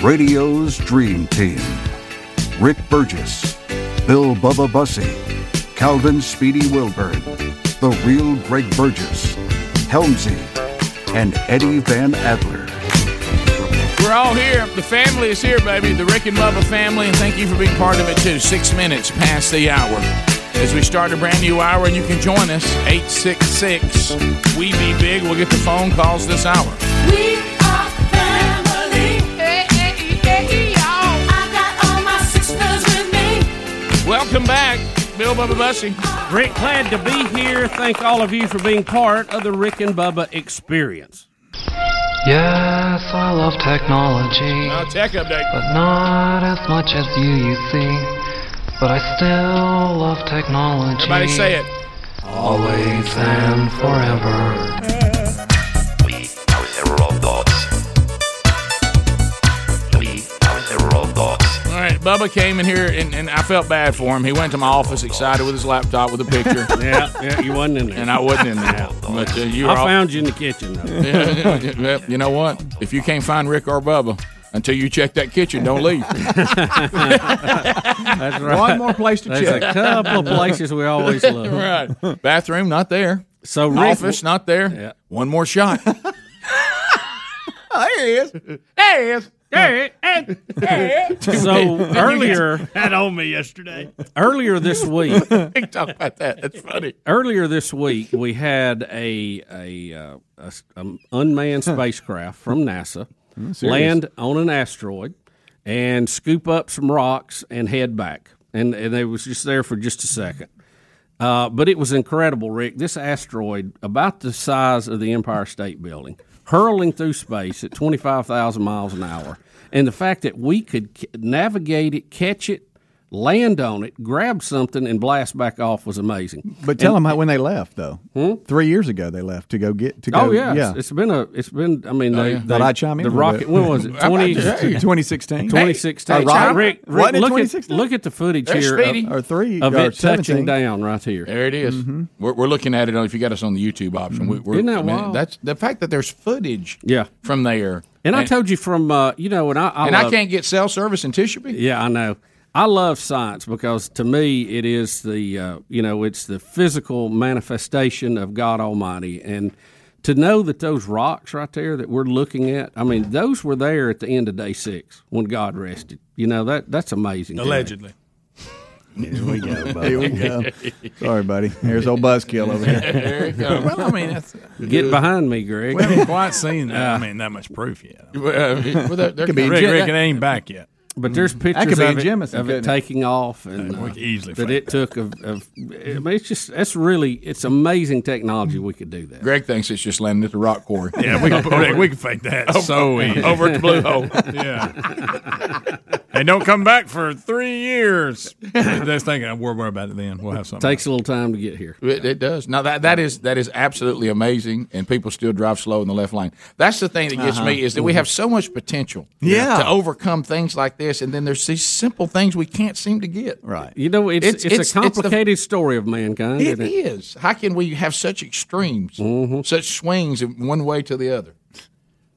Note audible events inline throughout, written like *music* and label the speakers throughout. Speaker 1: radio's dream team. Rick Burgess, Bill Bubba Bussey, Calvin Speedy Wilburn, the real Greg Burgess, Helmsy, and Eddie Van Adler.
Speaker 2: We're all here. The family is here, baby. The Rick and Bubba family, and thank you for being part of it too. Six minutes past the hour. As we start a brand new hour, and you can join us, 866 We Be Big. We'll get the phone calls this hour.
Speaker 3: We are family. Hey, hey, hey, y'all. I got all my sisters with me.
Speaker 2: Welcome back, Bill Bubba Bussy.
Speaker 4: Rick, glad to be here. Thank all of you for being part of the Rick and Bubba
Speaker 2: *laughs*
Speaker 4: experience.
Speaker 5: Yes, I love technology,
Speaker 2: Now, tech update.
Speaker 5: but not as much as you, you see. But I still love technology.
Speaker 2: Everybody say it.
Speaker 5: Always and forever.
Speaker 6: We are the robots. We are the robots.
Speaker 2: All right, Bubba came in here, and, and I felt bad for him. He went to my office excited with his laptop with a picture,
Speaker 4: *laughs* Yeah, yeah, you wasn't in there. Oh,
Speaker 2: and I wasn't in
Speaker 4: *laughs*
Speaker 2: there. But uh, you were
Speaker 4: I
Speaker 2: all-
Speaker 4: found you in the kitchen. Though.
Speaker 2: *laughs* Yeah, yeah, yeah. you know what? If you can't find Rick or Bubba until you check that kitchen, don't
Speaker 4: *laughs*
Speaker 2: leave.
Speaker 4: That's right.
Speaker 7: One more place to
Speaker 4: There's
Speaker 7: check.
Speaker 4: a couple of places we always love.
Speaker 2: *laughs* right. Bathroom, not there.
Speaker 4: So Rick,
Speaker 2: Office, not there.
Speaker 4: Yeah.
Speaker 2: One more shot.
Speaker 7: Oh, there he
Speaker 3: *laughs*
Speaker 7: is.
Speaker 4: so earlier
Speaker 8: That on me yesterday.
Speaker 4: earlier this
Speaker 2: *laughs*
Speaker 4: week,
Speaker 2: Talk about that. That's funny.
Speaker 4: earlier this week we had a a, uh, a s- um, unmanned spacecraft from NASA
Speaker 2: Hmm,
Speaker 4: land on an asteroid and scoop up some rocks and head back, and and it was just there for just a second. Uh, but it was incredible, Rick. This asteroid, about the size of the Empire State Building, hurling through space at twenty five thousand miles an hour, and the fact that we could c- navigate it, catch it. Land on it, grab something, and blast back off was amazing.
Speaker 7: But tell them how, when they left, though. Three years ago, they left to go get to go.
Speaker 4: Oh yeah,
Speaker 7: yeah. Oh,
Speaker 4: *laughs* It's- it's been a it's been. I mean, they, they,
Speaker 7: Thought I'd chime in a
Speaker 4: the
Speaker 7: little
Speaker 4: rocket.
Speaker 7: bit.
Speaker 4: When
Speaker 7: *laughs*
Speaker 4: was it? Twenty.
Speaker 7: 2016
Speaker 4: 2016.
Speaker 7: Hey, Rock-
Speaker 4: Rick, Rick,
Speaker 7: wasn't it
Speaker 4: look, at,
Speaker 7: 2016?
Speaker 4: look at the footage
Speaker 2: There's
Speaker 4: here of,
Speaker 2: Speedy.
Speaker 7: or three
Speaker 4: of
Speaker 7: or Mm-hmm.
Speaker 4: it
Speaker 7: 17.
Speaker 4: touching down right here.
Speaker 2: There it is. We're, we're looking at it. on- If you got us on the YouTube option,
Speaker 7: Mm-hmm.
Speaker 2: we, we're,
Speaker 4: Isn't that
Speaker 2: I mean,
Speaker 4: wild?
Speaker 2: That's the fact that there's footage.
Speaker 4: Yeah.
Speaker 2: From there,
Speaker 4: And I told you from uh, you know, and I, I
Speaker 2: and I
Speaker 4: love-
Speaker 2: can't get cell service in Tishabee.
Speaker 4: Yeah, I know. I love science because to me it is the uh, you know it's the physical manifestation of God Almighty, and to know that those rocks right there that we're looking at, I mean, those were there at the end of day six when God rested. You know that that's amazing. to me.
Speaker 8: Allegedly.
Speaker 7: *laughs* Here we go. *laughs* Sorry, buddy. Here's old Buzzkill *laughs* over
Speaker 8: *laughs*
Speaker 7: here.
Speaker 2: There you go. well, I mean, that's,
Speaker 4: Get behind me, Greg.
Speaker 8: We haven't quite seen that. I mean, that much proof yet.
Speaker 2: *laughs* well, there, there
Speaker 7: Could be
Speaker 8: Rick,
Speaker 7: Yeah,
Speaker 8: Rick,
Speaker 7: that-
Speaker 8: it ain't back yet.
Speaker 4: But there's pictures
Speaker 7: could be
Speaker 4: of, it,
Speaker 7: Jemison,
Speaker 4: of it
Speaker 7: couldn't it?
Speaker 4: taking off and
Speaker 8: we
Speaker 4: uh,
Speaker 8: could easily
Speaker 4: that
Speaker 8: fake
Speaker 4: it took of, of. I mean, it's just that's really it's amazing technology we could do that.
Speaker 2: Greg thinks it's just landing at the rock quarry.
Speaker 8: *laughs* Yeah,
Speaker 4: *laughs*
Speaker 8: we can, put- Rick, we can fake that so
Speaker 2: *laughs*
Speaker 8: easy.
Speaker 2: Over at the blue hole.
Speaker 8: *laughs* Yeah. and don't come back for three years. Just thinking, we'll worry about it then. We'll have something.
Speaker 4: Takes a little time to get here.
Speaker 2: It, it does. Now that that is that is absolutely amazing, and people still drive slow in the left lane. That's the thing that gets
Speaker 4: Uh-huh.
Speaker 2: me
Speaker 7: Uh-huh.
Speaker 2: is that
Speaker 4: Mm-hmm.
Speaker 2: we have so much potential,
Speaker 7: Yeah.
Speaker 2: to overcome things like this, and then there's these simple things we can't seem to get.
Speaker 7: Right.
Speaker 4: You know, it's
Speaker 2: It's-
Speaker 4: it's,
Speaker 2: it's- it's
Speaker 4: a
Speaker 2: the-
Speaker 4: complicated story of mankind.
Speaker 2: It
Speaker 4: isn't it? Mm-hmm.
Speaker 2: is. How can we have such extremes, such swings in one way to the other?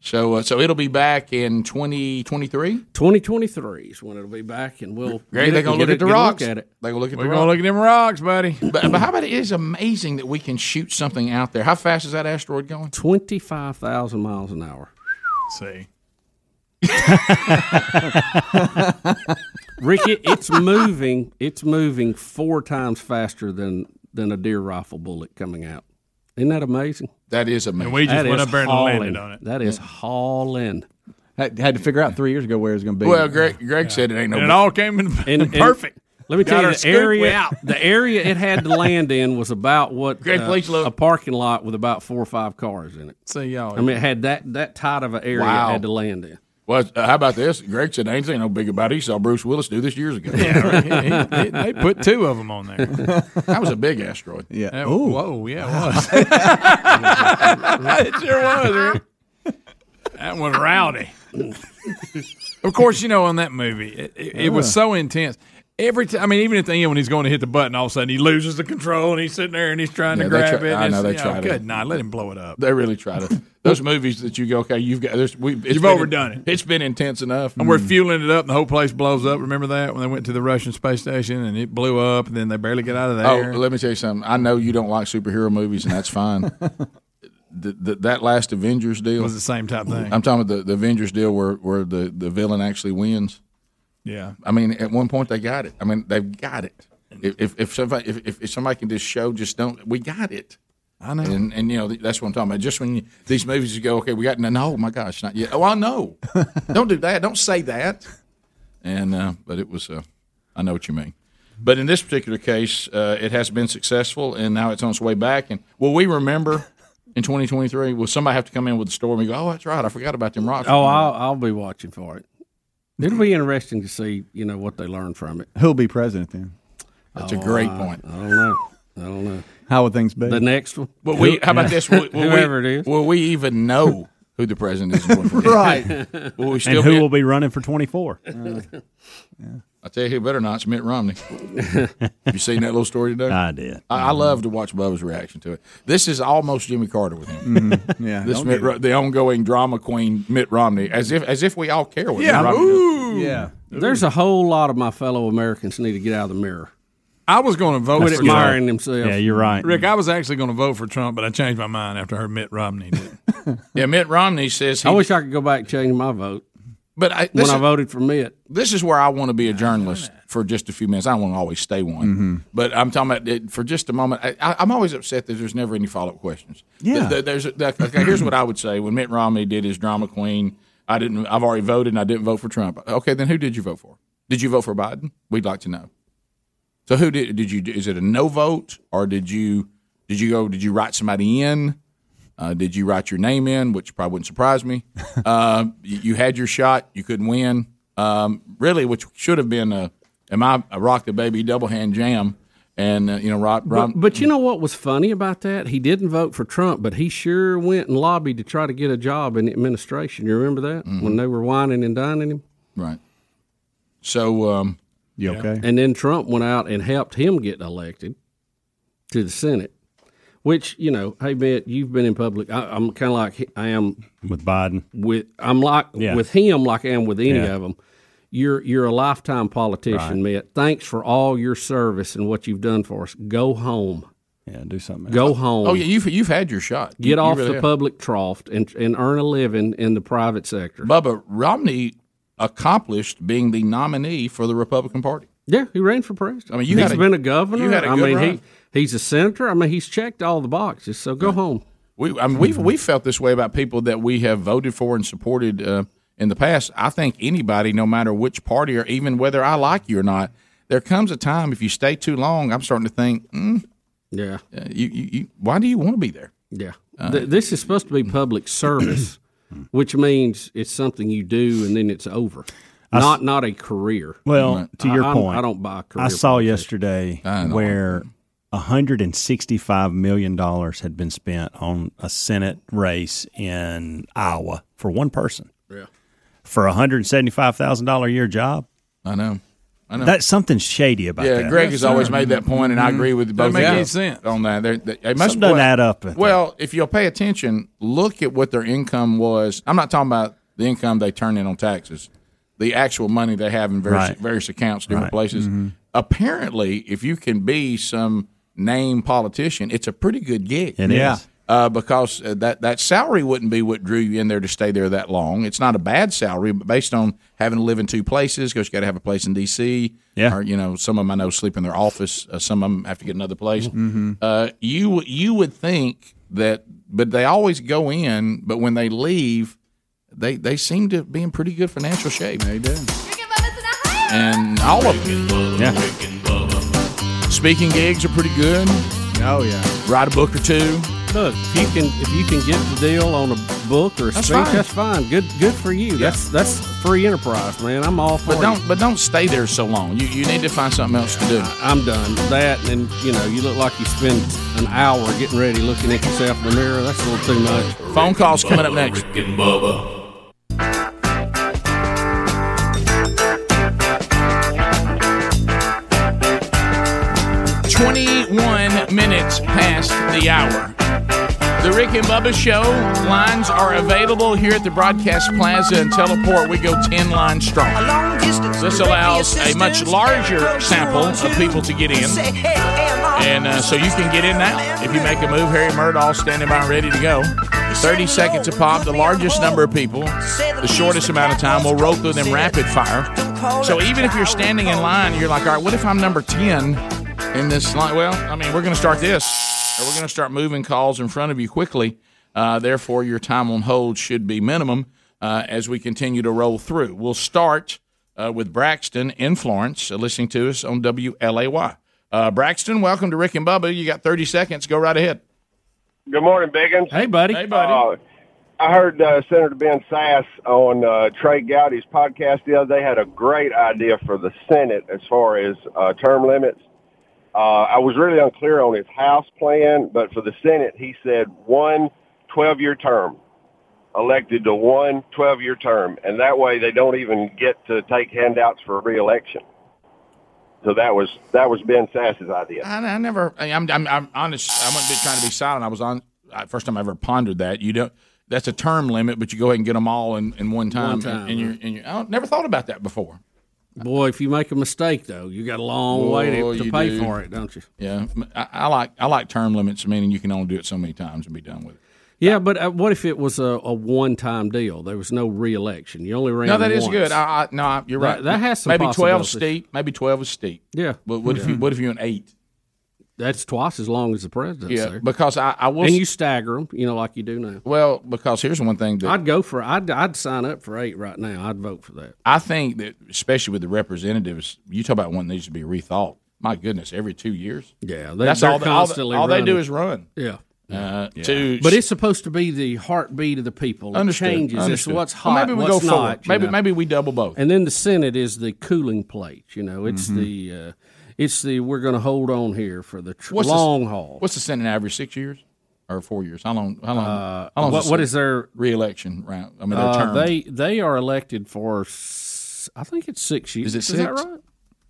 Speaker 2: So uh, so it'll be back in twenty twenty three.
Speaker 4: 2023 is when it'll be back, and we'll
Speaker 2: They're
Speaker 4: get it-
Speaker 2: gonna look
Speaker 4: get
Speaker 2: at
Speaker 4: a
Speaker 2: the
Speaker 4: good
Speaker 2: rocks.
Speaker 4: Look at it.
Speaker 2: They're gonna look at
Speaker 8: We're
Speaker 2: the
Speaker 8: going to
Speaker 2: rocks.
Speaker 8: look at them rocks, buddy.
Speaker 2: *laughs* But, but how about it is amazing that we can shoot something out there? How fast is that asteroid going?
Speaker 4: 25,000 miles an hour.
Speaker 8: See.
Speaker 4: Rick, it, it's moving. It's moving four times faster than than a deer rifle bullet coming out. Isn't that amazing?
Speaker 2: That is amazing.
Speaker 8: And we just
Speaker 4: That
Speaker 8: went
Speaker 4: is
Speaker 8: up there and
Speaker 4: hauling.
Speaker 8: landed on it.
Speaker 4: That is hauling.
Speaker 7: Had, had to figure out three years ago where it was going to be.
Speaker 2: well, Greg, Greg said it ain't no.
Speaker 8: And it all came in
Speaker 4: And-
Speaker 8: *laughs*
Speaker 4: and
Speaker 8: perfect.
Speaker 4: Let me
Speaker 8: Got
Speaker 4: tell you,
Speaker 8: our
Speaker 4: the
Speaker 8: scoop, we
Speaker 4: area,
Speaker 8: out.
Speaker 4: the area it had to land in was about what uh,
Speaker 2: Greg, please look.
Speaker 4: a parking lot with about four or five cars in it.
Speaker 8: See y'all.
Speaker 4: I mean, it had that that tight of an area
Speaker 2: Wow.
Speaker 4: it had to land in.
Speaker 2: Well, uh, how about this? Greg said, "Ain't saying no big about it." He saw Bruce Willis do this years ago.
Speaker 8: *laughs* yeah, right. He- he- they put two of them on
Speaker 2: *laughs*
Speaker 8: there.
Speaker 2: that was a big asteroid.
Speaker 7: yeah.
Speaker 8: That-
Speaker 7: Ooh.
Speaker 8: Whoa, yeah, it
Speaker 2: *laughs*
Speaker 8: was. it sure was. Rick. That was rowdy. of course, you know, in that movie, it, it, it was so intense. Every time, I mean, even at the end when he's going to hit the button, all of a sudden he loses the control and he's sitting there and he's trying
Speaker 2: Yeah,
Speaker 8: to
Speaker 2: they
Speaker 8: grab
Speaker 2: try-
Speaker 8: it.
Speaker 2: I
Speaker 8: and
Speaker 2: know
Speaker 8: it's,
Speaker 2: they
Speaker 8: you
Speaker 2: tried to-
Speaker 8: Good night, let him blow it up.
Speaker 2: They really try to. Those movies that you go, okay, you've got there's we
Speaker 8: You've overdone it.
Speaker 2: It's been intense enough.
Speaker 8: And we're fueling it up, and the whole place blows up. Remember that when they went to the Russian space station and it blew up, and then they barely get out of
Speaker 2: Oh,
Speaker 8: there.
Speaker 2: let me tell you something. I know you don't like superhero movies, and
Speaker 7: *laughs*
Speaker 2: that's fine. the, the, that last Avengers deal,
Speaker 8: it was the same type thing.
Speaker 2: I'm talking about the, the Avengers deal where, where the, the villain actually wins.
Speaker 8: yeah,
Speaker 2: I mean, at one point they got it. I mean, they've got it. If if, if somebody if- if, if somebody can just show, just don't. We got it.
Speaker 8: I know.
Speaker 2: And and you know that's what I'm talking about. Just when you, these movies you go, okay, we got no, no, my gosh, not yet. Oh, I
Speaker 8: *laughs*
Speaker 2: know. don't do that. Don't say that. And uh, but it was, uh, I know what you mean. But in this particular case, uh, it has been successful, and now it's on its way back. And will we remember in 2023? Will somebody have to come in with a story and go, oh, that's right, I forgot about them rocks?
Speaker 4: Oh, I'll, I'll be watching for it. It'll be interesting to see, you know, what they learn from it. Oh,
Speaker 7: Who'll be president then?
Speaker 2: that's a great point.
Speaker 4: I don't know. I don't know.
Speaker 7: How would things
Speaker 4: The
Speaker 7: be?
Speaker 4: next one.
Speaker 2: Well, we how about this? Will, will
Speaker 4: Whoever
Speaker 2: we,
Speaker 4: it is.
Speaker 2: will we even know who the president is? Going *laughs* for
Speaker 7: *laughs* right.
Speaker 2: Will we
Speaker 9: And
Speaker 2: still?
Speaker 9: who
Speaker 2: be,
Speaker 9: will be running for 24?
Speaker 2: I tell you, who better not. It's Mitt
Speaker 4: *laughs*
Speaker 2: Romney. you seen that little story today?
Speaker 9: I did.
Speaker 2: I, I love to watch Bubba's reaction to it. This is almost Jimmy Carter with him.
Speaker 7: Mm-hmm.
Speaker 2: *laughs*
Speaker 7: Yeah.
Speaker 2: This
Speaker 7: don't
Speaker 2: Mitt,
Speaker 7: get-
Speaker 2: Ro- the ongoing drama queen Mitt Romney, as if as if we all care what Mitt Romney does.
Speaker 8: Ooh,
Speaker 7: yeah.
Speaker 4: There's a whole lot of my fellow Americans need to get out of the mirror.
Speaker 8: I was going to vote
Speaker 9: That's
Speaker 8: for
Speaker 9: good.
Speaker 8: Trump.
Speaker 4: Admiring themselves.
Speaker 9: Yeah, you're right.
Speaker 8: Rick, I was actually going to vote for Trump, but I changed my mind after I heard Mitt Romney did.
Speaker 2: *laughs* Yeah, Mitt Romney says he.
Speaker 4: I wish I could go back and change my vote
Speaker 2: but I,
Speaker 4: when
Speaker 2: this,
Speaker 4: I
Speaker 2: is,
Speaker 4: voted for Mitt.
Speaker 2: this is where I want to be a journalist for just a few minutes. I don't want to always stay one, but I'm talking about it for just a moment. I, I, I'm always upset that there's never any follow up questions.
Speaker 7: Yeah.
Speaker 2: Th- th- there's a- th- okay, here's what I would say when Mitt Romney did his drama queen. I didn't. I've already voted, and I didn't vote for Trump. Okay, then who did you vote for? Did you vote for Biden? We'd like to know. So who did did you? Is it a no vote or did you did you go? Did you write somebody in? Uh, did you write your name in? Which probably wouldn't surprise
Speaker 4: *laughs*
Speaker 2: me. uh, you, you had your shot. You couldn't win. Um, really, which should have been a am I a rock the baby double hand jam? And uh, you know, Rob, Rob
Speaker 4: But, but you know what was funny about that? He didn't vote for Trump, but he sure went and lobbied to try to get a job in the administration. You remember that? When they were whining and dining him?
Speaker 2: right. So um,
Speaker 7: You okay?
Speaker 4: And then Trump went out and helped him get elected to the Senate, which, you know, hey, Mitt, you've been in public. I, I'm kind of like he- I am
Speaker 9: With Biden.
Speaker 4: with I'm like
Speaker 9: Yeah.
Speaker 4: with him like I am with any
Speaker 9: Yeah.
Speaker 4: of them. You're you're a lifetime politician, Mitt. Thanks for all your service and what you've done for us. Go home.
Speaker 9: Yeah, do something.
Speaker 4: Go home.
Speaker 2: oh yeah, you've you've had your shot. You-
Speaker 4: Get
Speaker 2: you
Speaker 4: off
Speaker 2: really
Speaker 4: the
Speaker 2: have.
Speaker 4: public trough and and earn a living in the private sector.
Speaker 2: Bubba Romney accomplished being the nominee for the Republican Party.
Speaker 4: yeah, he ran for president.
Speaker 2: I mean, you
Speaker 4: He's
Speaker 2: had a-
Speaker 4: been a governor.
Speaker 2: you had a
Speaker 4: I
Speaker 2: good
Speaker 4: mean,
Speaker 2: run.
Speaker 4: he he's a senator. I mean, he's checked all the boxes. So go home.
Speaker 2: We, I mean, we've we felt this way about people that we have voted for and supported uh, in the past. I think anybody, no matter which party or even whether I like you or not, there comes a time if you stay too long, I'm starting to think, mm,
Speaker 4: Yeah.
Speaker 2: uh, you, you, you, why do you want to be there?
Speaker 4: Yeah.
Speaker 9: Uh,
Speaker 4: Th- this is supposed to be
Speaker 9: *clears throat*
Speaker 4: public service, which means it's something you do and then it's over. Not not a career.
Speaker 9: Well, to your
Speaker 4: I, I don't-
Speaker 9: point,
Speaker 4: I don't buy career.
Speaker 9: I saw
Speaker 4: politics.
Speaker 9: yesterday where $165 million had been spent on a Senate race in Iowa for one person. Yeah. For a $175,000 a year job.
Speaker 2: I know.
Speaker 9: That's something shady about
Speaker 2: Yeah,
Speaker 9: that.
Speaker 2: Greg has always made that point, and I agree with both
Speaker 8: make
Speaker 2: of
Speaker 8: Mm-hmm. any
Speaker 2: you
Speaker 8: sense.
Speaker 2: on that. They're, they, they must
Speaker 9: Something doesn't add up. at that.
Speaker 2: Well, if you'll pay attention, look at what their income was. I'm not talking about the income they turn in on taxes, the actual money they have in various,
Speaker 9: Right.
Speaker 2: various accounts, different
Speaker 9: Right. Mm-hmm.
Speaker 2: places. Apparently, if you can be some name politician, it's a pretty good gig.
Speaker 9: It is.
Speaker 7: Yeah.
Speaker 2: Uh, because uh, that that salary wouldn't be what drew you in there to stay there that long. It's not a bad salary, but based on having to live in two places, because you got to have a place in D.C.
Speaker 9: Yeah.
Speaker 2: or you know, some of them I know sleep in their office. Uh, some of them have to get another place. Uh, you you would think that, but they always go in. But when they leave, they they seem to be in pretty good financial shape. They do, and all of them.
Speaker 9: Yeah.
Speaker 2: Speaking gigs are pretty good.
Speaker 7: Oh yeah.
Speaker 2: Write a book or two.
Speaker 4: Look, if you can if you can get the deal on a book or a speech,
Speaker 2: fine.
Speaker 4: that's fine. Good good for you. That's that's free enterprise, man. I'm all for
Speaker 2: But
Speaker 4: it.
Speaker 2: don't but don't stay there so long. You you need to find something else to do.
Speaker 4: I'm done. That and you know, you look like you spend an hour getting ready looking at yourself in the mirror. That's a little too much.
Speaker 2: Phone calls coming up next.
Speaker 10: 21 minutes past the hour. The Rick and Bubba Show lines are available here at the Broadcast Plaza and Teleport. We go 10 lines strong. This allows a much larger sample of people to get in. And uh, so you can get in now. If you make a move, Harry Murdahl standing by ready to go. 30 seconds a pop, the largest number of people, the shortest amount of time. We'll roll through them rapid fire. So even if you're standing in line and you're like, all right, what if I'm number 10 in this line? Well, I mean, we're going to start this. and We're going to start moving calls in front of you quickly. Uh, therefore, your time on hold should be minimum uh, as we continue to roll through. We'll start uh, with Braxton in Florence, uh, listening to us on WLAY. Uh, Braxton, welcome to Rick and Bubba. You got 30 seconds. Go right ahead.
Speaker 11: Good morning, Biggins. Uh,
Speaker 4: Hey, buddy.
Speaker 11: Hey, buddy. I heard uh, Senator Ben Sass on uh, Trey Gowdy's podcast the other day had a great idea for the Senate as far as uh, term limits. Uh, I was really unclear on his House plan, but for the Senate, he said one 12-year term, elected to one 12-year term, and that way they don't even get to take handouts for reelection. So that was that was Ben Sass's idea.
Speaker 2: I, I never. I, I'm, I'm, I'm honest. I wasn't be- trying to be silent. I was on. I, first time I ever pondered that. You don't. That's a term limit, but you go ahead and get them all in, in one time.
Speaker 4: One time,
Speaker 2: and, and you're, and you're, I don't- never thought about that before.
Speaker 4: Boy, if you make a mistake though, you got a long way
Speaker 2: Oh,
Speaker 4: to, to
Speaker 2: you
Speaker 4: pay
Speaker 2: do.
Speaker 4: for it, don't you?
Speaker 2: Yeah, I, I like I like term limits, meaning you can only do it so many times and be done with it.
Speaker 4: Yeah, but uh, what if it was a, a one-time deal? There was no re-election. You only ran.
Speaker 2: No, that
Speaker 4: once.
Speaker 2: is good. I, I, no, I- you're
Speaker 4: That-
Speaker 2: right.
Speaker 4: That has some
Speaker 2: maybe twelve
Speaker 4: possibilities.
Speaker 2: steep. Maybe twelve is steep.
Speaker 4: Yeah.
Speaker 2: But what if
Speaker 4: Yeah.
Speaker 2: you what if you're an eight?
Speaker 4: That's twice as long as the president.
Speaker 2: Yeah, because I, I will.
Speaker 4: And
Speaker 2: s-
Speaker 4: you stagger them, you know, like you do now.
Speaker 2: Well, because here's one thing that
Speaker 4: I'd go for. I'd I'd sign up for eight right now. I'd vote for that.
Speaker 2: I think that especially with the representatives, you talk about one that needs to be rethought. My goodness, every two years.
Speaker 4: Yeah,
Speaker 2: that's
Speaker 4: they're
Speaker 2: all. They, all, they,
Speaker 4: constantly
Speaker 2: all they do
Speaker 4: running.
Speaker 2: is run.
Speaker 4: Yeah.
Speaker 2: Uh, To
Speaker 4: But it's supposed to be the heartbeat of the people. It
Speaker 2: Understood,
Speaker 4: changes.
Speaker 2: understood.
Speaker 4: It's what's
Speaker 2: Well,
Speaker 4: hot.
Speaker 2: maybe we
Speaker 4: what's
Speaker 2: go forward.
Speaker 4: not, you
Speaker 2: Maybe-
Speaker 4: know.
Speaker 2: maybe we double both.
Speaker 4: And then the Senate is the cooling plate. You know, it's
Speaker 2: Mhm.
Speaker 4: the uh, it's the we're going to hold on here for the tr-
Speaker 2: What's the-
Speaker 4: long haul.
Speaker 2: What's the Senate average? Six years or four years? How long? How long?
Speaker 4: Uh,
Speaker 2: how long
Speaker 4: what-
Speaker 2: the
Speaker 4: what
Speaker 2: Senate
Speaker 4: is their
Speaker 2: reelection round? I mean, their
Speaker 4: Uh,
Speaker 2: term.
Speaker 4: they they are elected for s- I think it's six years.
Speaker 2: Is it
Speaker 4: that
Speaker 2: six?
Speaker 4: right?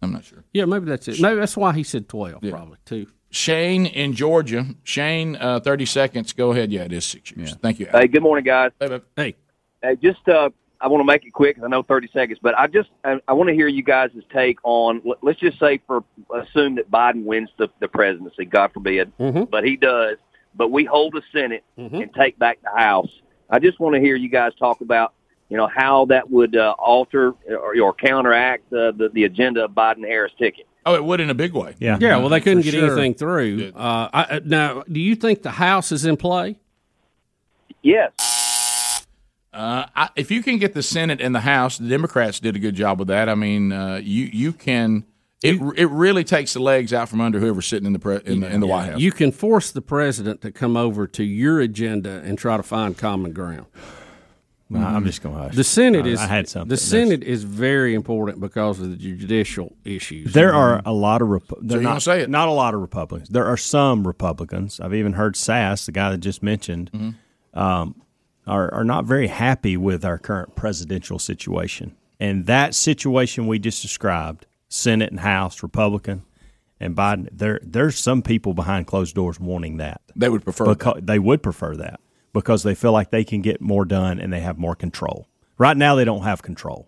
Speaker 2: I'm not sure.
Speaker 4: Yeah, maybe that's it. Maybe that's why he said twelve. Probably two.
Speaker 2: Shane in Georgia. Shane, uh, thirty seconds. Go ahead. Yeah, it is six years. Thank you.
Speaker 12: Hey, good morning, guys.
Speaker 2: Hey,
Speaker 4: hey.
Speaker 12: just uh, I want to make it quick 'cause I know 30 seconds, but I just I, I want to hear you guys' take on. let- Let's just say for assume that Biden wins the, the presidency, God forbid, but he does. But we hold the Senate
Speaker 2: Mm-hmm.
Speaker 12: and take back the House. I just want to hear you guys talk about you know how that would uh, alter or, or counteract uh, the the agenda of Biden Harris ticket.
Speaker 2: Oh, it would in a big way.
Speaker 9: Yeah.
Speaker 4: Yeah. Well, they couldn't
Speaker 12: For
Speaker 4: get
Speaker 12: sure.
Speaker 4: anything through. Uh, I, uh, now, do you think the House is in play?
Speaker 12: Yes.
Speaker 2: Uh, I, if you can get the Senate and the House, the Democrats did a good job with that. I mean, uh, you you can. It it really takes the legs out from under whoever's sitting in the pre, in, the in the White House.
Speaker 4: You can force the president to come over to your agenda and try to find common ground.
Speaker 9: No, I'm just going to hush.
Speaker 4: The Senate is
Speaker 9: I, I had something.
Speaker 4: The Senate is very important because of the judicial issues.
Speaker 9: There are a lot of Repu- they're
Speaker 4: you
Speaker 9: not,
Speaker 4: gonna say
Speaker 9: it. Not a lot of Republicans. There are some Republicans. I've even heard Sass, the guy that just mentioned,
Speaker 4: Mhm.
Speaker 2: Mm-hmm.
Speaker 9: um, are are not very happy with our current presidential situation. And that situation we just described, Senate and House, Republican and Biden, there there's some people behind closed doors wanting that.
Speaker 2: They would prefer
Speaker 9: Because, they would prefer that because they feel like they can get more done and they have more control. Right now they don't have control.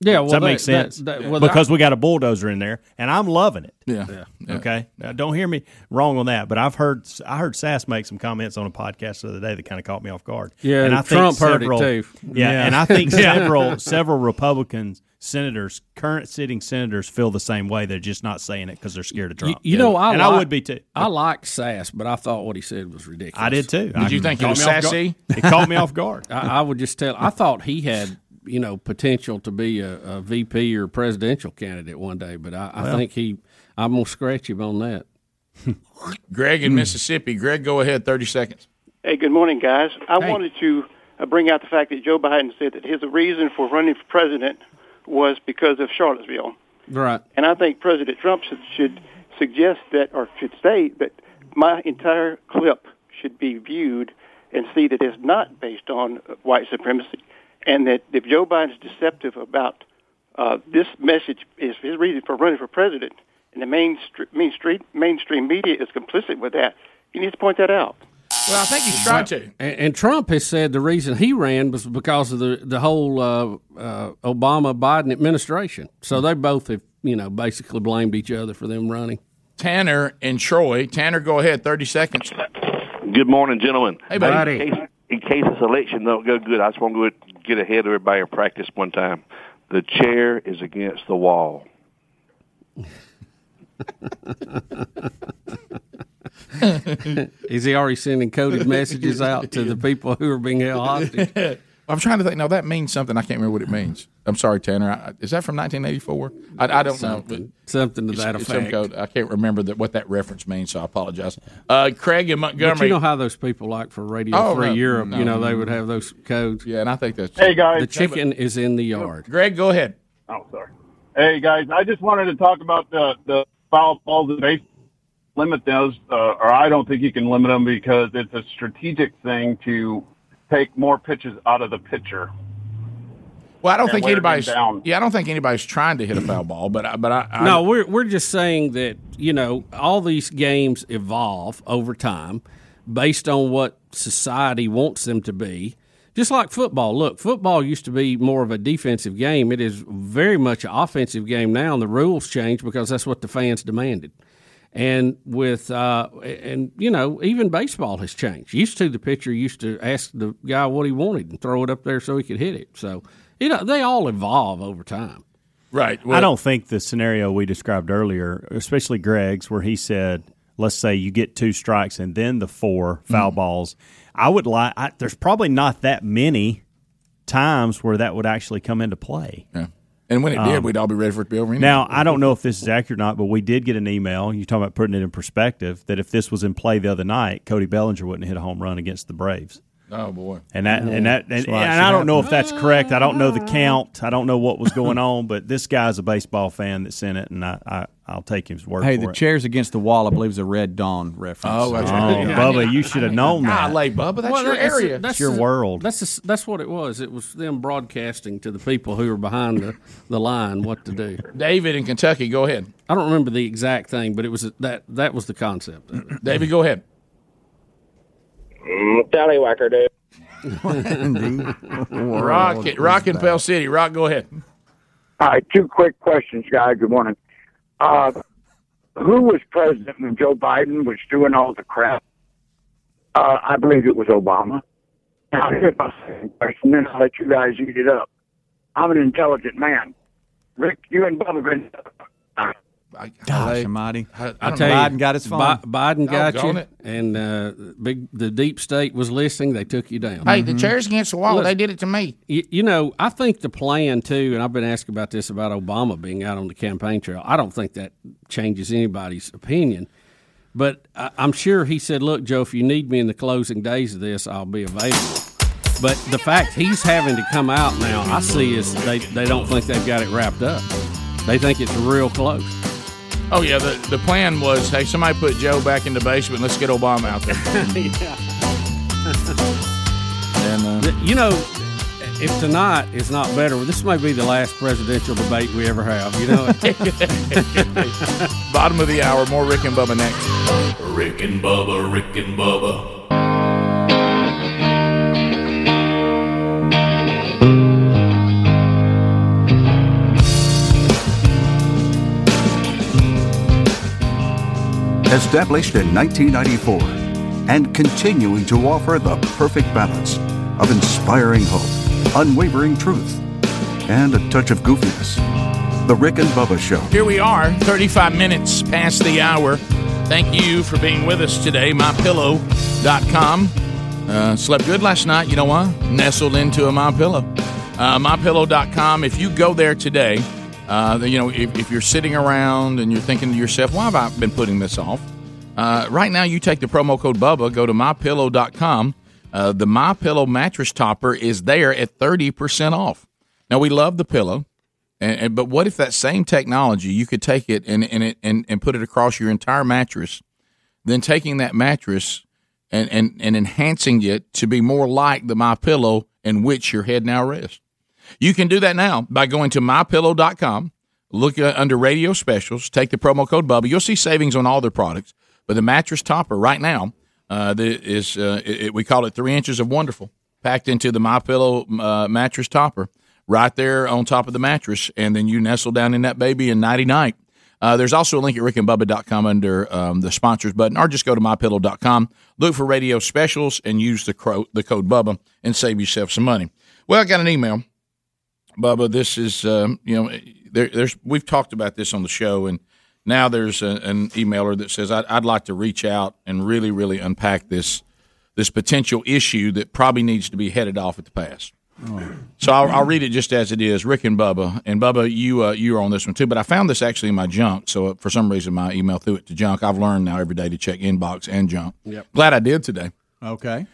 Speaker 4: Yeah,
Speaker 9: Does
Speaker 4: well,
Speaker 9: that
Speaker 4: they-
Speaker 9: makes sense?
Speaker 4: that- that- well,
Speaker 9: because
Speaker 4: I-
Speaker 9: we got a bulldozer in there, and I'm loving it.
Speaker 2: Yeah.
Speaker 9: Okay. Now, don't hear me wrong on that, but I've heard I heard Sass make some comments on a podcast the other day that kind of caught me off guard.
Speaker 4: Yeah, and
Speaker 9: I
Speaker 4: Trump heard it too.
Speaker 9: Yeah,
Speaker 4: Yeah.
Speaker 9: and I
Speaker 4: *laughs*
Speaker 9: think
Speaker 4: Yeah.
Speaker 9: several several Republican senators, current sitting senators, feel the same way. They're just not saying it because they're scared of Trump.
Speaker 4: You, you know, I
Speaker 9: and
Speaker 4: like-
Speaker 9: I would be too.
Speaker 4: I like Sass, but I thought what he said was ridiculous.
Speaker 9: I did too.
Speaker 4: Did
Speaker 9: I-
Speaker 4: you think he
Speaker 9: caught
Speaker 4: was
Speaker 9: me off guard.
Speaker 4: sassy?
Speaker 9: It caught me off guard.
Speaker 4: *laughs* I, I would just tell. I thought he had you know potential to be a, a VP or presidential candidate one day, but I, I
Speaker 2: Well.
Speaker 4: think he. I'm gonna scratch him on that.
Speaker 2: Greg
Speaker 4: Mm.
Speaker 2: in Mississippi. Greg, go ahead. Thirty seconds.
Speaker 13: Hey, good morning, guys. I wanted to uh, bring out the fact that Joe Biden said that his reason for running for president was because of Charlottesville.
Speaker 4: Right.
Speaker 13: And I think President Trump should, should suggest that or should state that my entire clip should be viewed and see that it's not based on uh, white supremacy. And that if Joe Biden's deceptive about uh, this message, is his reason for running for president and the mainstream mainstream mainstream media is complicit with that. You need to point that out.
Speaker 10: Well, I think he's tried to.
Speaker 4: And, and Trump has said the reason he ran was because of the the whole uh, uh, Obama Biden administration. So they both have you know basically blamed each other for them running.
Speaker 2: Tanner oh, and Troy. *laughs* Tanner, go ahead. Thirty seconds. *laughs*
Speaker 6: Good morning, gentlemen.
Speaker 2: Hey, buddy.
Speaker 6: In case, in case this election don't go good, I just want to go ahead- get ahead of everybody and practice one time. The chair is against the wall.
Speaker 4: Is he already sending coded messages out to the people who are being
Speaker 2: *laughs*
Speaker 4: held hostage?
Speaker 2: I'm trying to think. No, that means something. I can't remember what it means. I'm sorry, Tanner. I, is that from 1984? I, I don't know.
Speaker 4: Something- something to that
Speaker 2: it's some
Speaker 4: effect.
Speaker 2: code. I can't remember that, what that reference means, so I apologize. Uh, Craig and Montgomery.
Speaker 4: But you know how those people like for Radio
Speaker 2: Oh,
Speaker 4: Free
Speaker 2: no,
Speaker 4: Europe,
Speaker 2: no.
Speaker 4: you know, they would have those codes.
Speaker 2: Yeah, and I think that's
Speaker 14: Hey, guys.
Speaker 4: the chicken is in the yard.
Speaker 2: Greg, go ahead.
Speaker 14: Oh, sorry. Hey guys, I just wanted to talk about the the foul balls and base limit those, uh, or I don't think you can limit them because it's a strategic thing to take more pitches out of the pitcher.
Speaker 2: Well, I don't
Speaker 14: And
Speaker 2: think
Speaker 14: wear him
Speaker 2: anybody's.
Speaker 14: down.
Speaker 2: Yeah, I don't think anybody's trying to hit a foul ball, but I, but I, I
Speaker 4: No, we're we're just saying that you know all these games evolve over time based on what society wants them to be. Just like football, look, football used to be more of a defensive game. It is very much an offensive game now, and the rules change because that's what the fans demanded. And with uh, and you know even baseball has changed. Used to the pitcher used to ask the guy what he wanted and throw it up there so he could hit it. So you know they all evolve over time.
Speaker 2: Right.
Speaker 9: I don't think the scenario we described earlier, especially Greg's, where he said, let's say you get two strikes and then the four
Speaker 2: Mm-hmm.
Speaker 9: foul balls. I would like, I, there's probably not that many times where that would actually come into play.
Speaker 2: Yeah. And when it did,
Speaker 9: Um,
Speaker 2: we'd all be ready for it to be over. anyway.
Speaker 9: Now, I don't know if this is accurate or not, but we did get an email. You're talking about putting it in perspective that if this was in play the other night, Cody Bellinger wouldn't have hit a home run against the Braves.
Speaker 2: Oh boy.
Speaker 9: And that and that and,
Speaker 2: That's why it
Speaker 9: and
Speaker 2: should
Speaker 9: I don't know if
Speaker 2: happen.
Speaker 9: that's correct. I don't know the count. I don't know what
Speaker 15: *laughs*
Speaker 9: was going on, but this guy's a baseball fan that sent it, and I, I I'll take his word
Speaker 15: Hey,
Speaker 9: for
Speaker 15: the
Speaker 9: it.
Speaker 15: chairs against the wall, I believe, is a Red Dawn reference.
Speaker 9: Oh, that's right. Oh, Yeah, I Bubba, knew- you should have known that.
Speaker 2: Golly, Bubba, that's your
Speaker 4: that's-
Speaker 2: area.
Speaker 4: that's
Speaker 9: It's your
Speaker 4: the-
Speaker 9: world.
Speaker 4: That's the s- that's what it was. It was them broadcasting to the people who were behind the, the line what to do.
Speaker 2: *laughs* David in Kentucky, go ahead.
Speaker 4: I don't remember the exact thing, but it was a, that that was the concept. Of
Speaker 2: *laughs*
Speaker 4: it.
Speaker 2: David, go ahead.
Speaker 16: Tallywhacker, dude.
Speaker 4: *laughs*
Speaker 2: Rock, it- Rock in Pell City. Rock, go ahead.
Speaker 16: All right, two quick questions, guys. Good morning. Uh, who was president when Joe Biden was doing all the crap? Uh, I believe it was Obama. Now, here's my second question, then I'll let you guys eat it up. I'm an intelligent man. Rick, you and Bubba been
Speaker 15: Gosh, Almighty.
Speaker 4: I tell you,
Speaker 15: Biden got his phone.
Speaker 4: Bi- Biden got
Speaker 15: Doggone
Speaker 4: you,
Speaker 15: it.
Speaker 4: and uh, big the deep state was listening. They took you down.
Speaker 2: Hey,
Speaker 9: Mm-hmm.
Speaker 2: the chair's against the wall.
Speaker 4: Look.
Speaker 2: They did it to me.
Speaker 4: You, you know, I think the plan too, and I've been asked about this about Obama being out on the campaign trail. I don't think that changes anybody's opinion, but I, I'm sure he said, "Look, Joe, if you need me in the closing days of this, I'll be available." But the fact he's having to come out now, I see is they they don't think they've got it wrapped up. They think it's real close.
Speaker 2: Oh yeah, the, the plan was, hey, somebody put Joe back in the basement. Let's get Obama out there.
Speaker 9: *laughs*
Speaker 2: and,
Speaker 4: uh, you know, if tonight is not better, this may be the last presidential debate we ever have. You know.
Speaker 2: *laughs*
Speaker 4: *laughs*
Speaker 2: Bottom of the hour. More Rick and Bubba next.
Speaker 17: Rick and Bubba, Rick and Bubba.
Speaker 18: Established in 1994 and continuing to offer the perfect balance of inspiring hope, unwavering truth, and a touch of goofiness. The Rick and Bubba Show.
Speaker 2: Here we are, 35 minutes past the hour. Thank you for being with us today. MyPillow.com. Uh, slept good last night. You know why? Nestled into a My Pillow. Uh, MyPillow.com. If you go there today, uh, you know, if, if you're sitting around and you're thinking to yourself, why have I been putting this off? Uh, right now, you take the promo code Bubba, go to MyPillow.com. Uh, the My Pillow mattress topper is there at 30% off. Now, we love the pillow. And, and but what if that same technology you could take it and and it and, and put it across your entire mattress, then taking that mattress and, and and enhancing it to be more like the my pillow in which your head now rests. You can do that now by going to mypillow.com. Look uh, under radio specials. Take the promo code Bubba. You'll see savings on all their products. But the mattress topper right now uh, the, is uh, it, it- we call it three inches of wonderful packed into the My Pillow uh, mattress topper right there on top of the mattress, and then you nestle down in that baby and nighty night. Uh, there's also a link at rickandbubba.com under um, the sponsors button, or just go to mypillow.com, look for radio specials, and use the, cro- the code Bubba and save yourself some money. Well, I got an email. Bubba, this is um, you know there, there's we've talked about this on the show, and now there's a, an emailer that says I'd, I'd like to reach out and really really unpack this this potential issue that probably needs to be headed off at the pass. So I'll, I'll read it just as it is. Rick and Bubba, and Bubba, you uh, you are on this one too. But I found this actually in my junk. So uh, for some reason, my email threw it to junk. I've learned now every day to check inbox and junk.
Speaker 15: Yep.
Speaker 2: Glad I did today.
Speaker 15: Okay.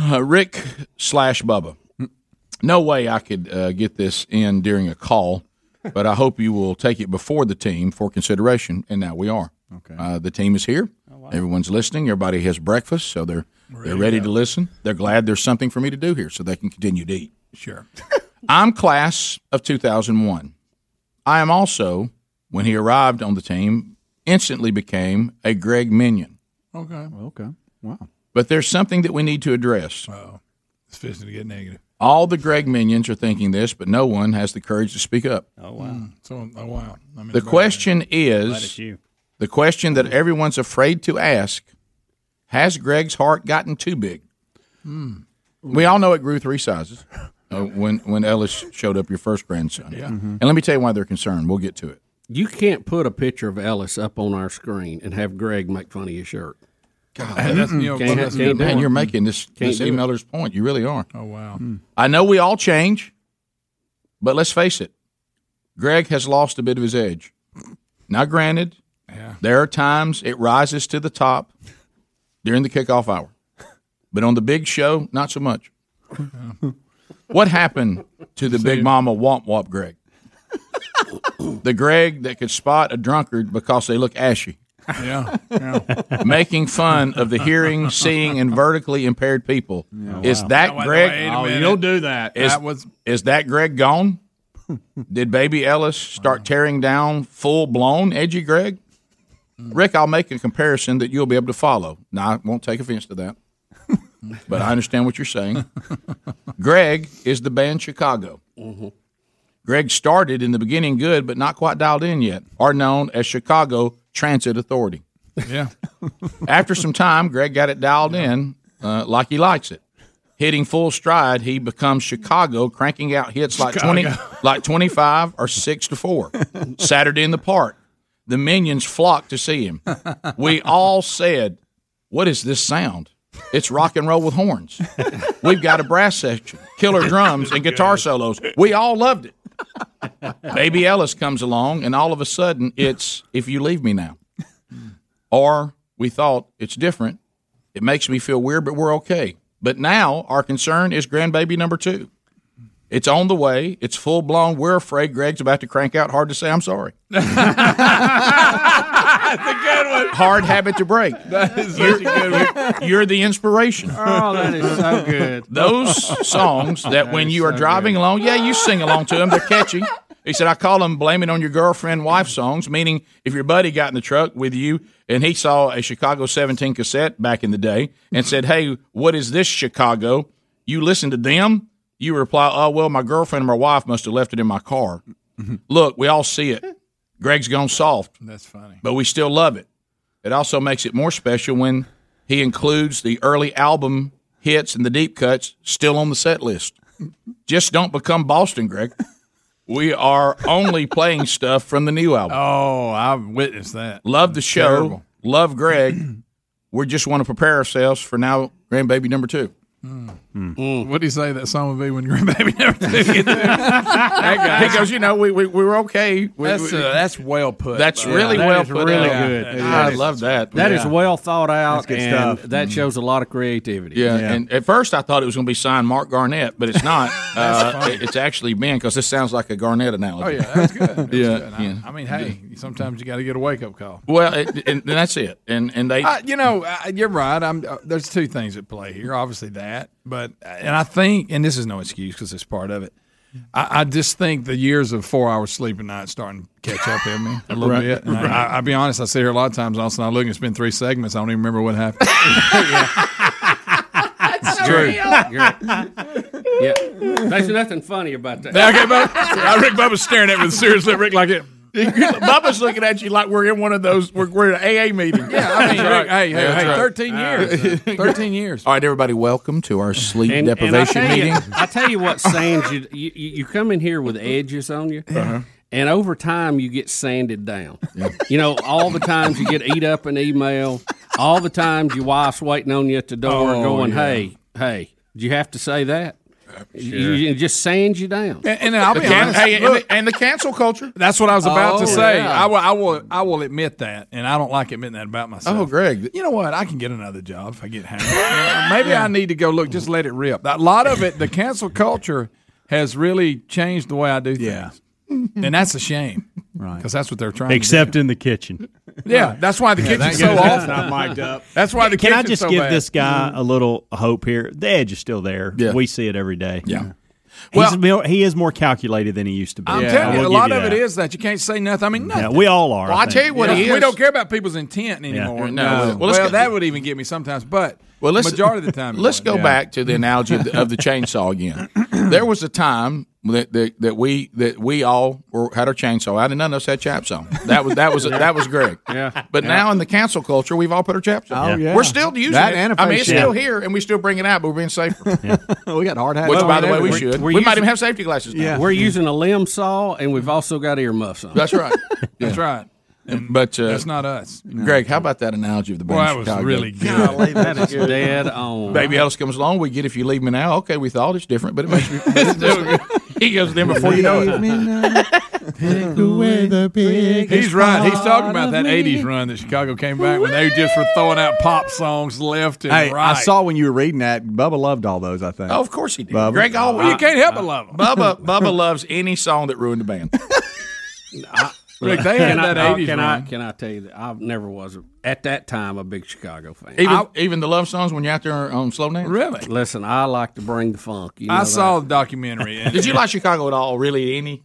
Speaker 2: Uh, Rick slash Bubba. No way I could uh, get this in during a call, but I hope you will take it before the team for consideration. And now we are. Okay. Uh, the team is here. Everyone's listening. Everybody has breakfast, so they're they're ready to listen. They're glad there's something for me to do here, so they can continue to eat.
Speaker 8: Sure.
Speaker 2: *laughs* I'm class of 2001. I am also, when he arrived on the team, instantly became a Greg Minion.
Speaker 8: Okay.
Speaker 15: Okay. Wow.
Speaker 2: But there's something that we need to address.
Speaker 8: It's fishing to get negative.
Speaker 2: All the Greg minions are thinking this, but no one has the courage to speak up.
Speaker 8: Oh wow. So oh wow. I mean,
Speaker 2: The question
Speaker 8: Glad it's
Speaker 2: is
Speaker 8: you.
Speaker 2: the question that everyone's afraid to ask Has Greg's heart gotten too big?
Speaker 8: Hmm.
Speaker 2: We all know it grew three sizes uh, when, when Ellis showed up your first grandson. Mm-hmm.
Speaker 4: Yeah. Mhm.
Speaker 2: And let me tell you why they're concerned. We'll get to it.
Speaker 4: You can't put a picture of Ellis up on our screen and have Greg make fun of your shirt.
Speaker 2: God,
Speaker 4: that's, can't, can't do
Speaker 2: man,
Speaker 4: it.
Speaker 2: you're making this,
Speaker 4: Can't
Speaker 2: this
Speaker 4: do it.
Speaker 2: emailer's point. You really are.
Speaker 8: Oh wow.
Speaker 2: I know we all change, but let's face it, Greg has lost a bit of his edge. Now, granted,
Speaker 8: Yeah.
Speaker 2: there are times it rises to the top during the kickoff hour, but on the big show, not so much. What happened to the big mama womp womp Greg? the Greg that could spot a drunkard because they look ashy,
Speaker 8: Yeah. yeah.
Speaker 2: making fun of the hearing, seeing, and vertically impaired people. Is
Speaker 8: Oh, Wow.
Speaker 2: that
Speaker 8: Now, wait-
Speaker 2: Greg?
Speaker 8: wait a Oh, minute. you don't do that.
Speaker 2: Is,
Speaker 8: That was-
Speaker 2: is that Greg gone? Did baby Ellis start tearing down full blown edgy Greg? Rick, I'll make a comparison that you'll be able to follow. Now, I won't take offense to that, but I understand what you're
Speaker 8: *laughs*
Speaker 2: saying. Greg is the band Chicago.
Speaker 8: Mm-hmm.
Speaker 2: Greg started in the beginning good, but not quite dialed in yet, are known as Chicago Transit Authority.
Speaker 8: Yeah.
Speaker 2: After some time, Greg got it dialed in uh, like he likes it. Hitting full stride, he becomes Chicago, cranking out hits like
Speaker 8: Chicago.
Speaker 2: twenty, like twenty five or six to four. Saturday in the park, the minions flocked to see him. We all said, "What is this sound? It's rock and roll with horns. We've got a brass section, killer drums, and guitar solos. We all loved it." Baby Ellis comes along, and all of a sudden, it's "If You Leave Me Now." or we thought it's different. It makes me feel weird, but we're okay. But now our concern is grandbaby number two. It's on the way. It's full blown. We're afraid Greg's about to crank out. Hard to say I'm
Speaker 19: *laughs*
Speaker 2: sorry.
Speaker 19: That's a good one.
Speaker 2: Hard habit to break. That is such you're, a good one. You're the inspiration.
Speaker 19: Oh, that is so good.
Speaker 2: Those songs that,
Speaker 19: That
Speaker 2: when
Speaker 19: is
Speaker 2: you are
Speaker 19: so
Speaker 2: driving along, yeah, you sing along to them. They're catchy. He said, I call them blame it on your girlfriend, wife songs, meaning if your buddy got in the truck with you and he saw a Chicago 17 cassette back in the day and said, Hey, what is this Chicago? You listen to them, you reply, Oh, well, my girlfriend or my wife must have left it in my car.
Speaker 19: Mm-hmm.
Speaker 2: Look, we all see it. Greg's gone soft
Speaker 8: That's funny.
Speaker 2: but we still love it. It also makes it more special when he includes the early album hits and the deep cuts still on the set list. Just don't become Boston, Greg. We are only playing stuff from the new album.
Speaker 8: Oh, I've witnessed *laughs* that.
Speaker 2: Love the show.
Speaker 8: Terrible.
Speaker 2: Love Greg. we just want to prepare ourselves for now grandbaby number two.
Speaker 8: Hmm. What do you say that song would be when grandbaby number two gets there?
Speaker 2: That guy- He goes, you know, we, we, we were okay. We-
Speaker 8: That's,
Speaker 2: we-
Speaker 8: uh, that's well put.
Speaker 2: That's
Speaker 8: Yeah,
Speaker 2: really
Speaker 8: uh, that
Speaker 2: well
Speaker 8: is
Speaker 2: put.
Speaker 8: really
Speaker 2: out.
Speaker 8: good.
Speaker 2: I love that.
Speaker 4: *laughs* That is
Speaker 2: Yeah.
Speaker 4: well thought out,
Speaker 2: That's good
Speaker 4: and
Speaker 2: stuff.
Speaker 4: that
Speaker 2: Mhm.
Speaker 4: shows a lot of creativity.
Speaker 2: Yeah, and at first I thought it was going to be signed Mark Garnett, but it's
Speaker 8: *laughs*
Speaker 2: not. uh, it- it's actually Ben because this sounds like a Garnett analogy.
Speaker 8: Oh yeah, that's good. That's
Speaker 2: yeah,
Speaker 8: good. I,
Speaker 2: yeah.
Speaker 8: *laughs* I mean, hey, sometimes you got to get a wake up call.
Speaker 2: Well, it, and, and that's it. And and they
Speaker 8: I, you know, I, you're right. I'm. Uh, there's uh, two things at play here. Obviously that, but and I think, and this is no excuse because it's part of it. I, I just think the years of four hours sleep a night starting to catch up in me a little
Speaker 2: Right,
Speaker 8: bit. And
Speaker 2: right.
Speaker 8: I, I'll be honest, I sit here a lot of times, and all of a sudden I look and it's been three segments. I don't even remember what happened. *laughs*
Speaker 4: That's
Speaker 8: so
Speaker 4: *laughs*
Speaker 8: true. real.
Speaker 4: yeah. There's nothing funny about that.
Speaker 8: okay, Bubba. I, Rick Bubba's staring at me with serious look. Rick, like it. Bubba's looking at you like we're in one of those, we're, we're at an AA meeting. Yeah, I mean, Rick, hey, hey, hey, 13
Speaker 2: *laughs*
Speaker 8: years. 13 years.
Speaker 2: Uh, All right, everybody, welcome to our sleep
Speaker 4: And- and I
Speaker 2: deprivation
Speaker 4: tell you-
Speaker 2: meeting.
Speaker 4: I tell you what sands you, you you come in here with edges on you.
Speaker 2: Uh-huh.
Speaker 4: And over time, you get sanded down. You know, all the times you get eat up an email, all the times your wife's waiting on you at the door,
Speaker 8: Oh,
Speaker 4: going,
Speaker 8: yeah.
Speaker 4: "Hey, hey, do you have to say that?" You, you- it just sands you down.
Speaker 8: And, and I'll be
Speaker 4: Okay.
Speaker 8: honest.
Speaker 4: Hey,
Speaker 8: Hey,
Speaker 4: and
Speaker 8: look,
Speaker 2: and the cancel culture.
Speaker 8: That's what I was about
Speaker 2: Oh,
Speaker 8: to say.
Speaker 2: yeah.
Speaker 8: I, will, I will. I will admit that, and I don't like admitting that about myself.
Speaker 2: Oh, Greg.
Speaker 8: you know what? I can get another job if I get hammered.
Speaker 2: *laughs*
Speaker 8: Yeah, Maybe I need to go look. Just let it rip. A lot of it, the cancel culture has really changed the way I do things. Yeah. and that's a shame, right? Because that's what they're *laughs*
Speaker 9: *laughs*
Speaker 8: trying.
Speaker 9: Except in the kitchen.
Speaker 8: to do. yeah, that's why the
Speaker 9: Yeah,
Speaker 8: kitchen's
Speaker 9: that
Speaker 8: so
Speaker 9: guy's
Speaker 8: awful.
Speaker 9: not mic'd up.
Speaker 8: That's why the
Speaker 9: Can I
Speaker 8: kitchen's
Speaker 9: just
Speaker 8: so
Speaker 9: give
Speaker 8: bad. Mm-hmm.
Speaker 9: this guy a little hope here? The edge is still there.
Speaker 2: Yeah.
Speaker 9: We see it every day.
Speaker 2: Yeah.
Speaker 9: Well, He's, more- he is more calculated than he used to be.
Speaker 8: I'm
Speaker 9: I
Speaker 8: telling you,
Speaker 9: will
Speaker 8: a
Speaker 9: give
Speaker 8: lot
Speaker 9: you
Speaker 8: of
Speaker 9: that.
Speaker 8: it is that you can't say nothing. I mean, nothing.
Speaker 9: Yeah, we all are.
Speaker 8: Well, I tell you what,
Speaker 9: he
Speaker 8: he
Speaker 9: is.
Speaker 8: is. we don't care about people's intent anymore.
Speaker 2: Yeah. No.
Speaker 8: Well,
Speaker 2: Well, let's go-
Speaker 8: that would even get me sometimes, but
Speaker 2: Well, let's
Speaker 8: majority of the time, it
Speaker 2: Let's
Speaker 8: would.
Speaker 2: go
Speaker 8: Yeah.
Speaker 2: back to the analogy of the, of the chainsaw
Speaker 8: *clears throat*
Speaker 2: again. There was a time that, that that we that we all were, had our chainsaw out, and none of us had chaps on. That was
Speaker 8: *laughs*
Speaker 2: that was that was Greg.
Speaker 8: Yeah.
Speaker 2: But now in the cancel culture, we've all put our chaps on.
Speaker 8: Oh, yeah.
Speaker 2: We're still using
Speaker 8: That
Speaker 2: it.
Speaker 8: and a
Speaker 2: I mean, it's
Speaker 8: face shield.
Speaker 2: still here, and we still bring it out, but we're being
Speaker 8: *laughs*
Speaker 2: safer.
Speaker 4: we got hard
Speaker 2: hats Which, on by the and way, we everything. should. We might even have safety glasses now.
Speaker 4: Yeah,
Speaker 2: Yeah.
Speaker 4: we're using a limb saw, and we've also got earmuffs on.
Speaker 2: That's right. *laughs*
Speaker 8: That's
Speaker 2: Yeah.
Speaker 8: right.
Speaker 2: but uh,
Speaker 8: That's not us.
Speaker 2: Greg, how about that analogy of the
Speaker 8: Boy,
Speaker 2: band
Speaker 8: that was
Speaker 2: Chicago? *laughs*
Speaker 8: really good. Golly, that is good. Dead
Speaker 4: *laughs*
Speaker 8: on.
Speaker 2: Baby Ellis comes along. We get if you leave me now. Okay, we thought it's different, but it makes
Speaker 8: *laughs*
Speaker 2: me. he goes there before you know it.
Speaker 8: He's right. He's talking about that '80s run that Chicago came back when they just were throwing out pop songs left and
Speaker 7: Hey,
Speaker 8: right.
Speaker 7: I saw when you were reading that. Bubba loved all those. I think.
Speaker 2: Oh, of course he did.
Speaker 7: Bubba.
Speaker 2: Greg always.
Speaker 8: Well, you can't help but love him.
Speaker 2: Bubba,
Speaker 7: *laughs*
Speaker 2: Bubba loves any song that ruined the
Speaker 8: *laughs*
Speaker 2: band.
Speaker 8: Rick, they had
Speaker 4: Can I-
Speaker 8: that
Speaker 4: oh,
Speaker 8: 80s
Speaker 4: Can I
Speaker 8: run.
Speaker 4: can I tell you that I never was at that time a big Chicago fan.
Speaker 2: Even even the love songs when you're out there on slow dance.
Speaker 8: Really?
Speaker 4: Listen, I like to bring the funk. You know
Speaker 8: I
Speaker 4: that.
Speaker 8: saw the
Speaker 4: *laughs*
Speaker 8: documentary.
Speaker 2: *laughs*
Speaker 8: and-
Speaker 2: Did you like Chicago at all? Really, any?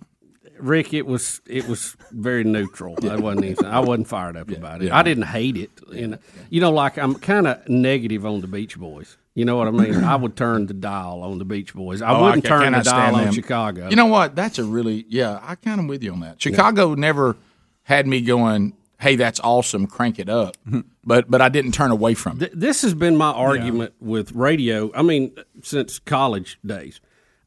Speaker 4: Rick, it was it was very neutral. I wasn't anything. I wasn't fired up about it.
Speaker 2: yeah.
Speaker 4: I didn't hate it. And you know, like I'm kind of negative on the Beach Boys. You know what I mean? I would turn the dial on the Beach Boys. I
Speaker 2: Oh,
Speaker 4: wouldn't
Speaker 2: ca-
Speaker 4: turn the
Speaker 2: cannot
Speaker 4: dial
Speaker 2: stand
Speaker 4: on
Speaker 2: them.
Speaker 4: Chicago.
Speaker 2: You know what? That's a really yeah. I kind of with you on that. Chicago never had me going. Hey, that's awesome. Crank it up. but but I didn't turn away from it.
Speaker 4: Th- this has been my argument with radio. I mean, since college days.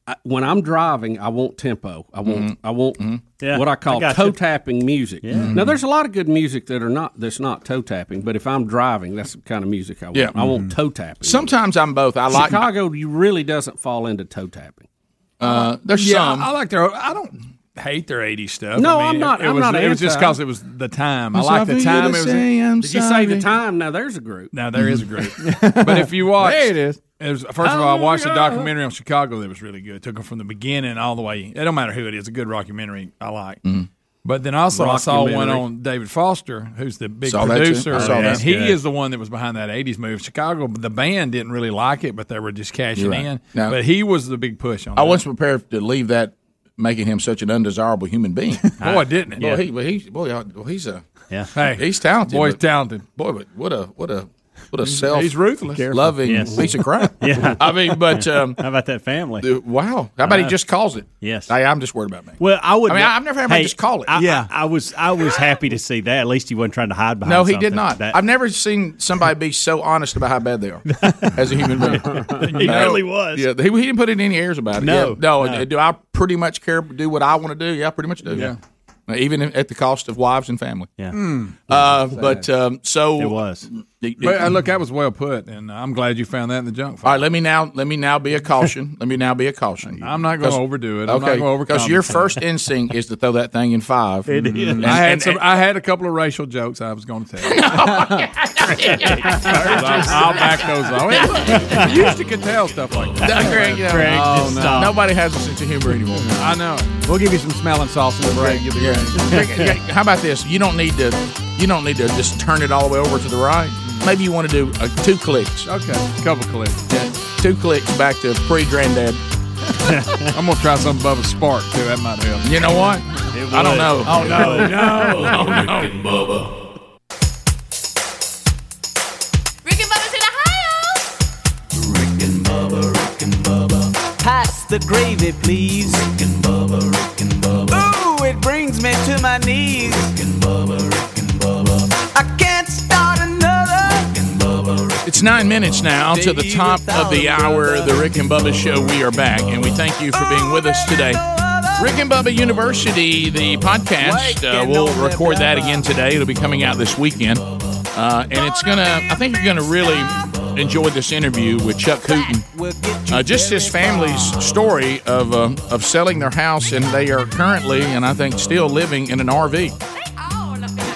Speaker 4: I, when I'm driving, I want tempo. I want
Speaker 2: Mm-hmm.
Speaker 9: Mhm.
Speaker 4: I want
Speaker 9: Yeah,
Speaker 4: what I
Speaker 9: I
Speaker 4: call
Speaker 9: gotcha.
Speaker 4: toe tapping music. Now,
Speaker 2: Mm-hmm.
Speaker 4: there's a lot of good music that are not that's not toe tapping, but if I'm driving, that's the kind of music I want.
Speaker 2: Yeah.
Speaker 4: I want toe tapping.
Speaker 2: Sometimes I'm both. I like.
Speaker 4: Mm-hmm. Chicago you really doesn't fall into toe tapping.
Speaker 2: Uh, there's
Speaker 8: yeah,
Speaker 2: some.
Speaker 8: I like their. I don't hate their '80s stuff.
Speaker 4: No,
Speaker 8: I
Speaker 4: I'm not-
Speaker 8: It, it
Speaker 4: I'm
Speaker 8: was,
Speaker 4: not
Speaker 8: It was just
Speaker 4: anti.
Speaker 8: because it was the time. I
Speaker 4: I'm
Speaker 8: like
Speaker 4: sorry
Speaker 8: the
Speaker 4: for you
Speaker 8: time.
Speaker 4: to
Speaker 8: It was.
Speaker 4: say I'm Did you say the
Speaker 8: sorry.
Speaker 4: time? Now there's a group.
Speaker 8: Now there is
Speaker 2: *laughs*
Speaker 8: a
Speaker 4: *laughs*
Speaker 8: group. but if you watch,
Speaker 4: There it is.
Speaker 8: first of all, I watched a
Speaker 4: Hallelujah.
Speaker 8: documentary on Chicago that was really good. It took them from the beginning all the way. It don't matter who it is. A good documentary I like. But then also I saw one
Speaker 2: Mm-hmm. Rockumentary.
Speaker 8: on David Foster, who's the big
Speaker 2: Saw that too.
Speaker 8: producer,
Speaker 2: I saw
Speaker 8: and
Speaker 2: that.
Speaker 8: he
Speaker 2: Yeah.
Speaker 8: is the one that was behind that '80s move. Chicago, the band didn't really like it, but they were just cashing
Speaker 2: You're right.
Speaker 8: in.
Speaker 2: Now-
Speaker 8: but he was the big push on.
Speaker 2: I
Speaker 8: that.
Speaker 2: wasn't prepared to leave that, making him such an undesirable human being.
Speaker 8: *laughs* Boy, didn't it?
Speaker 2: Boy,
Speaker 8: Yeah.
Speaker 2: he, well, he, boy, I- well, he's a
Speaker 9: yeah.
Speaker 8: Hey,
Speaker 2: he's talented.
Speaker 8: boy's
Speaker 2: but-
Speaker 8: talented.
Speaker 2: Boy, but what a what a what a
Speaker 8: He's-
Speaker 2: self.
Speaker 8: he's ruthless. Careful.
Speaker 2: loving
Speaker 8: Yes.
Speaker 2: piece of crap.
Speaker 9: Yeah.
Speaker 2: I mean, but um,
Speaker 9: how about that family?
Speaker 2: uh, wow, how about he just calls it?
Speaker 9: Yes.
Speaker 2: Hey, I'm just worried about me.
Speaker 9: Well, I would.
Speaker 2: I mean, I've never had
Speaker 9: hey,
Speaker 2: him just call it.
Speaker 9: I, yeah, I, was. I was happy to see that. At least he wasn't trying to hide behind.
Speaker 2: No, he
Speaker 9: something.
Speaker 2: did not.
Speaker 9: That-
Speaker 2: I've never seen somebody be so honest about how
Speaker 9: *laughs*
Speaker 2: bad they are as a human being.
Speaker 9: *laughs* He
Speaker 2: No.
Speaker 9: really was.
Speaker 2: Yeah, he, he didn't put in any airs about it.
Speaker 9: No,
Speaker 2: Yeah. no.
Speaker 9: no.
Speaker 2: Do I pretty much care? Do what I want to do? Yeah, I pretty much do.
Speaker 9: Yeah.
Speaker 2: Yeah, even at the cost of wives and family.
Speaker 9: Yeah,
Speaker 2: uh, but um, so it
Speaker 9: was.
Speaker 8: Hmm. But, uh, look, that was well put, and I'm glad you found that in the junk.
Speaker 2: All right, let me now let me now be a caution. let me now be a caution.
Speaker 8: I'm not gonna
Speaker 2: 'Cause-
Speaker 8: overdo it. I'm not gonna
Speaker 2: because your
Speaker 8: overcompensate.
Speaker 2: first instinct is to throw that thing in five.
Speaker 8: It
Speaker 2: Mhm.
Speaker 8: is.
Speaker 2: And-
Speaker 8: I had
Speaker 2: and-
Speaker 8: some. I had a couple of racial jokes. I was going to tell. you. I'll, I'll back those off. *laughs* You used to could tell stuff
Speaker 2: *laughs*
Speaker 8: like that.
Speaker 2: Oh, No, Greg, yeah.
Speaker 8: Greg, just
Speaker 9: *laughs*
Speaker 8: stop.
Speaker 2: Nobody has a sense of humor anymore.
Speaker 8: I know.
Speaker 2: We'll give you some smelling sauce in the break. You'll be ready. How about this? You don't need to. You don't need to just turn it all the way over to the right. Maybe you want to do uh, two clicks.
Speaker 8: Okay, couple clicks.
Speaker 2: Yeah, two clicks back to pre-granddad.
Speaker 8: I'm gonna try some Bubba Spark too. That might help. You know what?
Speaker 17: It
Speaker 8: I don't
Speaker 17: would.
Speaker 8: know.
Speaker 17: It would.
Speaker 8: Oh no.
Speaker 17: Rick and Bubba.
Speaker 20: Rick and Bubba's in Ohio.
Speaker 3: Pass the gravy, please. Rick and Bubba, Rick and Bubba. Ooh, it brings me to my knees. Rick and Bubba, Rick and Bubba. I can't start another.
Speaker 2: It's nine minutes now to the top of the hour. The Rick and Bubba Show. We are back, and we thank you for being with us today. Rick and Bubba University, the podcast, uh, we'll record that again today. It'll be coming out this weekend, uh, and it's gonna. I think you're gonna really enjoy this interview with Chuck Hooten. Uh, just his family's story of uh, of selling their house, and they are currently, and I think still living in an RV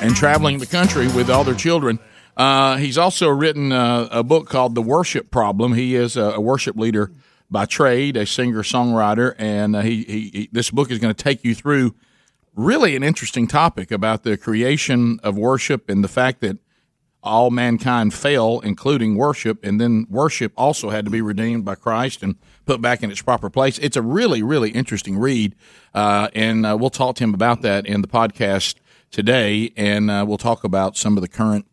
Speaker 2: and traveling the country with all their children. Uh, he's also written uh, a book called The Worship Problem. He is a, a worship leader by trade, a singer songwriter, and uh, he, he, he this book is going to take you through really an interesting topic about the creation of worship and the fact that all mankind fell, including worship, and then worship also had to be redeemed by Christ and put back in its proper place. It's a really, really interesting read, uh, and uh, we'll talk to him about that in the podcast today, and uh, we'll talk about some of the current,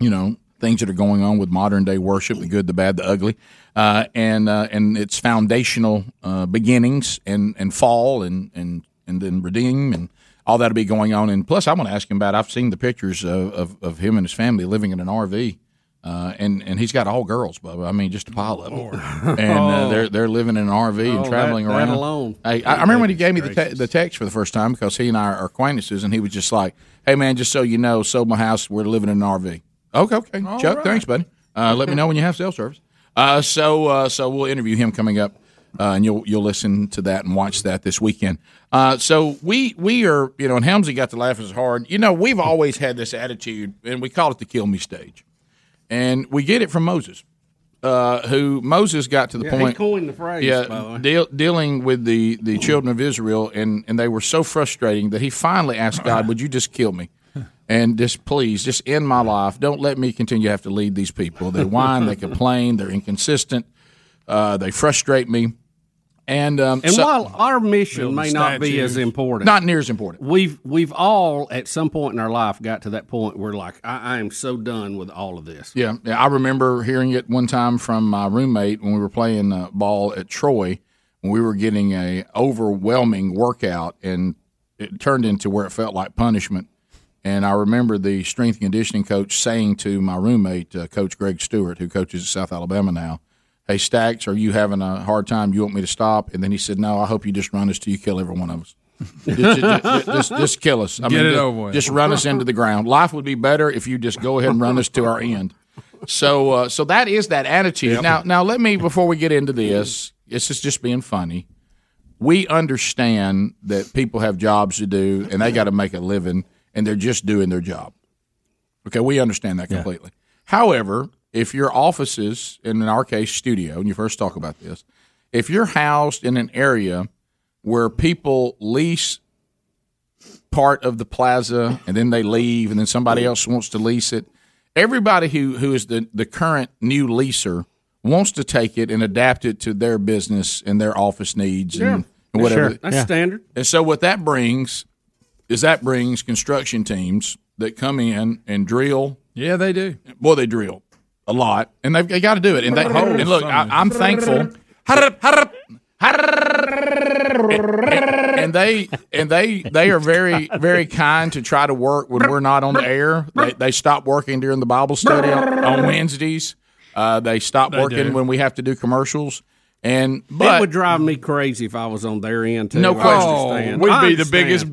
Speaker 2: you know, things that are going on with modern day worship, the good, the bad, the ugly, uh, and uh, and its foundational uh, beginnings and and fall and and and then redeem and all that'll be going on. And plus, I want to ask him about. I've seen the pictures of, of, of him and his family living in an RV, uh, and and he's got all girls, Bubba. I mean, just a pile of them. And uh,
Speaker 4: *laughs* Oh.
Speaker 2: they're they're living in an RV and
Speaker 4: Oh,
Speaker 2: traveling
Speaker 4: that- that
Speaker 2: around
Speaker 4: alone.
Speaker 2: Hey, I, I remember when he gave me the, te- the text for the first time because he and I are acquaintances, and he was just like, "Hey man, just so you know, sold my house. We're living in an RV." Okay, okay,
Speaker 21: All
Speaker 2: Chuck.
Speaker 21: right.
Speaker 2: Thanks, buddy. Uh, let me know when you have cell service. Uh, so uh, so we'll interview him coming up, uh, and you'll you'll listen to that and watch that this weekend. Uh, so we we are you know, and Helmsy got to laugh as hard. You know, we've always had this attitude, and we call it the kill me stage, and we get it from Moses, uh, who Moses got to the
Speaker 4: Yeah, he
Speaker 2: point
Speaker 4: coined the phrase, by the way.
Speaker 2: deal, dealing with the, the children of Israel, and, and they were so frustrating that he finally asked God, Would you just kill me? And just please, just end my life. Don't let me continue to have to lead these people. They whine, they complain, they're inconsistent, uh, they frustrate me. And, um,
Speaker 4: And
Speaker 2: so-
Speaker 4: while our mission may not be
Speaker 2: Statues.
Speaker 4: as important,
Speaker 2: Not near as important.
Speaker 4: We've we've all at some point in our life got to that point where like I, I am so done with all of this.
Speaker 2: Yeah, yeah. I remember hearing it one time from my roommate when we were playing uh, ball at Troy. When we were getting a overwhelming workout, and it turned into where it felt like punishment. And I remember the strength and conditioning coach saying to my roommate, uh, Coach Greg Stewart, who coaches at South Alabama now, "Hey Stacks, are you having a hard time? You want me to stop?" And then he said, "No, I hope you just run us till you kill every one of us. just, just- just- just- just kill us.
Speaker 8: Get it
Speaker 2: just,
Speaker 8: over with.
Speaker 2: just run us into the ground. Life would be better if you just go ahead and run us to our end." So, uh, so that is that attitude.
Speaker 21: Yep.
Speaker 2: Now, now let me before we get into this. This is just being funny. We understand that people have jobs to do and they got to make a living, and they're just doing their job. Okay, we understand that completely. However, if your offices, and in our case, studio, and you first talk about this, if you're housed in an area where people lease part of the plaza and then they leave and then somebody else wants to lease it, everybody who, who is the, the current new leaser wants to take it and adapt it to their business and their office needs and, and whatever.
Speaker 4: That's standard.
Speaker 2: And so what that brings is that brings construction teams that come in and drill. Yeah, they do. Boy, they drill a lot, and they've got to do it. And they and look, I, I'm thankful. And they and they they are very very kind to try to work when we're not on the air. They, they stop working during the Bible study on, on Wednesdays. Uh, they stop
Speaker 4: They
Speaker 2: working
Speaker 4: do.
Speaker 2: when we have to do commercials. And
Speaker 4: it
Speaker 2: but
Speaker 4: would drive me crazy if I was on their end too.
Speaker 2: No
Speaker 4: I
Speaker 2: question.
Speaker 4: understand.
Speaker 2: Oh, we'd
Speaker 4: I
Speaker 2: be the
Speaker 4: understand.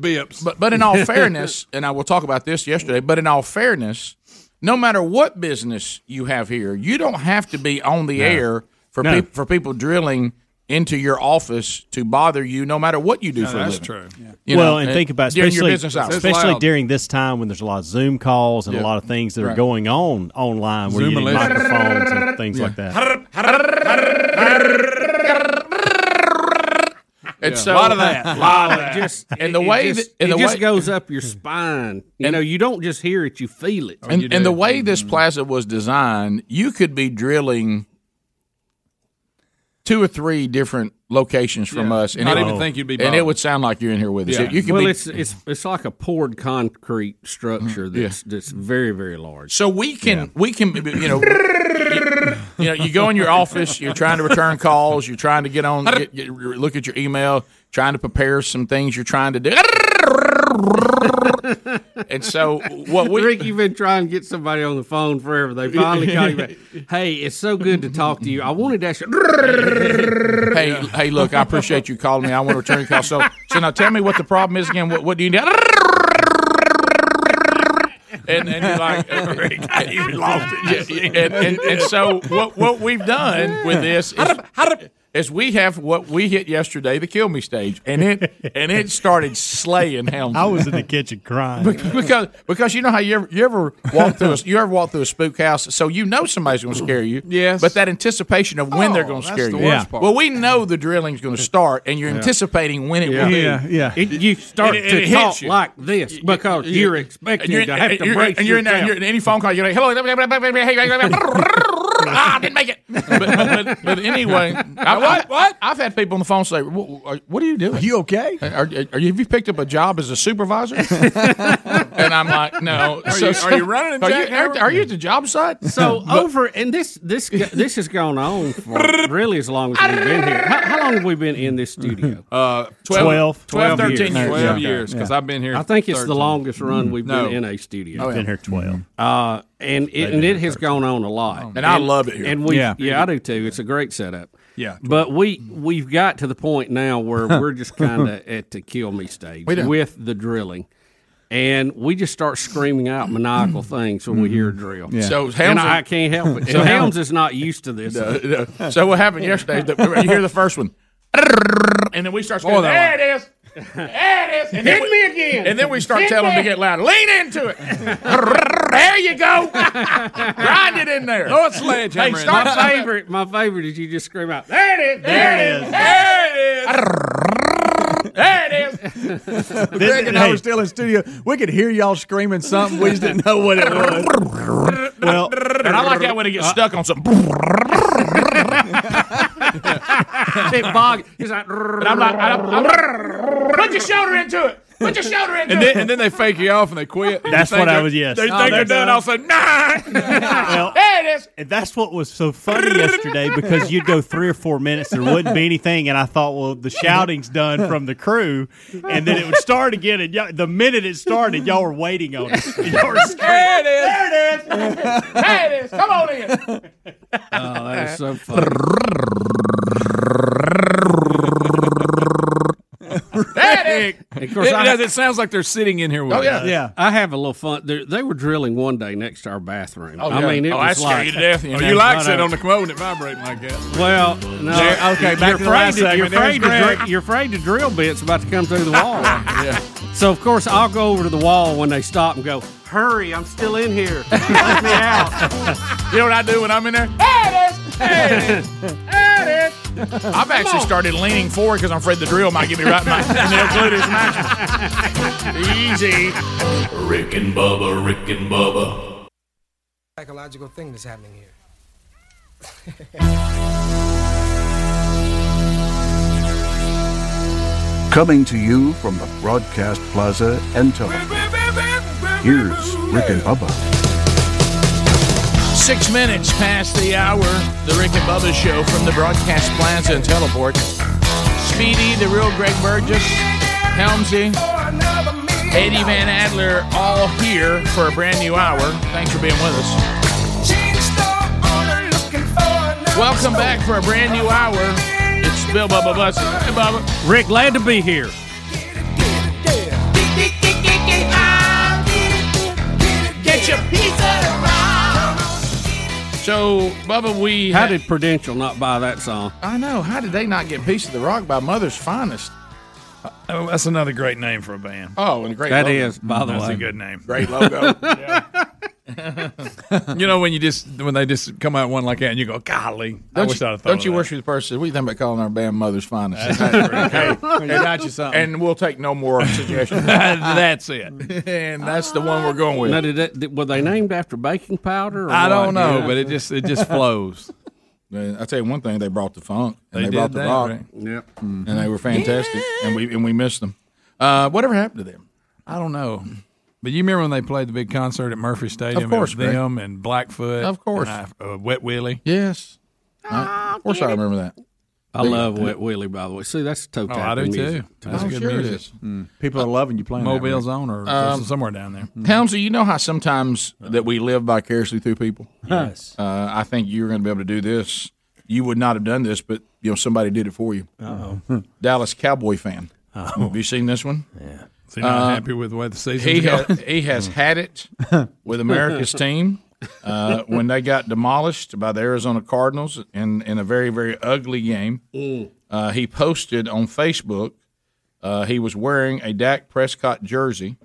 Speaker 2: biggest
Speaker 8: bips.
Speaker 2: But but in
Speaker 8: *laughs*
Speaker 2: all fairness, and I will talk about this yesterday, but in all fairness, no matter what business you have here, you don't have to be on the
Speaker 21: No.
Speaker 2: air for
Speaker 21: No.
Speaker 2: peop- for people drilling into your office to bother you no matter what you do
Speaker 21: No,
Speaker 2: for a
Speaker 21: that's
Speaker 2: living.
Speaker 21: true. Yeah.
Speaker 2: You
Speaker 9: well,
Speaker 2: know, uh,
Speaker 9: and think about
Speaker 2: during your
Speaker 9: especially
Speaker 2: business hours.
Speaker 9: especially during this time when there's a lot of Zoom calls and
Speaker 2: Yeah.
Speaker 9: a lot of things that are
Speaker 2: Right.
Speaker 9: going on online where
Speaker 2: Zoom
Speaker 9: you need
Speaker 2: alert.
Speaker 9: microphones
Speaker 2: *laughs*
Speaker 9: and things like that.
Speaker 3: *laughs*
Speaker 2: And
Speaker 4: Yeah.
Speaker 2: so,
Speaker 4: A lot
Speaker 2: *laughs*
Speaker 4: of that. A lot of that.
Speaker 2: Just, and the way
Speaker 4: it just,
Speaker 2: that, and
Speaker 4: it
Speaker 2: the
Speaker 4: just
Speaker 2: way,
Speaker 4: goes up your spine. You know, you don't just hear it; you feel it.
Speaker 2: and, and the way this plaza was designed, you could be drilling two or three different locations from
Speaker 8: Yeah.
Speaker 2: us, and
Speaker 8: Not
Speaker 2: it
Speaker 8: even
Speaker 2: would-
Speaker 8: think you'd be
Speaker 2: and it
Speaker 8: bothered.
Speaker 2: would sound like you're in here with us. You could
Speaker 4: well,
Speaker 2: be-
Speaker 4: it's it's it's like a poured concrete structure
Speaker 2: Mm-hmm. Yeah.
Speaker 4: that's that's very very large.
Speaker 2: So we can we can you know you know, you go in your office, you're trying to return calls, you're trying to get on, get, get, look at your email, trying to prepare some things you're trying to do. and so what we
Speaker 4: Rick, you've been trying to get somebody on the phone forever. They finally called
Speaker 2: *laughs*
Speaker 4: you back. Hey, it's so good to talk to you. I wanted to
Speaker 2: *laughs*
Speaker 4: ask you.
Speaker 2: hey, hey, look, I appreciate you calling me. I want to return your call. So, so now tell me what the problem is again. What, what do you need? And, and you're *laughs* like, I even lost it. And, and, and so what what we've done with this is, is we have what we hit yesterday, the kill me stage, and it and it started slaying Helms.
Speaker 9: I was in the kitchen crying.
Speaker 2: Be- because because you know how you ever you ever walk through a, you ever walk through a spook house, so you know somebody's going to scare you. Yes, but that anticipation of when they're going to
Speaker 8: that's
Speaker 2: scare
Speaker 8: the
Speaker 2: you.
Speaker 8: worst Yeah. part.
Speaker 2: Well, we know the drilling's going to start, and you're
Speaker 8: Yeah.
Speaker 2: anticipating when it will be.
Speaker 4: It, you start
Speaker 2: And it-
Speaker 4: to
Speaker 2: it hits
Speaker 4: talk
Speaker 2: you.
Speaker 4: like this because
Speaker 2: Yeah.
Speaker 4: you're
Speaker 2: And
Speaker 4: expecting
Speaker 2: you're-
Speaker 4: to have
Speaker 2: and
Speaker 4: to
Speaker 2: you're-
Speaker 4: break
Speaker 2: and you're in there, and you're in any phone call, you're like, hello, ah, I didn't make it. But, but, but anyway, I, what? What? I've had people on the phone say, "What, are- what are you doing? Are you okay? Are, are you? Have you picked up a job as a supervisor?" and I'm like, "No."
Speaker 8: Are you- are you running a
Speaker 2: Are you,
Speaker 8: Jack
Speaker 2: are,
Speaker 8: Howard?
Speaker 2: are you at the job site? *laughs*
Speaker 4: So oh. over and this this this has gone on for really as long as we've been here. How, how long have we been in this studio?
Speaker 8: Uh, 12, 12, 13 years. 12 years, 'cause I've been here
Speaker 4: I think it's the
Speaker 8: 13.
Speaker 4: longest run we've
Speaker 8: No.
Speaker 4: been in a studio.
Speaker 8: Oh, yeah. Been
Speaker 9: here 12.
Speaker 4: Uh, and it, and it has gone on a lot.
Speaker 2: And I love it here.
Speaker 4: And we
Speaker 2: Yeah.
Speaker 4: yeah. I do too. It's a great setup.
Speaker 2: Yeah.
Speaker 4: But we we've got to the point now where we're just kind of at the kill me stage
Speaker 2: We do.
Speaker 4: with the drilling. And we just start screaming out maniacal things when we hear a drill.
Speaker 2: Yeah. So Helms-
Speaker 4: Mm-hmm. and I can't help
Speaker 2: *laughs*
Speaker 22: *laughs*
Speaker 4: it.
Speaker 2: So
Speaker 4: So
Speaker 2: Helms-
Speaker 4: Helms is not used to this.
Speaker 2: No, no. So what happened yesterday? is that You
Speaker 4: *laughs*
Speaker 2: hear the first one, and then we start.
Speaker 19: Oh,
Speaker 2: Scaring,
Speaker 19: that
Speaker 2: there it is. There it is. And then
Speaker 19: Hit
Speaker 2: we-
Speaker 19: me again.
Speaker 2: And then we start
Speaker 19: Hit
Speaker 2: telling them to
Speaker 19: me.
Speaker 2: get loud. Lean into it. *laughs* there you go. Grind it in there.
Speaker 4: Oh,
Speaker 2: Oh,
Speaker 4: it's
Speaker 2: it's
Speaker 4: sledgehammer.
Speaker 2: Hey, start
Speaker 4: my
Speaker 2: saying-
Speaker 4: favorite. My favorite is you just scream out. There it is. There, it is.
Speaker 2: There it is.
Speaker 7: Greg and I were *laughs* still in studio. We could hear y'all screaming something. We just didn't know what it
Speaker 2: *laughs*
Speaker 7: was.
Speaker 2: Well, and I like that when it gets stuck on *laughs* something.
Speaker 4: it bog. It's like, and
Speaker 2: I'm like, I'm, I'm, put your shoulder into it. Put your shoulder into
Speaker 8: And then,
Speaker 2: it.
Speaker 8: and then they fake you off and they quit.
Speaker 9: That's
Speaker 8: You think
Speaker 9: what I
Speaker 8: they're-
Speaker 9: was- yes.
Speaker 8: They
Speaker 9: Oh,
Speaker 8: think they're
Speaker 9: that's
Speaker 8: done.
Speaker 9: what I-
Speaker 8: I'll say, nah.
Speaker 9: Well,
Speaker 2: there it is.
Speaker 9: And that's what was so
Speaker 2: *laughs*
Speaker 9: funny yesterday because you'd go three or four minutes, there wouldn't be anything, and I thought, well, the shouting's done from the crew, and then it would start again. And y'all, the minute it started, y'all were waiting on
Speaker 2: *laughs*
Speaker 9: it. And y'all were
Speaker 2: There it is. There it is. There it is. Come on in. Uh,
Speaker 4: Oh, that is so funny. Of course,
Speaker 8: it,
Speaker 4: I- Oh,
Speaker 8: does, it sounds like they're sitting in here with us.
Speaker 4: I have a little fun. They, they were drilling one day next to our bathroom.
Speaker 8: Oh, yeah.
Speaker 4: I mean, it
Speaker 8: Oh,
Speaker 4: was
Speaker 8: that scared
Speaker 4: like
Speaker 8: you to death, you
Speaker 4: Oh,
Speaker 8: know.
Speaker 4: like
Speaker 8: I
Speaker 4: sitting
Speaker 8: know.
Speaker 4: on the
Speaker 8: commode and it vibrating like that.
Speaker 4: Well, no.
Speaker 8: There- okay,
Speaker 4: you're
Speaker 8: back to the last
Speaker 4: afraid You're
Speaker 8: segment. There's
Speaker 4: afraid, to
Speaker 8: Greg.
Speaker 4: dri- you're afraid the drill bit's about to come through the wall. yeah. So of course I'll go over to the wall when they stop and go. Hurry! I'm still in here. Let me out.
Speaker 2: You know what I do when I'm in there?
Speaker 19: There it is.
Speaker 2: There it
Speaker 19: is. There it is.
Speaker 2: I've actually started leaning forward because I'm afraid the drill might get me right in my and they'll glue this Easy.
Speaker 17: Rick and Bubba, Rick and Bubba.
Speaker 3: psychological thing that's happening here.
Speaker 18: Coming to you from the Broadcast Plaza and television. Here's Rick and Bubba.
Speaker 2: Six minutes past the hour, the Rick and Bubba show from the broadcast plaza and teleport. Speedy, the real Greg Burgess, Helmsy, Eddie Van Adler, all here for a brand new hour. Thanks for being with us. Welcome back for a brand new hour. It's Bill Bubba Bussy. Hey, Bubba.
Speaker 4: Rick, glad to be here.
Speaker 2: Get your piece So, Bubba, we
Speaker 4: How did Prudential not buy that song?
Speaker 2: I know. How did they not get Piece of the Rock by Mother's Finest?
Speaker 8: Oh, that's another great name for a band.
Speaker 2: Oh, and a great
Speaker 8: That
Speaker 2: That
Speaker 8: is,
Speaker 2: logo. is, by the
Speaker 8: that's
Speaker 2: way.
Speaker 8: a good name.
Speaker 2: Great
Speaker 8: *laughs*
Speaker 2: logo. *laughs*
Speaker 8: you know when you just when they just come out one like that and you go, golly, I
Speaker 2: Don't
Speaker 8: wish
Speaker 2: you,
Speaker 8: I'd have thought
Speaker 2: don't
Speaker 8: of
Speaker 2: you
Speaker 8: that.
Speaker 2: wish you're the person? What do you think about calling our band Mother's Finest?
Speaker 8: *laughs*
Speaker 2: *laughs*
Speaker 8: Hey, you got you something.
Speaker 2: And we'll take no more suggestions.
Speaker 8: *laughs* That's it.
Speaker 2: *laughs* And that's the one we're going with.
Speaker 4: Now, did that, did- were they named after baking powder? Or
Speaker 8: I
Speaker 4: what?
Speaker 8: don't know,
Speaker 4: Yeah.
Speaker 8: but it just it just *laughs* flows.
Speaker 2: Man, I tell you one thing, they brought the funk. And
Speaker 8: They
Speaker 2: they, brought
Speaker 8: did
Speaker 2: the
Speaker 8: that,
Speaker 2: rock. Mm-hmm.
Speaker 8: right?
Speaker 4: Yep.
Speaker 2: And they were
Speaker 8: Mm-hmm.
Speaker 2: fantastic. And we and we missed them. Uh, whatever happened to them?
Speaker 8: I don't know. But you remember when they played the big concert at Murphy Stadium?
Speaker 2: Of course,
Speaker 8: it was
Speaker 2: Greg.
Speaker 8: them and Blackfoot.
Speaker 2: Of course.
Speaker 8: and, uh, uh, Wet Willie.
Speaker 2: Yes. Ah. I, of course, I remember that.
Speaker 4: I
Speaker 2: They-
Speaker 4: love Wet Willie, by the way. See, that's toe
Speaker 8: Oh, I do
Speaker 4: tapping music.
Speaker 8: too. That's
Speaker 2: Oh,
Speaker 8: good
Speaker 2: sure it
Speaker 8: music.
Speaker 2: is.
Speaker 7: Hmm.
Speaker 8: People are loving you playing
Speaker 2: that,
Speaker 8: Mobile's
Speaker 2: Rick.
Speaker 8: on or
Speaker 2: Um,
Speaker 8: somewhere down there.
Speaker 2: Helmsy, you know how sometimes that we live vicariously through people. Yes. Uh, I think you're going to be able to do this. You would not have done this, but you know somebody did it for you.
Speaker 8: Uh-oh.
Speaker 2: Dallas Cowboy fan. Have you seen this one? Oh. Uh, Yeah.
Speaker 8: So you're not happy with the way the season's
Speaker 2: he
Speaker 8: going? Mm.
Speaker 2: ha- he has had
Speaker 8: *laughs*
Speaker 2: it with America's team uh, when they got demolished by the Arizona Cardinals in, in a very very ugly game.
Speaker 8: Mm.
Speaker 2: Uh, he posted on Facebook. Uh, he was wearing a Dak Prescott jersey,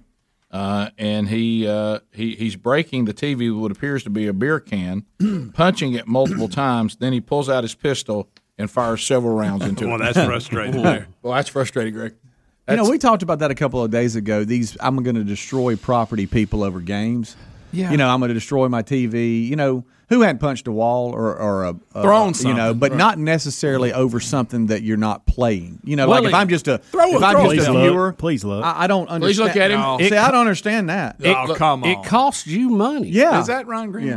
Speaker 2: uh, and he uh, he he's breaking the TV with what appears to be a beer can,
Speaker 8: *clears throat*
Speaker 2: punching it multiple times. Then he pulls out his pistol and fires several rounds into it.
Speaker 8: *laughs* Well, that's
Speaker 2: *laughs*
Speaker 8: frustrating there.
Speaker 2: Well, that's frustrating, Greg.
Speaker 7: you
Speaker 2: That's-
Speaker 7: know, we talked about that a couple of days ago. These I'm going to destroy property people over games.
Speaker 8: Yeah.
Speaker 7: You know, I'm going to destroy my TV. You know, who hadn't punched a wall or, or a, a
Speaker 8: Thrown
Speaker 7: You know,
Speaker 8: something,
Speaker 7: but
Speaker 8: right.
Speaker 7: not necessarily over something that you're not playing. You know,
Speaker 8: Well,
Speaker 7: like if
Speaker 8: it-
Speaker 7: I'm just a
Speaker 8: Throw it,
Speaker 7: if I'm
Speaker 8: throw
Speaker 7: just a
Speaker 8: it. Please look.
Speaker 7: viewer,
Speaker 9: please look.
Speaker 7: I, I don't understand.
Speaker 8: Please look at him.
Speaker 7: No.
Speaker 8: It-
Speaker 7: See, I don't understand that.
Speaker 8: Oh, It- come on.
Speaker 4: It costs you money.
Speaker 7: Yeah.
Speaker 2: Is that Ron Green?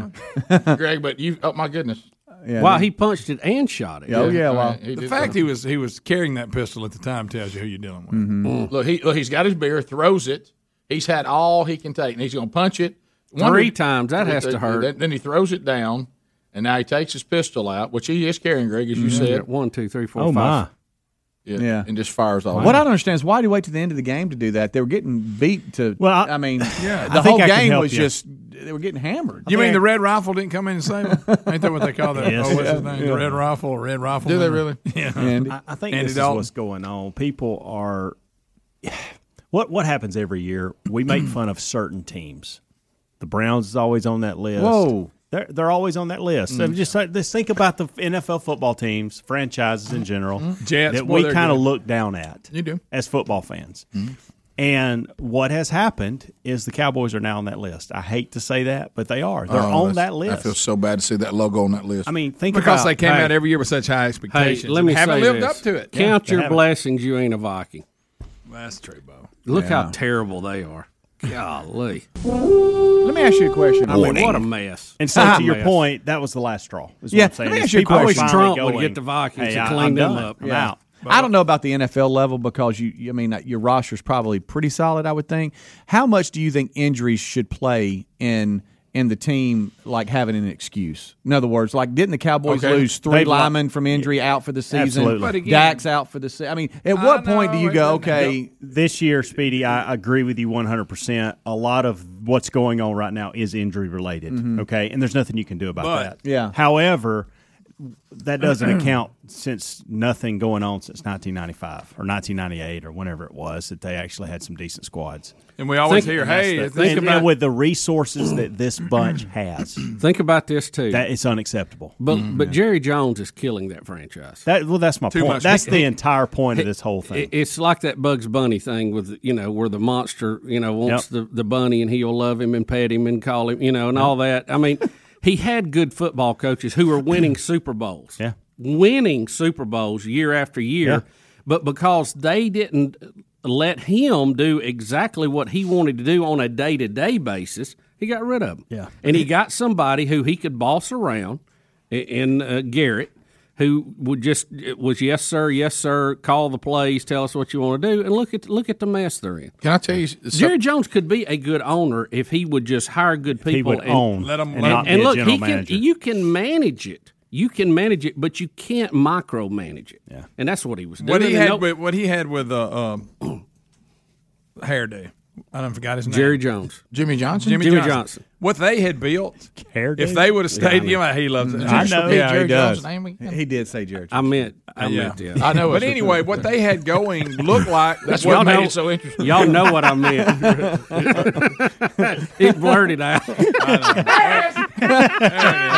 Speaker 7: Yeah.
Speaker 2: Greg, but you, oh my goodness.
Speaker 7: Yeah,
Speaker 4: wow,
Speaker 7: they-
Speaker 4: he punched it and shot it.
Speaker 8: oh, the fact he was he was carrying that pistol at the time tells you who you're dealing with.
Speaker 2: Mm. Look, he look, he's got his beer, throws it. He's had all he can take, and he's going to punch it
Speaker 4: Three times, that has to hurt.
Speaker 2: Then, then he throws it down, and now he takes his pistol out, which he is carrying, Greg, as you
Speaker 4: Mhm.
Speaker 2: said.
Speaker 4: One, two, three, four,
Speaker 2: Oh,
Speaker 4: five.
Speaker 2: my. Yeah, and just fires all.
Speaker 7: What I don't understand is why do you wait to the end of the game to do that? They were getting beat to. Well, I, mean,
Speaker 8: *laughs* Yeah.
Speaker 7: the
Speaker 8: I
Speaker 7: whole
Speaker 8: think I can
Speaker 7: game
Speaker 8: help
Speaker 7: was
Speaker 8: you.
Speaker 7: just they were getting hammered.
Speaker 8: You mean the red rifle didn't come in and save him? Ain't that what they call *laughs* that?
Speaker 7: Yes.
Speaker 8: Oh, what's his
Speaker 7: Yeah.
Speaker 8: name? The red rifle, red rifle. man. Um, *laughs* Yeah.
Speaker 9: I, I think
Speaker 8: Andy
Speaker 9: this
Speaker 8: Dalton.
Speaker 9: is what's going on. People are what what happens every year. We make fun of certain teams. The Browns is always on that list.
Speaker 7: Whoa.
Speaker 9: They're, they're always on that list. So
Speaker 7: Mm.
Speaker 9: just, like- just think about the NFL football teams, franchises in general,
Speaker 2: Jets,
Speaker 9: that
Speaker 2: boy,
Speaker 9: we
Speaker 2: they're
Speaker 9: kind of
Speaker 2: good.
Speaker 9: look down at.
Speaker 2: You do. Mm-hmm.
Speaker 9: as football fans. And what has happened is the Cowboys are now on that list. I hate to say that, but they are. They're
Speaker 2: Oh,
Speaker 9: on
Speaker 2: that's-
Speaker 9: that
Speaker 2: I
Speaker 9: list.
Speaker 2: feel so bad to see that logo on that list.
Speaker 9: I mean, think
Speaker 2: Because
Speaker 9: about,
Speaker 2: they came out
Speaker 8: every year with such high expectations.
Speaker 4: Hey, let me
Speaker 8: and haven't
Speaker 4: say
Speaker 8: lived
Speaker 4: this.
Speaker 8: up to it.
Speaker 4: Count
Speaker 8: Yeah.
Speaker 4: your
Speaker 8: Haven't.
Speaker 4: blessings. You ain't a Viking.
Speaker 8: That's true, Bo.
Speaker 4: Look
Speaker 8: Yeah.
Speaker 4: how terrible they are. Golly.
Speaker 7: Let me ask you a question.
Speaker 4: I mean, what *laughs* a mess.
Speaker 9: And so, to your point, that was the last straw. Is
Speaker 7: Yeah,
Speaker 9: what I'm saying.
Speaker 7: let me
Speaker 9: Is
Speaker 7: ask you a
Speaker 9: people are
Speaker 7: question.
Speaker 9: finally
Speaker 4: Trump would
Speaker 9: going,
Speaker 4: get the Vikings
Speaker 9: "Hey,
Speaker 4: to
Speaker 9: I-
Speaker 4: clean
Speaker 9: I'm
Speaker 4: them
Speaker 9: done.
Speaker 4: up.
Speaker 9: I'm
Speaker 4: Yeah.
Speaker 9: out.
Speaker 7: I don't know about the NFL level because you, you- I mean, your roster's probably pretty solid. I would think. How much do you think injuries should play in in the team like having an excuse? In other words, like didn't the Cowboys
Speaker 15: Okay.
Speaker 7: lose 3
Speaker 15: They've lo-
Speaker 7: linemen from injury out for the season?
Speaker 9: Absolutely. But again-
Speaker 7: Dak's out for the season. I mean, at what point do you go? Okay,
Speaker 9: This year, Speedy, I agree with you 100%. A lot of what's going on right now is injury related,
Speaker 7: Mhm.
Speaker 9: okay? And there's nothing you can do about
Speaker 7: But-
Speaker 9: that.
Speaker 7: Yeah.
Speaker 9: However, that
Speaker 4: *clears throat*
Speaker 9: doesn't account since nothing going on since 1995 or 1998 or whenever it was that they actually had some decent squads.
Speaker 8: And we always hear,
Speaker 9: that's
Speaker 8: "Hey,
Speaker 9: the-
Speaker 8: think
Speaker 9: and-
Speaker 8: about-
Speaker 9: and with the resources that this bunch has,
Speaker 4: think about this too.
Speaker 9: That it's unacceptable.
Speaker 4: But but Jerry Jones is killing that franchise.
Speaker 9: That well, that's my
Speaker 4: Too
Speaker 9: point.
Speaker 4: much.
Speaker 9: That's the
Speaker 4: He-
Speaker 9: entire point
Speaker 4: he-
Speaker 9: of this whole thing.
Speaker 4: It- It's like that Bugs Bunny thing with you know where the monster you know wants the, the bunny and he'll love him and pet him and call him you know and all that. I mean, he had good football coaches who were winning Super Bowls, yeah, winning Super Bowls year after year,
Speaker 9: Yeah.
Speaker 4: but because they didn't let him do exactly what he wanted to do on a day to day basis, he got rid of him.
Speaker 9: Yeah.
Speaker 4: and he got somebody who he could boss around i- in uh, Garrett, who would just it was yes sir, yes sir, call the plays, tell us what you want to do, and look at look at the mess they're in.
Speaker 2: Can I tell you?
Speaker 4: Jerry Jones could be a good owner if he would just hire good people.
Speaker 9: he would
Speaker 4: and,
Speaker 9: own Let 'em- and not be a
Speaker 4: look,
Speaker 9: general
Speaker 4: he can,
Speaker 9: manager.
Speaker 4: you can manage it. You can manage it, but you can't micromanage it. Yeah. And that's what he was doing.
Speaker 8: What he
Speaker 4: And
Speaker 8: had
Speaker 4: no-
Speaker 8: with what he had with uh, um, *clears throat* hairdo. I don't forgot his name.
Speaker 4: Jerry Jones.
Speaker 2: Jimmy Johnson?
Speaker 8: Jimmy,
Speaker 4: Jimmy
Speaker 8: Johnson.
Speaker 4: Johnson.
Speaker 8: What they had built.
Speaker 9: Hairdo?
Speaker 8: If they would have stayed,
Speaker 7: Yeah, I
Speaker 8: you know, he loves it.
Speaker 7: I know. Yeah, he does.
Speaker 2: name
Speaker 7: He did say Jared.
Speaker 4: I meant,
Speaker 8: I
Speaker 4: I
Speaker 8: yeah.
Speaker 4: meant the
Speaker 8: I know. But anyway, what they had going looked like that's what made it so interesting.
Speaker 4: Y'all know what
Speaker 8: *laughs*
Speaker 4: I meant. it blurted out.
Speaker 8: I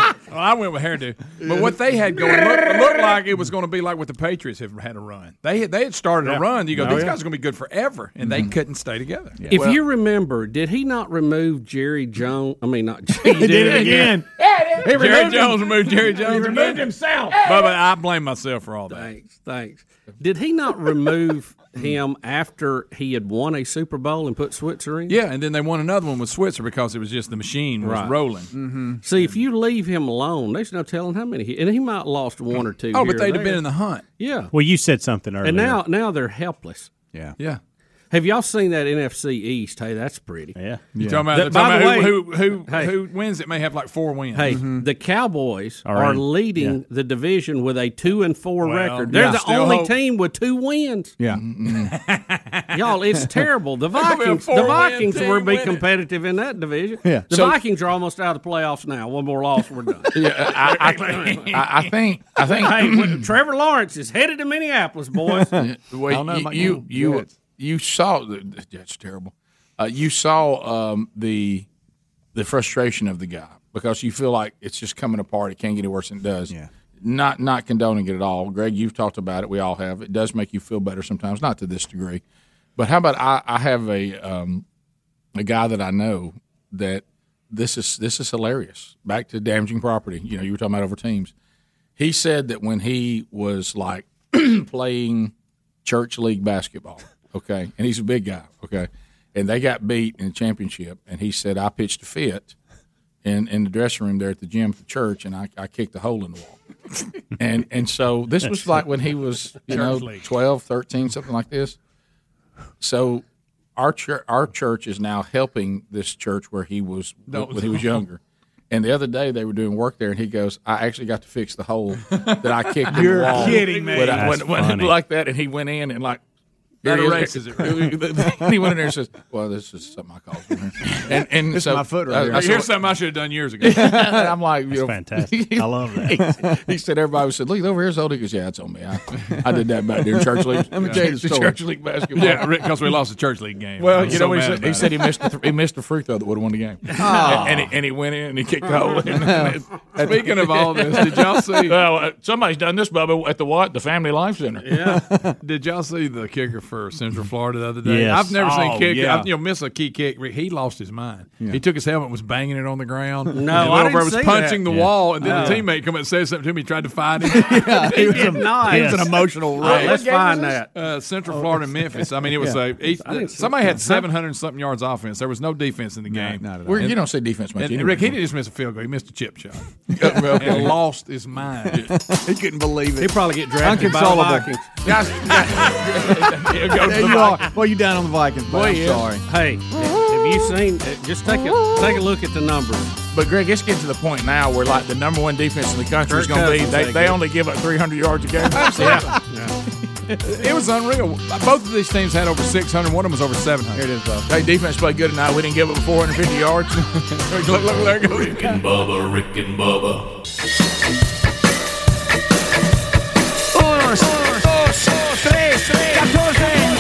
Speaker 8: know. Well, I went with hairdo. But what they had going looked, looked like it was going to be like what the Patriots have had a run. They had, they had started
Speaker 2: Yeah.
Speaker 8: a run. You go,
Speaker 2: Oh,
Speaker 8: these
Speaker 2: yeah.
Speaker 8: guys are going to be good forever, and they couldn't stay together.
Speaker 4: If you remember, did he not remove Jerry Jones? I mean, not *laughs* Jerry.
Speaker 8: He did it
Speaker 4: *laughs*
Speaker 8: again.
Speaker 4: Yeah,
Speaker 8: Jerry Jones removed Jerry Jones. removed
Speaker 4: himself.
Speaker 8: Bubba, I blame myself for all that.
Speaker 4: Thanks, thanks. Did he not *laughs* remove him after he had won a Super Bowl and put Switzer in?
Speaker 8: Yeah, and then they won another one with Switzer because it was just the machine was
Speaker 4: Right. Mm-hmm.
Speaker 8: rolling.
Speaker 4: See, if you leave him alone, there's no telling how many, he, and he might have lost one or two.
Speaker 8: Oh,
Speaker 4: here
Speaker 8: but
Speaker 4: or
Speaker 8: they'd have
Speaker 4: there.
Speaker 8: been in the hunt.
Speaker 4: Yeah.
Speaker 9: Well, you said something earlier.
Speaker 4: And now, now they're helpless.
Speaker 7: Yeah.
Speaker 8: Yeah.
Speaker 4: Have y'all seen that NFC East? Hey, that's pretty. Yeah.
Speaker 8: You talking about, talking
Speaker 4: by the
Speaker 8: about
Speaker 4: way,
Speaker 8: who, who, who,
Speaker 4: hey.
Speaker 8: who wins it may have like four wins.
Speaker 4: Hey,
Speaker 2: Mm-hmm.
Speaker 4: the Cowboys
Speaker 8: All
Speaker 4: are,
Speaker 8: right.
Speaker 4: leading the division with a two and four
Speaker 8: Well,
Speaker 4: record. They're
Speaker 8: yeah.
Speaker 4: the
Speaker 8: Still
Speaker 4: only
Speaker 8: hope.
Speaker 4: team with two wins.
Speaker 7: Yeah.
Speaker 2: *laughs*
Speaker 8: *laughs*
Speaker 4: Y'all, it's terrible. The
Speaker 8: They're gonna be a
Speaker 4: Vikings, the
Speaker 8: four-win
Speaker 4: Vikings
Speaker 8: team
Speaker 4: will be
Speaker 8: winning.
Speaker 4: competitive in that division.
Speaker 8: Yeah.
Speaker 4: The
Speaker 8: So-
Speaker 4: Vikings are almost out of the playoffs now. One more loss, we're done.
Speaker 2: *laughs* Yeah, I- I- I- I think- I think- *clears throat*
Speaker 4: Hey, wait, Trevor Lawrence is headed to Minneapolis, *laughs* boys.
Speaker 2: *laughs* Wait, you you you, you saw the- that's terrible. Uh, you saw um, the the frustration of the guy because you feel like it's just coming apart. It can't get any worse than it does. Yeah. Not not condoning it at all, Greg. You've talked about it. We all have. It does make you feel better sometimes, not to this degree. But how about I, I have a um, a guy that I know that this is this is hilarious. Back to damaging property. You know, you were talking about over teams. He said that when he was like *clears throat* playing church league basketball, okay, and he's a big guy, okay, and they got beat in the championship, and he said I pitched a fit in in the dressing room there at the gym at the church, and I, I kicked a hole in the wall. *laughs* and and so this was like when he was you know
Speaker 8: Church league.
Speaker 2: 12, 13, something like this. So our church, our church is now helping this church where he was
Speaker 8: That was-
Speaker 2: when he was younger. And the other day they were doing work there, and he goes, "I actually got to fix the hole that I kicked in
Speaker 8: You're
Speaker 2: the wall."
Speaker 8: kidding me.
Speaker 2: When I-
Speaker 8: That's
Speaker 2: when- when-
Speaker 8: funny.
Speaker 2: like that, and he went in and like.
Speaker 8: That
Speaker 2: here he is.
Speaker 8: erases it, right?
Speaker 2: And *laughs* he went in there and says, "Well, this is something I
Speaker 8: *laughs*
Speaker 2: caused." in here." And and
Speaker 8: This is
Speaker 2: so
Speaker 8: my foot
Speaker 2: I-
Speaker 8: right
Speaker 2: I
Speaker 8: here.
Speaker 2: said,
Speaker 8: Here's something I should have done years ago.
Speaker 2: And *laughs* I'm like, you know, *laughs* He, he said everybody said, "Look over here's old." He goes, "Yeah, it's on me. I, I did that back during church league.
Speaker 8: *laughs* Let me tell you the story.
Speaker 2: church league basketball.
Speaker 8: Yeah, because we lost the church league game.
Speaker 2: Well,
Speaker 8: I'm
Speaker 2: you
Speaker 8: so
Speaker 2: know, he
Speaker 8: mad
Speaker 2: said,
Speaker 8: about
Speaker 2: he
Speaker 8: it.
Speaker 2: said he missed the th- he missed the free throw that would have won the
Speaker 8: *laughs*
Speaker 2: game,
Speaker 8: Aw.
Speaker 2: and, and, he, and he went in and he kicked the hole.
Speaker 8: *laughs*
Speaker 2: in.
Speaker 8: Oh. Speaking of all this, did y'all
Speaker 2: *laughs*
Speaker 8: see-
Speaker 2: Well, uh, somebody's done this, Bubba, at the what? The Family Life Center. *laughs*
Speaker 8: Yeah. Did y'all see the kicker for Central Florida the other day?
Speaker 2: Yes.
Speaker 8: I've never
Speaker 2: Oh,
Speaker 8: seen kicker.
Speaker 2: yeah.
Speaker 8: I've, you know, miss a key kick. He lost his mind. He took his helmet, and was banging it on the ground. *laughs* and
Speaker 2: I
Speaker 8: little
Speaker 2: didn't
Speaker 8: bro was
Speaker 2: see
Speaker 8: punching
Speaker 2: that.
Speaker 8: the
Speaker 2: Yeah.
Speaker 8: wall, and then the
Speaker 2: Oh.
Speaker 8: teammate come up and said something to him. He tried to
Speaker 2: *laughs*
Speaker 8: fight him.
Speaker 2: He was did a- not.
Speaker 8: *laughs* He was an
Speaker 2: Yes.
Speaker 8: emotional
Speaker 2: All right,
Speaker 8: wreck.
Speaker 2: let's
Speaker 8: What game
Speaker 2: find
Speaker 8: was this?
Speaker 2: that. Oh,
Speaker 8: Uh,
Speaker 2: *laughs*
Speaker 8: Central Florida, and Memphis. I mean, it was
Speaker 2: Yeah.
Speaker 8: a each,
Speaker 2: I didn't see
Speaker 8: somebody
Speaker 2: that.
Speaker 8: had seven hundred and something yards offense. There was no defense in the game.
Speaker 2: not at all. Well, you don't see defense much
Speaker 8: And,
Speaker 2: anyway.
Speaker 8: Rick, he didn't just miss a field goal. He missed a
Speaker 2: *laughs*
Speaker 8: chip shot. *laughs*
Speaker 2: well, okay.
Speaker 8: and lost his mind. he couldn't believe it.
Speaker 4: He'd probably get drafted by the
Speaker 8: Unconsolable.
Speaker 4: Vikings.
Speaker 8: Guys,
Speaker 2: There
Speaker 8: go to
Speaker 7: There
Speaker 8: the
Speaker 7: you are.
Speaker 8: Vikings.
Speaker 7: Well, you down on the Vikings, but
Speaker 4: Boy,
Speaker 7: I'm
Speaker 4: yeah.
Speaker 7: sorry.
Speaker 4: Hey, have you seen? uh, Just take a take a look at the numbers.
Speaker 2: But Greg, it's getting to the point now where like the number one defense in the country is
Speaker 4: Kirk
Speaker 2: going to be
Speaker 4: Cousins
Speaker 2: they,
Speaker 4: ain't
Speaker 2: they
Speaker 4: good.
Speaker 2: only give up 300 yards a
Speaker 4: *laughs*
Speaker 2: game. *laughs*
Speaker 8: Absolutely. It was unreal. Both of these teams had over 600. One of them was over 700. Here it is, though.
Speaker 2: Hey, defense played good tonight. We didn't give up 450
Speaker 4: *laughs*
Speaker 2: yards. *laughs* look, look, look, there it goes.
Speaker 17: Rick and Bubba, Rick and Bubba.
Speaker 19: Unos, dos, tres, tres, catorce.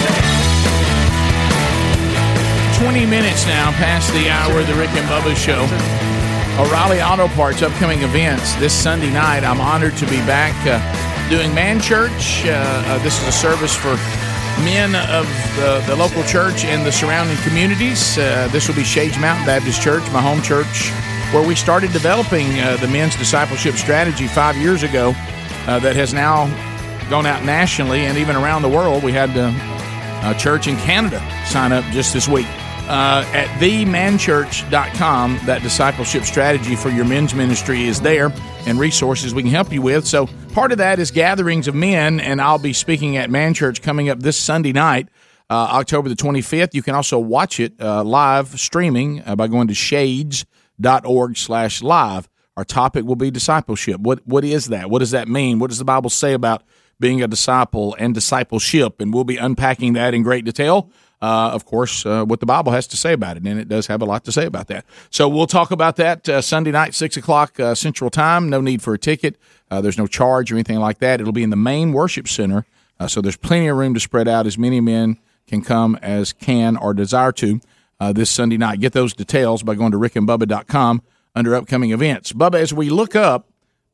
Speaker 10: 20 minutes now past the hour of the Rick and Bubba show.
Speaker 2: O'Reilly Auto Parts upcoming events this Sunday night. I'm honored to be back uh, doing Man Church. Uh, uh, this is a service for men of the, the local church and the surrounding communities. Uh, this will be Shades Mountain Baptist Church, my home church, where we started developing uh, the men's discipleship strategy five years ago uh, that has now gone out nationally and even around the world. We had uh, a church in Canada sign up just this week uh, at themanchurch.com. That discipleship strategy for your men's ministry is there and resources we can help you with. So, part of that is gatherings of men, and I'll be speaking at Man Church coming up this Sunday night. Uh, October the 25th. You can also watch it uh, live streaming uh, by going to shades.org slash live. Our topic will be discipleship. What What is that? What does that mean? What does the Bible say about being a disciple and discipleship, and we'll be unpacking that in great detail. Uh, of course, uh, what the Bible has to say about it, and it does have a lot to say about that. So we'll talk about that uh, Sunday night, six o'clock uh, Central Time. No need for a ticket. Uh, there's no charge or anything like that. It'll be in the main worship center, uh, so there's plenty of room to spread out. As many men can come as can or desire to uh, this Sunday night. Get those details by going to rickandbubba.com under upcoming events. Bubba, as we look up,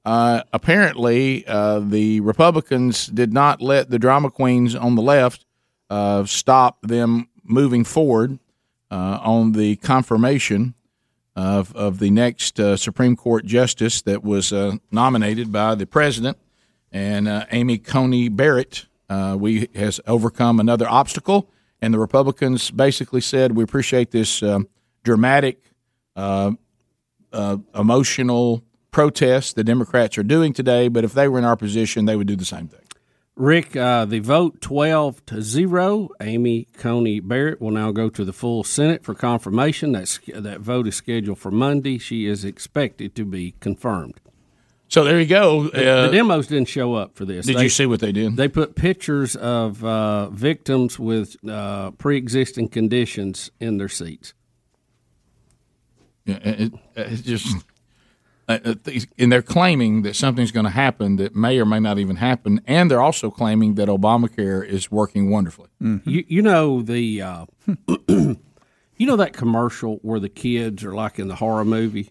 Speaker 2: uh, apparently uh, the Republicans did not let the drama queens on the left uh, stop them moving forward uh, on the confirmation of, of the next uh, Supreme Court justice that was uh, nominated by the president. And uh, Amy Coney Barrett uh, we has overcome another obstacle. And the Republicans basically said, "We appreciate this um, dramatic, uh, uh, emotional protest the Democrats are doing today, but if they were in our position, they would do the same thing."
Speaker 4: Rick, uh, the vote 12 to 0. Amy Coney Barrett will now go to the full Senate for confirmation. That's, that vote is scheduled for Monday. She is expected to be confirmed.
Speaker 2: So there you go. Uh,
Speaker 4: The, the demos didn't show up for this.
Speaker 2: Did
Speaker 4: They-
Speaker 2: you see what they did?
Speaker 4: They put pictures of uh, victims with uh, pre existing conditions in their seats.
Speaker 2: Yeah, it, it- it's just uh, uh, these- and they're claiming that something's going to happen that may or may not even happen, and they're also claiming that Obamacare is working wonderfully.
Speaker 4: You, you know the uh, *clears throat* you know that commercial where the kids are like in the horror movie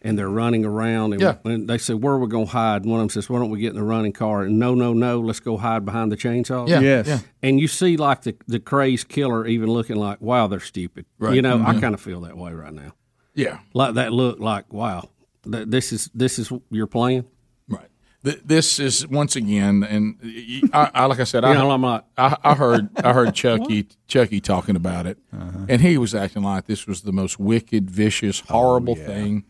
Speaker 4: and they're running around and,
Speaker 2: Yeah.
Speaker 4: and they say where we going to hide and one of them says why don't we get in the running car and no no no let's go hide behind the chainsaw
Speaker 2: Yeah, Yes. yeah.
Speaker 4: and you see like the the crazed killer even looking like wow they're stupid
Speaker 2: Right.
Speaker 4: you know I
Speaker 2: Mhm.
Speaker 4: kind of feel that way right now
Speaker 2: Yeah.
Speaker 4: like that look like wow th- this is this is your plan
Speaker 2: Th- This is once again, and y- I, I like I said,
Speaker 4: *laughs* You
Speaker 2: I,
Speaker 4: know, I'm not-
Speaker 2: I, I heard I
Speaker 4: *laughs*
Speaker 2: heard Chucky Chucky talking about it,
Speaker 4: Uh-huh.
Speaker 2: and he was acting like this was the most wicked, vicious,
Speaker 4: Oh,
Speaker 2: horrible thing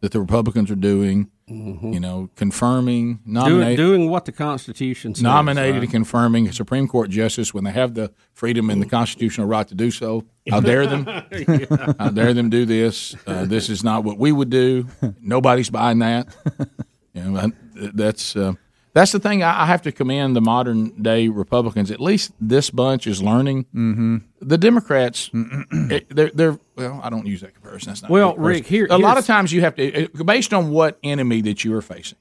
Speaker 2: that the Republicans are doing.
Speaker 4: Mm-hmm.
Speaker 2: You know, confirming,
Speaker 4: doing,
Speaker 2: nominating,
Speaker 4: doing what the Constitution says
Speaker 2: nominated
Speaker 4: right?
Speaker 2: and confirming a Supreme Court justice when they have the freedom and the constitutional right to do so. How dare
Speaker 4: *laughs*
Speaker 2: them? How dare them do this? Uh, this is not what we would do. Nobody's buying that. You know, and that's uh, that's the thing. I I have to commend the modern day Republicans. At least this bunch is learning. Mm-hmm. The Democrats, it- they're, they're well. I don't use that comparison. That's not a
Speaker 4: Well,
Speaker 2: good comparison.
Speaker 4: Rick, here-
Speaker 2: a lot
Speaker 4: here's-
Speaker 2: of times you have to eh, based on what enemy that you are facing.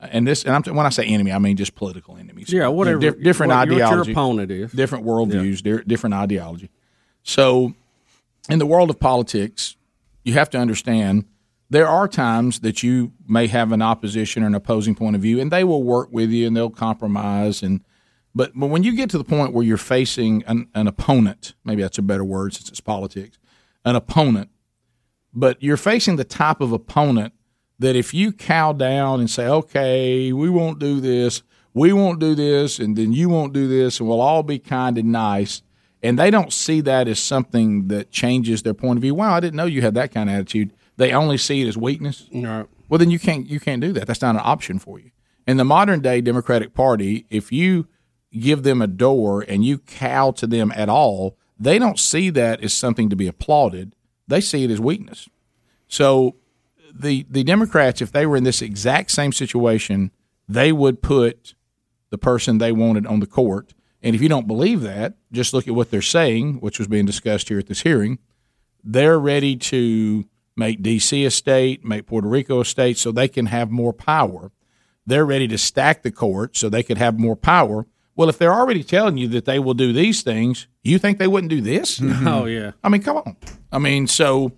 Speaker 2: And this, and I'm, t- when I say enemy, I mean just political enemies.
Speaker 4: Yeah, whatever-
Speaker 2: Dif- different
Speaker 4: what your- what your
Speaker 2: ideology.
Speaker 4: opponent is.
Speaker 2: Different worldviews, di- different ideology. So, in the world of politics, you have to understand there are times that you may have an opposition or an opposing point of view, and they will work with you and they'll compromise. And but but when you get to the point where you're facing an, an opponent, maybe that's a better word since it's politics, an opponent, but you're facing the type of opponent that if you cow down and say, okay, we won't do this, we won't do this, and then you won't do this, and we'll all be kind and nice, and they don't see that as something that changes their point of view. Wow, I didn't know you had that kind of attitude. They only see it as weakness. Well, then you can't you can't do that. That's not an option for you. In the modern day Democratic Party, if you give them a door and you cow to them at all, they don't see that as something to be applauded. They see it as weakness. So the the Democrats, if they were in this exact same situation, they would put the person they wanted on the court. And if you don't believe that, just look at what they're saying, which was being discussed here at this hearing. They're ready to make DC a state, make Puerto Rico a state, so they can have more power. They're ready to stack the court so they could have more power. Well, if they're already telling you that they will do these things, you think they wouldn't do this?
Speaker 4: *laughs* Oh, yeah.
Speaker 2: I mean, come on. I mean, so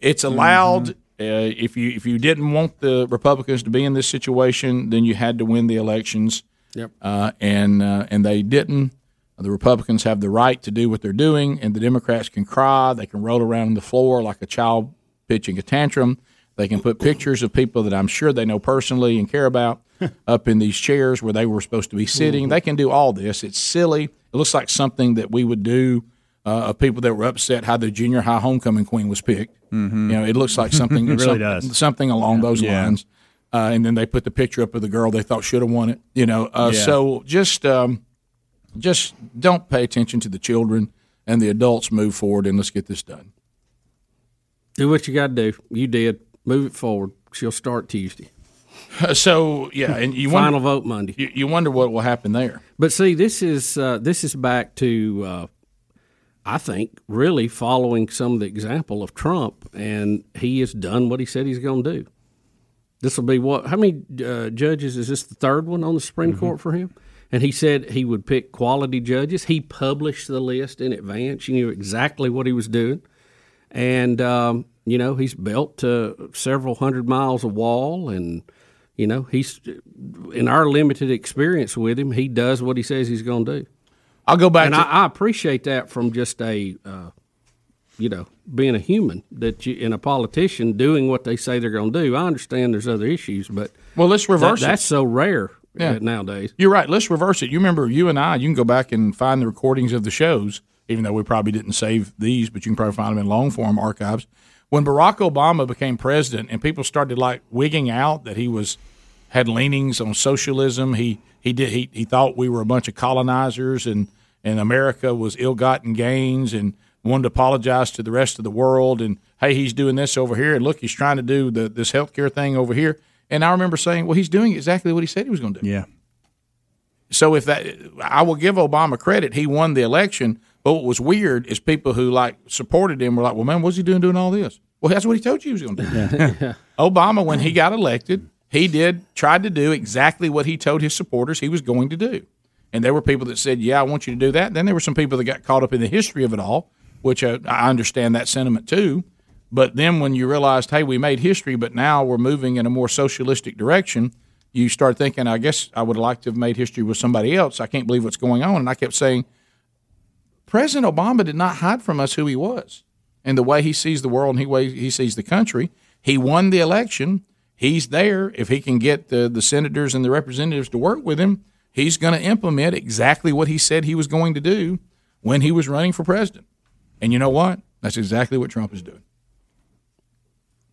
Speaker 2: it's allowed. Uh,
Speaker 4: Mm-hmm.
Speaker 2: if you if you didn't want the Republicans to be in this situation, then you had to win the elections.
Speaker 4: Yep.
Speaker 2: Uh, and uh, and they didn't. The Republicans have the right to do what they're doing, and the Democrats can cry. They can roll around on the floor like a child pitching a tantrum. They can put pictures of people that I'm sure they know personally and care about up in these chairs where they were supposed to be sitting. They can do all this. It's silly. It looks like something that we would do uh, of people that were upset how the junior high homecoming queen was picked.
Speaker 9: Mhm.
Speaker 2: You know,
Speaker 9: *laughs*
Speaker 2: it looks like something
Speaker 9: It really
Speaker 2: some-
Speaker 9: does.
Speaker 2: something along those
Speaker 9: Yeah.
Speaker 2: lines. Uh, and then they put the picture up of the girl they thought should have won it. You know, uh,
Speaker 9: Yeah.
Speaker 2: so just um, just don't pay attention to the children and the adults. Move forward and let's get this done.
Speaker 4: Do what you got to do. You did. Move it forward. She'll start Tuesday.
Speaker 2: Uh, so yeah, and you
Speaker 4: final
Speaker 2: wonder-
Speaker 4: vote Monday.
Speaker 2: You, you wonder what will happen there.
Speaker 4: But see, this is uh, this is back to uh, I think really following some of the example of Trump, and he has done what he said he's going to do. This will be what? How many uh, judges is this? The third one on the Supreme
Speaker 2: Mm-hmm.
Speaker 4: Court for him. And he said he would pick quality judges. He published the list in advance. He knew exactly what he was doing. and um, you know he's built to several hundred miles of wall, and you know he's in our limited experience with him, he does what he says he's going to do.
Speaker 2: I'll go back
Speaker 4: and
Speaker 2: to-
Speaker 4: I, I appreciate that from just a. Uh, you know, being a human that you and a politician doing what they say they're going to do. I understand there's other issues, but
Speaker 2: Well, let's reverse
Speaker 4: that-
Speaker 2: it.
Speaker 4: That's so rare
Speaker 2: Yeah.
Speaker 4: uh, nowadays.
Speaker 2: You're right. Let's reverse it. You remember you and I, you can go back and find the recordings of the shows, even though we probably didn't save these, but you can probably find them in long form archives. When Barack Obama became president and people started like wigging out that he was had leanings on socialism, he he did he, he thought we were a bunch of colonizers and and America was ill-gotten gains and wanted to apologize to the rest of the world and hey, he's doing this over here and look, he's trying to do the, this healthcare thing over here. And I remember saying, well, he's doing exactly what he said he was going to do.
Speaker 7: Yeah.
Speaker 2: So if that, I will give Obama credit, he won the election. But what was weird is people who like supported him were like, "Well, man, what's he doing doing all this?" Well, that's what he told you he was going to do. Obama, when he got elected, he did tried to do exactly what he told his supporters he was going to do, and there were people that said, "Yeah, I want you to do that." Then there were some people that got caught up in the history of it all, which uh, I understand that sentiment too. But then when you realized, hey, we made history, but now we're moving in a more socialistic direction, you start thinking, I guess I would like to have made history with somebody else. I can't believe what's going on. And I kept saying, President Obama did not hide from us who he was and the way he sees the world and he way he sees the country. He won the election. He's there. If he can get the, the senators and the representatives to work with him, he's going to implement exactly what he said he was going to do when he was running for president. And you know what? That's exactly what Trump is doing.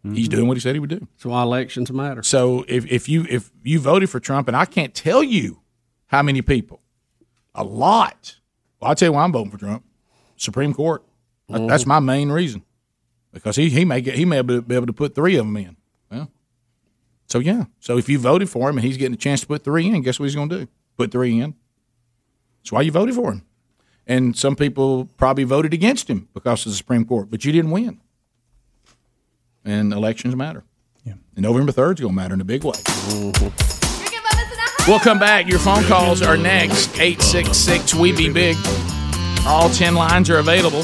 Speaker 2: He's doing what he said he would do.
Speaker 4: Mm-hmm. That's why elections matter.
Speaker 2: So if, if you if you voted for Trump, and I can't tell you how many people, a lot. Well, I'll tell you why I'm voting for Trump. Supreme Court. That- That's
Speaker 15: Mhm.
Speaker 2: my main reason. Because he, he may get he may be be able to put three of them in. Well, so yeah. So if you voted for him and he's getting a chance to put three in, guess what he's going to do? Put three in. That's why you voted for him. And some people probably voted against him because of the Supreme Court, but you didn't win. And elections matter. Yeah. And November third is going to matter in a big way. We'll come back. Your phone calls are next. 866 We Be Big. All 10 lines are available,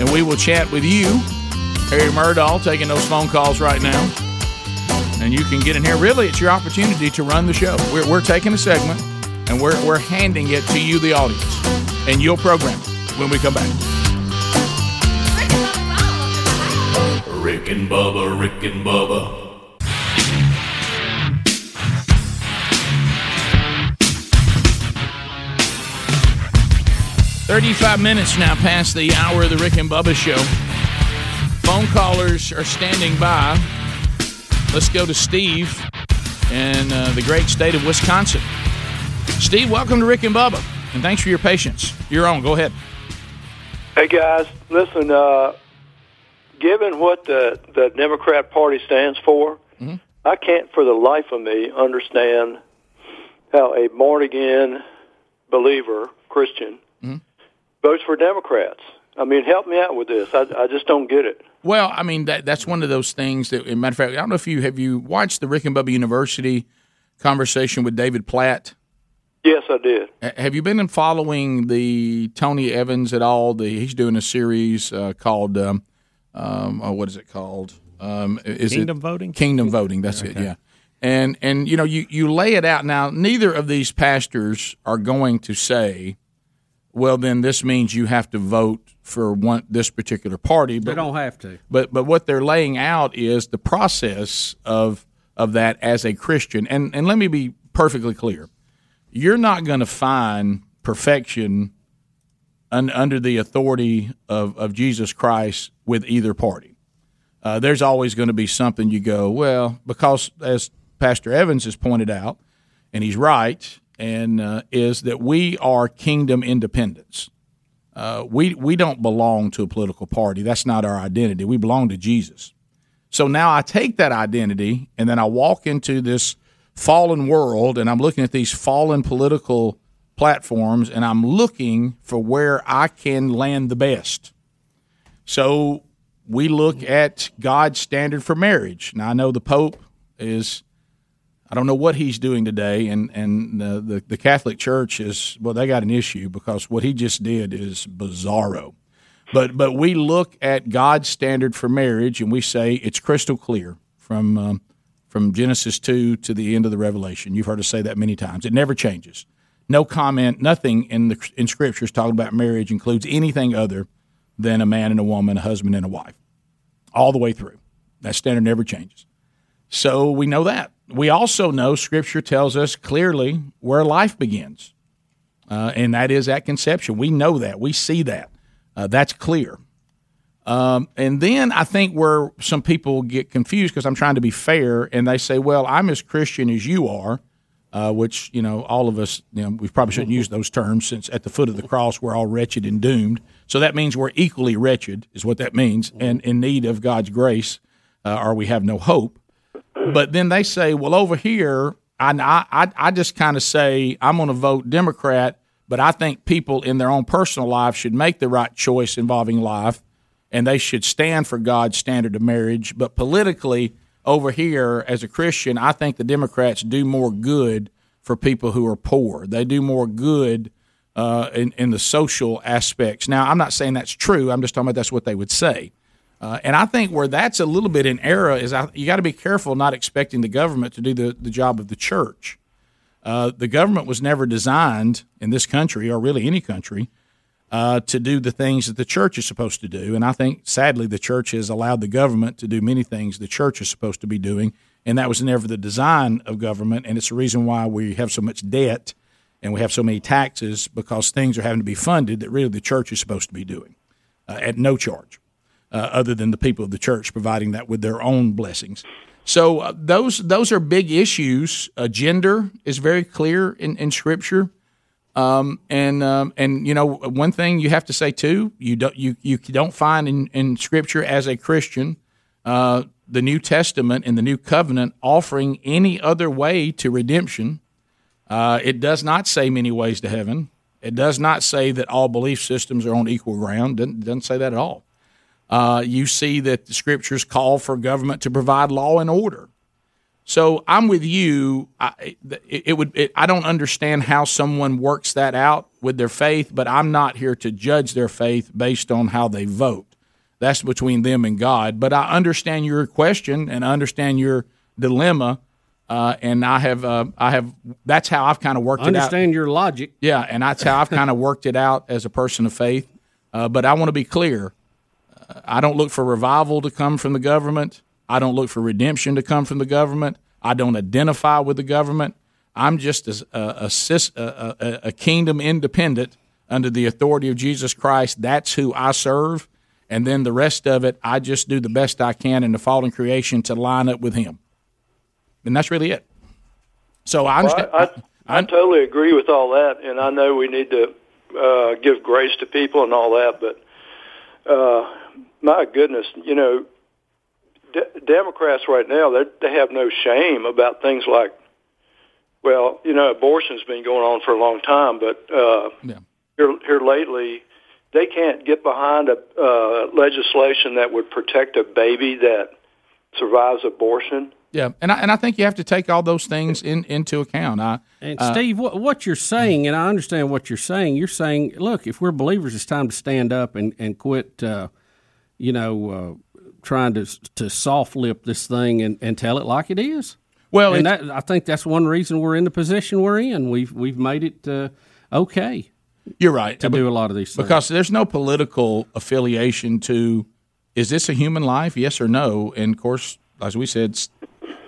Speaker 2: and we will chat with you. Harry Murdahl taking those phone calls right now. And you can get in here. Really, it's your opportunity to run the show. We're, we're taking a segment, and we're, we're handing it to you, the audience. And you'll program it when we come back.
Speaker 17: Rick and Bubba, Rick and Bubba,
Speaker 10: Thirty-five minutes now past the hour of the Rick and Bubba show. Phone callers are standing by. Let's go to Steve in uh, the great state of Wisconsin. Steve, welcome to Rick and Bubba, and thanks for your patience. You're on. Go ahead.
Speaker 23: Hey guys, listen. Uh, given what the the Democrat Party stands for, I can't for the life of me understand how a born again believer Christian votes for Democrats. I mean, help me out with this. I, I just don't get it.
Speaker 2: Well, I mean that that's one of those things that, as a matter of fact, I don't know if you have you watched the Rick and Bubba University conversation with David Platt.
Speaker 23: Yes, I did.
Speaker 2: Ha- Have you been in following the Tony Evans at all? The he's doing a series uh, called um, um, oh, what is it called? Um, is
Speaker 9: Kingdom
Speaker 2: it,
Speaker 9: voting?
Speaker 2: Kingdom voting. That's it. Yeah. And and you know you you lay it out now. Neither of these pastors are going to say, well, then this means you have to vote for one this particular party.
Speaker 4: They don't have to.
Speaker 2: But but what they're laying out is the process of of that as a Christian. And and let me be perfectly clear. You're not going to find perfection un, under the authority of, of Jesus Christ with either party. Uh, there's always going to be something you go, well, because as Pastor Evans has pointed out, and he's right, and uh, is that we are kingdom independents. Uh, we we don't belong to a political party. That's not our identity. We belong to Jesus. So now I take that identity and then I walk into this fallen world and I'm looking at these fallen political platforms and I'm looking for where I can land the best. So we look at God's standard for marriage. Now I know the Pope is I don't know what he's doing today, and and the, the the Catholic Church is well, they got an issue because what he just did is bizarro. But but we look at God's standard for marriage and we say it's crystal clear from um, from Genesis two to the end of the Revelation. You've heard us say that many times. It never changes. No comment. Nothing in the in scriptures talking about marriage includes anything other than a man and a woman, a husband and a wife, all the way through. That standard never changes. So we know that. We also know Scripture tells us clearly where life begins, uh, and that is at conception. We know that. We see that. Uh, that's clear. Um, and then I think where some people get confused because I'm trying to be fair, and they say, "Well, I'm as Christian as you are," uh, which you know all of us, you know, we probably shouldn't use those terms since at the foot of the cross we're all wretched and doomed. So that means we're equally wretched, is what that means, and in need of God's grace, uh, or we have no hope. But then they say, well, over here, I I I just kind of say I'm going to vote Democrat, but I think people in their own personal life should make the right choice involving life, and they should stand for God's standard of marriage. But politically, over here as a Christian, I think the Democrats do more good for people who are poor. They do more good uh, in in the social aspects. Now, I'm not saying that's true. I'm just talking about that's what they would say. Uh, and I think where that's a little bit in error is I, you got to be careful not expecting the government to do the, the job of the church. Uh, the government was never designed in this country, or really any country, uh, to do the things that the church is supposed to do. And I think, sadly, the church has allowed the government to do many things the church is supposed to be doing. And that was never the design of government. And it's the reason why we have so much debt and we have so many taxes because things are having to be funded that really the church is supposed to be doing uh, at no charge uh, other than the people of the church providing that with their own blessings. So uh, those those are big issues. Uh, gender is very clear in, in Scripture, um, and um, and you know one thing you have to say too you don't you you don't find in, in Scripture as a Christian uh, the New Testament and the New Covenant offering any other way to redemption. Uh, it does not say many ways to heaven. It does not say that all belief systems are on equal ground. Doesn't, doesn't say that at all. Uh, you see that the scriptures call for government to provide law and order. So I'm with you. I, it, it would. It, I don't understand how someone works that out with their faith, but I'm not here to judge their faith based on how they vote. That's between them and God. But I understand your question and I understand your dilemma, uh, and I have. Uh, I have. That's how I've kind of worked it out.
Speaker 4: Understand your logic.
Speaker 2: Yeah, and that's how I've kind of worked it out as a person of faith. Uh, but I want to be clear. Uh, I don't look for revival to come from the government. I don't look for redemption to come from the government. I don't identify with the government. I'm just a, a, a, a, a kingdom independent under the authority of Jesus Christ. That's who I serve. And then the rest of it, I just do the best I can in the fallen creation to line up with Him. And that's really it. So I understand.
Speaker 23: Well, I, I, I totally agree with all that, and I know we need to uh, give grace to people and all that, but uh, my goodness, you know, de- Democrats right now they they have no shame about things like, well, you know, abortion's been going on for a long time, but uh,
Speaker 2: Yeah.
Speaker 23: here here lately, they can't get behind a uh, legislation that would protect a baby that survives abortion.
Speaker 2: Yeah, and I, and I think you have to take all those things in, into account. I,
Speaker 4: And
Speaker 2: uh,
Speaker 4: Steve, what, what you're saying, and I understand what you're saying. You're saying, look, if we're believers, it's time to stand up and and quit, uh, you know, uh, trying to to soft lip this thing and, and tell it like it is.
Speaker 2: Well,
Speaker 4: and
Speaker 2: it's-
Speaker 4: that, I think that's one reason we're in the position we're in. We've we've made it uh, okay.
Speaker 2: You're right
Speaker 4: to do a lot of these things.
Speaker 2: because there's no political affiliation to is this a human life yes or no and of course as we said s-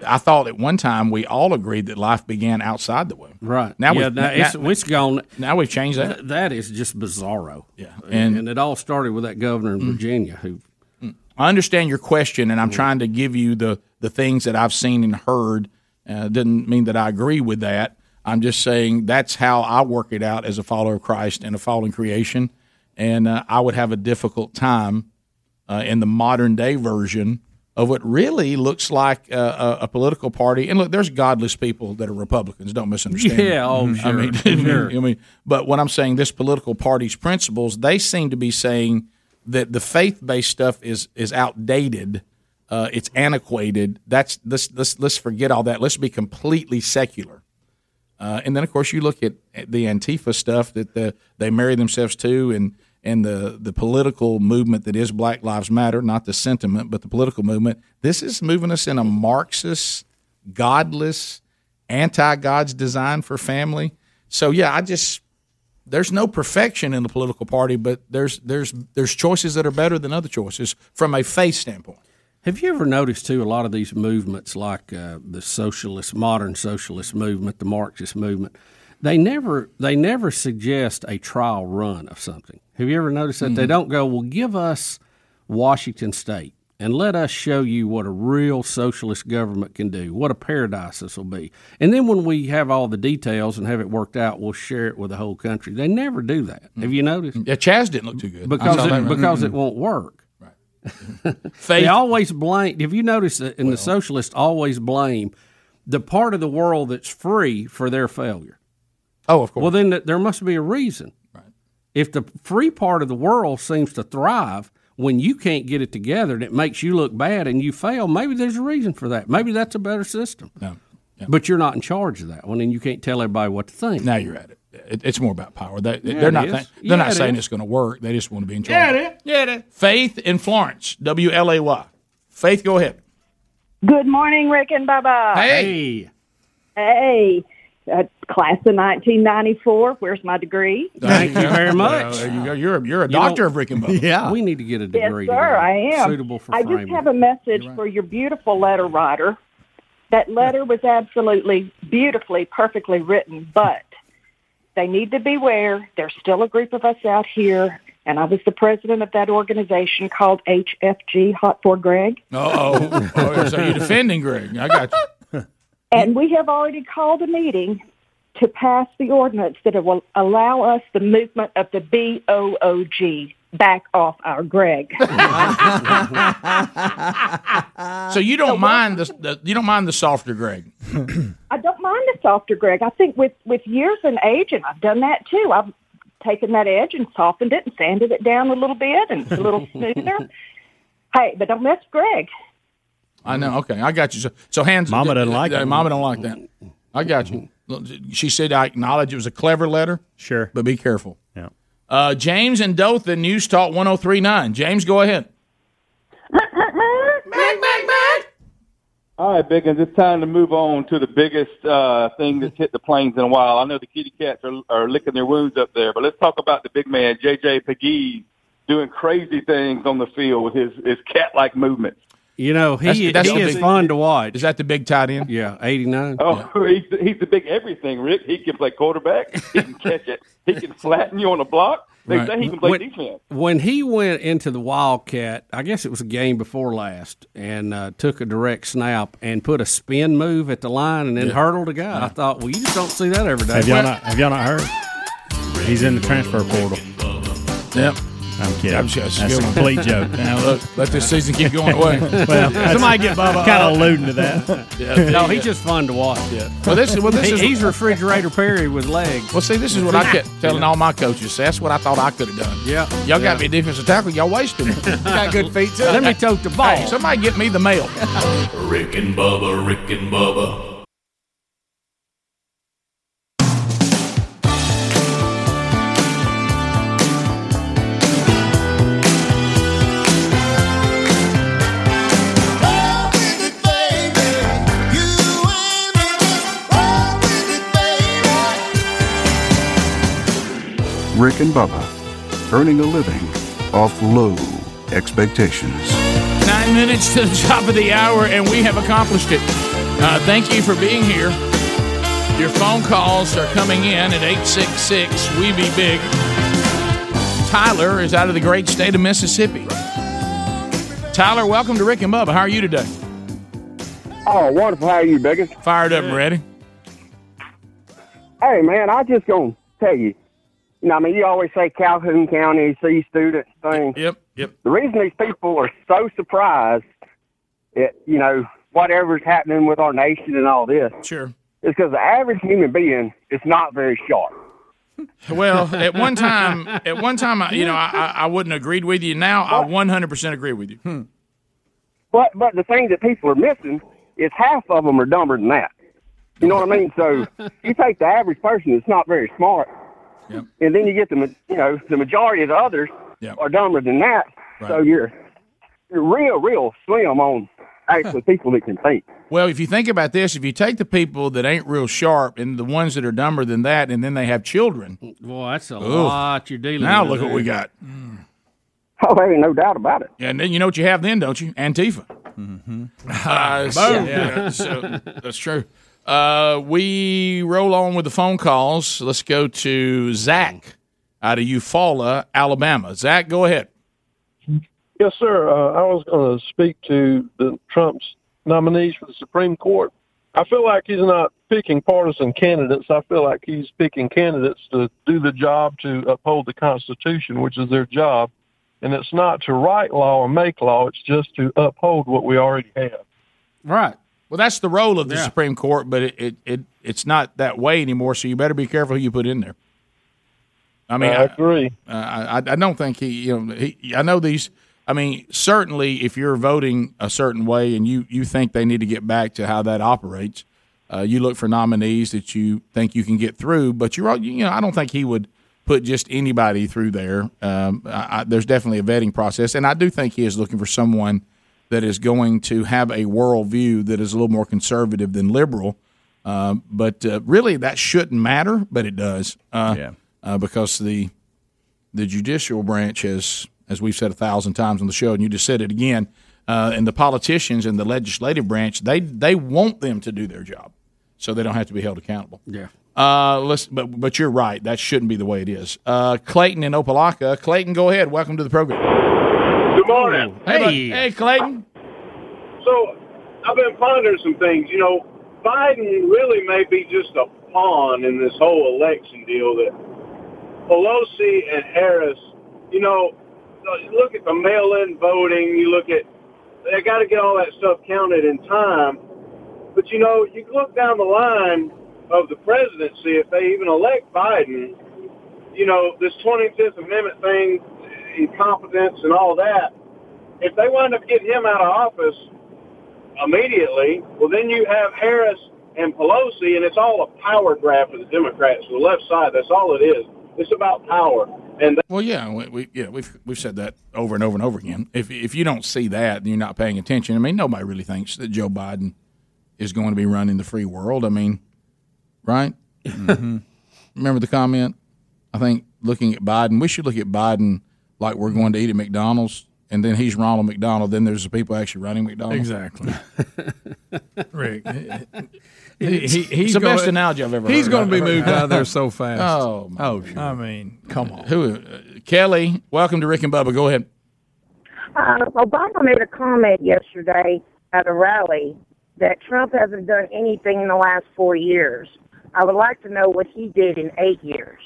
Speaker 2: i thought at one time we all agreed that life began outside the womb
Speaker 4: right
Speaker 2: now
Speaker 4: Yeah,
Speaker 2: we've,
Speaker 4: now it's- it's gone
Speaker 2: now we've changed that
Speaker 4: that is just bizarro. Yeah, and,
Speaker 2: And- Mm.
Speaker 4: and it all started with that governor in Virginia who
Speaker 2: I understand your question,
Speaker 4: Mm.
Speaker 2: and I'm trying to give you the the things that I've seen and heard. Uh, doesn't mean that I agree with that. I'm just saying that's how I work it out as a follower of Christ and a fallen creation. And uh, I would have a difficult time uh, in the modern day version of what really looks like uh, a, a political party. And look, there's godless people that are Republicans. Don't misunderstand. me.
Speaker 4: *laughs* Yeah, oh,
Speaker 2: I
Speaker 4: sure,
Speaker 2: mean, *laughs*
Speaker 4: sure.
Speaker 2: I mean, but what I'm saying, this political party's principles, they seem to be saying that the faith-based stuff is is outdated. Uh, it's antiquated. That's let's, let's let's forget all that. Let's be completely secular. Uh, and then, of course, you look at at the Antifa stuff that the, they marry themselves to, and and the the political movement that is Black Lives Matter, not the sentiment, but the political movement. This is moving us in a Marxist, godless, anti God's design for family. So yeah, I just there's no perfection in the political party, but there's there's there's choices that are better than other choices from a faith standpoint.
Speaker 4: Have you ever noticed too a lot of these movements, like uh, the socialist, modern socialist movement, the Marxist movement? They never they never suggest a trial run of something. Have you ever noticed that they
Speaker 2: Mm-hmm.
Speaker 5: Mhm.
Speaker 4: don't go? Well, give us Washington State and let us show you what a real socialist government can do. What a paradise this will be. And then when we have all the details and have it worked out, we'll share it with the whole country. They never do that. Have you noticed?
Speaker 2: Mm-hmm. Yeah, Chaz didn't look too good
Speaker 4: because
Speaker 2: I saw
Speaker 4: it,
Speaker 2: that.
Speaker 4: because
Speaker 2: Mhm.
Speaker 4: it won't work.
Speaker 2: Faith-
Speaker 4: they always blame. Have you noticed that? And the socialists always blame the part of the world that's free for their failure.
Speaker 2: Oh, of course.
Speaker 4: Well, then th- there must be a reason. Right. If the free part of the world seems to thrive when you can't get it together and it makes you look bad and you fail, maybe there's a reason for that. Maybe that's a better system.
Speaker 2: No.
Speaker 4: But you're not in charge of that one, and you can't tell everybody what to think.
Speaker 2: Now you're at it. It- It's more about power. They,
Speaker 4: Yeah,
Speaker 2: they're
Speaker 4: it
Speaker 2: not.
Speaker 4: is.
Speaker 2: Th- they're
Speaker 4: Yeah,
Speaker 2: not
Speaker 4: it
Speaker 2: saying
Speaker 4: is.
Speaker 2: it's going to work. They just want to be in charge.
Speaker 4: Yeah, it
Speaker 2: Yeah, it is. Faith in Florence. W L A Y. Faith, go ahead.
Speaker 24: Good morning, Rick and Bubba.
Speaker 4: Ah,
Speaker 2: Hey.
Speaker 24: Hey. Uh, class of 1994. Where's my degree?
Speaker 4: Thank you very much.
Speaker 2: there you go. You're a, you're a
Speaker 4: You know-
Speaker 2: doctor of Rick and Bubba.
Speaker 4: Yeah. We need to get a
Speaker 24: Yes,
Speaker 4: degree.
Speaker 24: sir,
Speaker 4: together,
Speaker 24: I am.
Speaker 4: Suitable for
Speaker 24: I
Speaker 4: framing.
Speaker 24: just have a message for your beautiful letter writer. That letter was absolutely beautifully, perfectly written, but they need to beware. There's still a group of us out here, and I was the president of that organization called HFG, Hot for Greg.
Speaker 2: Uh-oh. oh. yeah, *laughs* So you're defending Greg. I got you.
Speaker 24: And we have already called a meeting to pass the ordinance that will allow us the movement of the B O O G back off our Greg.
Speaker 2: So you
Speaker 4: Uh,
Speaker 2: don't mind the, the you don't mind the softer Greg.
Speaker 24: I don't mind the softer Greg. I think with with years and age, and I've done that too. I've taken that edge and softened it and sanded it down a little bit and it's a little smoother. Hey, but don't mess Greg.
Speaker 2: I know. Okay, I got you. So, so hands. Mama doesn't like that. Mama don't like that. I got you. Look, She said, "I acknowledge it was a clever letter, sure, but be careful."
Speaker 9: Yeah.
Speaker 2: Uh, James and Dothan, News Talk 1039. James, go ahead.
Speaker 25: All right, Biggins, it's time to move on to the biggest uh, thing that's hit the plains in a while. I know the kitty cats are, are licking their wounds up there, but let's talk about the big man, J.J. Pegues, doing crazy things on the field with his, his cat-like movements.
Speaker 4: You know, he,
Speaker 25: That's- that's
Speaker 4: he
Speaker 25: the
Speaker 4: is
Speaker 25: big-
Speaker 4: fun to watch. Is
Speaker 2: that the big tight end?
Speaker 4: Yeah, 89.
Speaker 25: Oh, he's, he's the big everything, Rick. He can play quarterback. He can catch it. He can flatten you on the block. *laughs* They
Speaker 4: Right.
Speaker 25: say he can play
Speaker 4: When-
Speaker 25: defense.
Speaker 4: When he went into the Wildcat, I guess it was a game before last, and uh, took a direct snap and put a spin move at the line and then
Speaker 9: Yeah.
Speaker 4: hurdled a guy. I thought, well, you just don't see that every day.
Speaker 9: Have y'all not? Have y'all not heard? He's in the transfer portal.
Speaker 2: Yep.
Speaker 9: I'm kidding.
Speaker 2: I'm sure it's
Speaker 9: That's a
Speaker 2: good one.
Speaker 9: complete joke.
Speaker 4: *laughs*
Speaker 2: Now look, let this season keep going away.
Speaker 9: well, somebody get Bubba. Kind of alluding to
Speaker 2: *laughs*
Speaker 9: that.
Speaker 4: no, he's just fun to watch.
Speaker 2: Yeah. Well, this is- well, this
Speaker 4: He-
Speaker 2: is-
Speaker 4: he's refrigerator Perry with legs.
Speaker 2: Well, see, this is what I kept telling all my coaches. That's what I thought I could have done.
Speaker 4: Yeah.
Speaker 2: Y'all got me a defensive tackle. Y'all wasted
Speaker 4: *laughs*
Speaker 2: me.
Speaker 4: Got good feet, too.
Speaker 2: Let me
Speaker 4: tote the ball.
Speaker 2: Hey, somebody get me the mail.
Speaker 17: Rick and Bubba, Rick and Bubba.
Speaker 18: Rick and Bubba, earning a living off low expectations.
Speaker 2: Nine minutes to the top of the hour, and we have accomplished it. Uh, thank you for being here. Your phone calls are coming in at 866 We Be Big. Tyler is out of the great state of Mississippi. Tyler, welcome to Rick and Bubba. How are you today?
Speaker 15: Oh, wonderful. How are you, Biggins?
Speaker 2: Fired up and ready.
Speaker 15: Hey, man, I just going to tell you.
Speaker 22: You know, I mean, you always say Calhoun County, see students thing.
Speaker 2: Yep, yep.
Speaker 22: The reason these people are so surprised at, you know, whatever's happening with our nation and all this
Speaker 2: sure.
Speaker 22: is because the average human being is not very sharp. *laughs*
Speaker 2: Well, at one time, at one time, I- you know, I, I- I wouldn't have agreed with you. Now, I 100% agree with you.
Speaker 22: Hmm. But but the thing that people are missing is half of them are dumber than that. You know what I mean? So you take the average person that's not very smart,
Speaker 8: Yep.
Speaker 22: and then you get the ma- you know the majority of the others
Speaker 8: Yep.
Speaker 22: are dumber than that. So
Speaker 8: Right.
Speaker 22: you're you're real, real slim on actually people that can think.
Speaker 2: Well, if you think about this, if you take the people that ain't real sharp and the ones that are dumber than that, and then they have children,
Speaker 4: Boy, that's a
Speaker 2: Oof.
Speaker 4: lot you're dealing
Speaker 2: now
Speaker 4: with
Speaker 2: look what
Speaker 4: there.
Speaker 2: we got.
Speaker 22: Hmm. Oh, there ain't no doubt about it. Mm-hmm.
Speaker 2: And then you know what you have then, don't you? Antifa.
Speaker 22: *laughs*
Speaker 2: Uh, so-
Speaker 8: Boom.
Speaker 2: yeah, so that's true. Uh, we roll on with the phone calls. Let's go to Zach out of Eufaula, Alabama. Zach, go ahead.
Speaker 5: Yes, sir. Uh, I was going to speak to the Trump's nominees for the Supreme Court. I feel like he's not picking partisan candidates. I feel like he's picking candidates to do the job to uphold the Constitution, which is their job. And it's not to write law or make law. It's just to uphold what we already have.
Speaker 4: Right.
Speaker 2: Well, that's the role of the Supreme Court, but it, it, it it's not that way anymore. So you better be careful who you put in there. I mean,
Speaker 5: I agree.
Speaker 2: I, I, I don't think he. You know, he, I know these. I mean, certainly, if you're voting a certain way and you you think they need to get back to how that operates, uh, you look for nominees that you think you can get through. But you're all- you know, I don't think he would put just anybody through there. Um, I, I, there's definitely a vetting process, and I do think he is looking for someone that is going to have a worldview that is a little more conservative than liberal. Um, but uh, really, that shouldn't matter, but it does. Uh, uh, because the the judicial branch has, as we've said a thousand times on the show, and you just said it again, uh, and the politicians and the legislative branch, they they want them to do their job, so they don't have to be held accountable.
Speaker 4: Yeah.
Speaker 2: Uh, let's, but but you're right. That
Speaker 8: *laughs*
Speaker 2: shouldn't be the way it is. Uh, Clayton in Opelika. Clayton, go ahead. Welcome to the program.
Speaker 26: Good morning.
Speaker 2: Hey, bud. hey, Clayton.
Speaker 26: So I've been pondering some things. You know, Biden really may be just a pawn in this whole election deal that Pelosi and Harris, you know, you look at the mail in voting, you look at, they got to get all that stuff counted in time. But, you know, you look down the line of the presidency, if they even elect Biden, you know, this 25th Amendment thing, incompetence and all that, if they wind up getting him out of office immediately, well, then you have Harris and Pelosi, and it's all a power
Speaker 14: *laughs*
Speaker 26: grab for the Democrats, the left side. That's all it is. It's about power. And
Speaker 2: well, yeah, we, we yeah we've we've said that over and over and over again. If if you don't see that, then you're not paying attention. I mean, nobody really thinks that Joe Biden is going to be running the free world. I mean, right? *laughs* Remember the comment? I think looking at Biden, we should look at Biden like we're going to eat at McDonald's, and then he's Ronald McDonald. Then there's the people actually running McDonald's. *laughs*
Speaker 8: Exactly. Rick,
Speaker 2: He- he- he's the best analogy I've ever
Speaker 8: He's
Speaker 2: heard.
Speaker 8: going to be moved out of there so fast.
Speaker 2: *laughs* Oh, my
Speaker 8: oh, I mean, come on.
Speaker 2: Who? Uh, Kelly, welcome to Rick and Bubba. Go ahead.
Speaker 11: Uh, Obama made a comment yesterday at a rally that Trump hasn't done anything in the last four years. I would like to know what he did in eight years.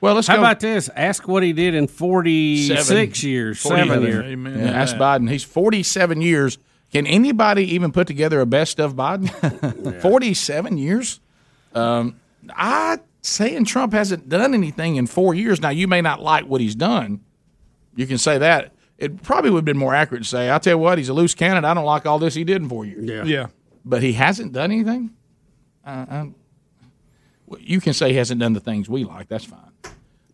Speaker 2: Well, let's
Speaker 4: How
Speaker 2: go-
Speaker 4: about this? Ask what he did in 46 years, seven years.
Speaker 2: Yeah, that's Biden. He's 47 years. Can anybody even put together a best of Biden? *laughs* 47 years? Um, I saying Trump hasn't done anything in four years. Now, you may not like what he's done. You can say that. It probably would have been more accurate to say, I'll tell you what, he's a loose cannon. I don't like all this he did in four years.
Speaker 4: Yeah.
Speaker 8: Yeah.
Speaker 2: But he hasn't done anything? Uh, I'm- well, you can say he hasn't done the things we like. That's fine.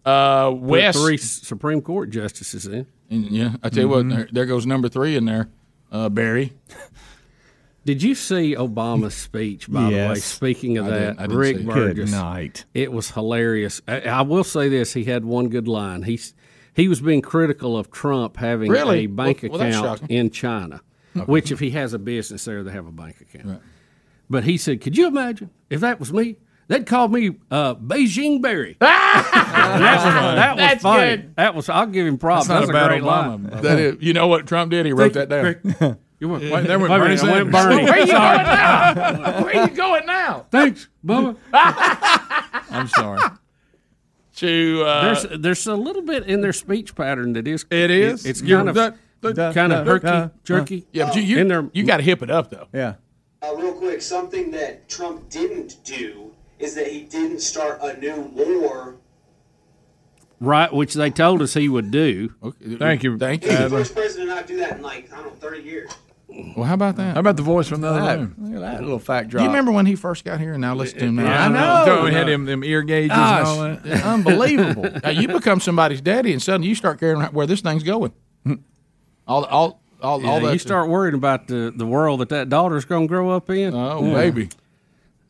Speaker 2: Uh,
Speaker 4: Put
Speaker 2: Wes. Mm,
Speaker 4: three Supreme Court justices in.
Speaker 2: Yeah, I tell you what,
Speaker 4: Mm-hmm.
Speaker 2: there, there goes number three in there, uh, Barry.
Speaker 4: Did you see Obama's speech? By the way,
Speaker 9: Yes.
Speaker 4: speaking of
Speaker 9: I
Speaker 4: that,
Speaker 9: didn't- I didn't
Speaker 4: Rick
Speaker 9: see it. Good
Speaker 4: Burgess,
Speaker 9: night.
Speaker 4: It was hilarious. I, I will say this: he had one good line. He's he was being critical of Trump having
Speaker 9: Really?
Speaker 4: a bank
Speaker 9: Well- well, that's
Speaker 4: account
Speaker 9: shocking.
Speaker 4: in China, which if he has a business there, they have a bank account. But he said, "Could you imagine if that was me?" They'd call me uh,
Speaker 9: *laughs*
Speaker 4: Beijing Barry. And that was, that was
Speaker 2: That's
Speaker 4: funny.
Speaker 2: good.
Speaker 4: That was. I'll give him props.
Speaker 2: That's not
Speaker 4: That's
Speaker 2: a bad
Speaker 4: great
Speaker 2: Obama,
Speaker 4: line.
Speaker 2: bro. That is- you know what Trump did? He wrote that down. *laughs*
Speaker 4: You went,
Speaker 2: Wait, there went
Speaker 4: Wait a
Speaker 2: Bernie
Speaker 4: minute, I went
Speaker 2: Sanders.
Speaker 4: Bernie.
Speaker 2: Where you going
Speaker 4: Sorry.
Speaker 2: *laughs* now? Where you going now?
Speaker 4: Thanks, Bubba.
Speaker 2: I'm sorry. *laughs* To uh,
Speaker 4: there's there's a little bit in their speech pattern that is it
Speaker 2: is?
Speaker 4: it's
Speaker 2: You-
Speaker 4: kind of
Speaker 2: that- that-
Speaker 4: kind of
Speaker 2: that-
Speaker 4: herky
Speaker 2: uh,
Speaker 4: jerky.
Speaker 2: yeah, but you you,
Speaker 4: in their,
Speaker 2: you got to hip it up though.
Speaker 7: Yeah.
Speaker 12: Uh, real quick, something that Trump didn't do is that he didn't start a new war.
Speaker 4: right, which they told us he would do.
Speaker 2: Thank you. Uh, Thank
Speaker 12: He's the first president to not do that in like I don't know thirty years.
Speaker 2: Well, how about that?
Speaker 8: How about the voice from the other
Speaker 2: That-
Speaker 8: room?
Speaker 2: look at that
Speaker 8: little fact
Speaker 2: Do you remember when he first got here? And now listen to him.
Speaker 8: Yeah,
Speaker 2: Now.
Speaker 8: I know. Don't we had them- them ear gauges and
Speaker 2: Gosh,
Speaker 8: all that?
Speaker 4: *laughs*
Speaker 2: yeah, *laughs* Unbelievable. Now, you become somebody's daddy, and suddenly you start caring about where this thing's going. All, all, all, all
Speaker 4: Yeah,
Speaker 2: that.
Speaker 4: you start worrying about the, the world that that daughter's going to grow up in.
Speaker 2: Oh, baby.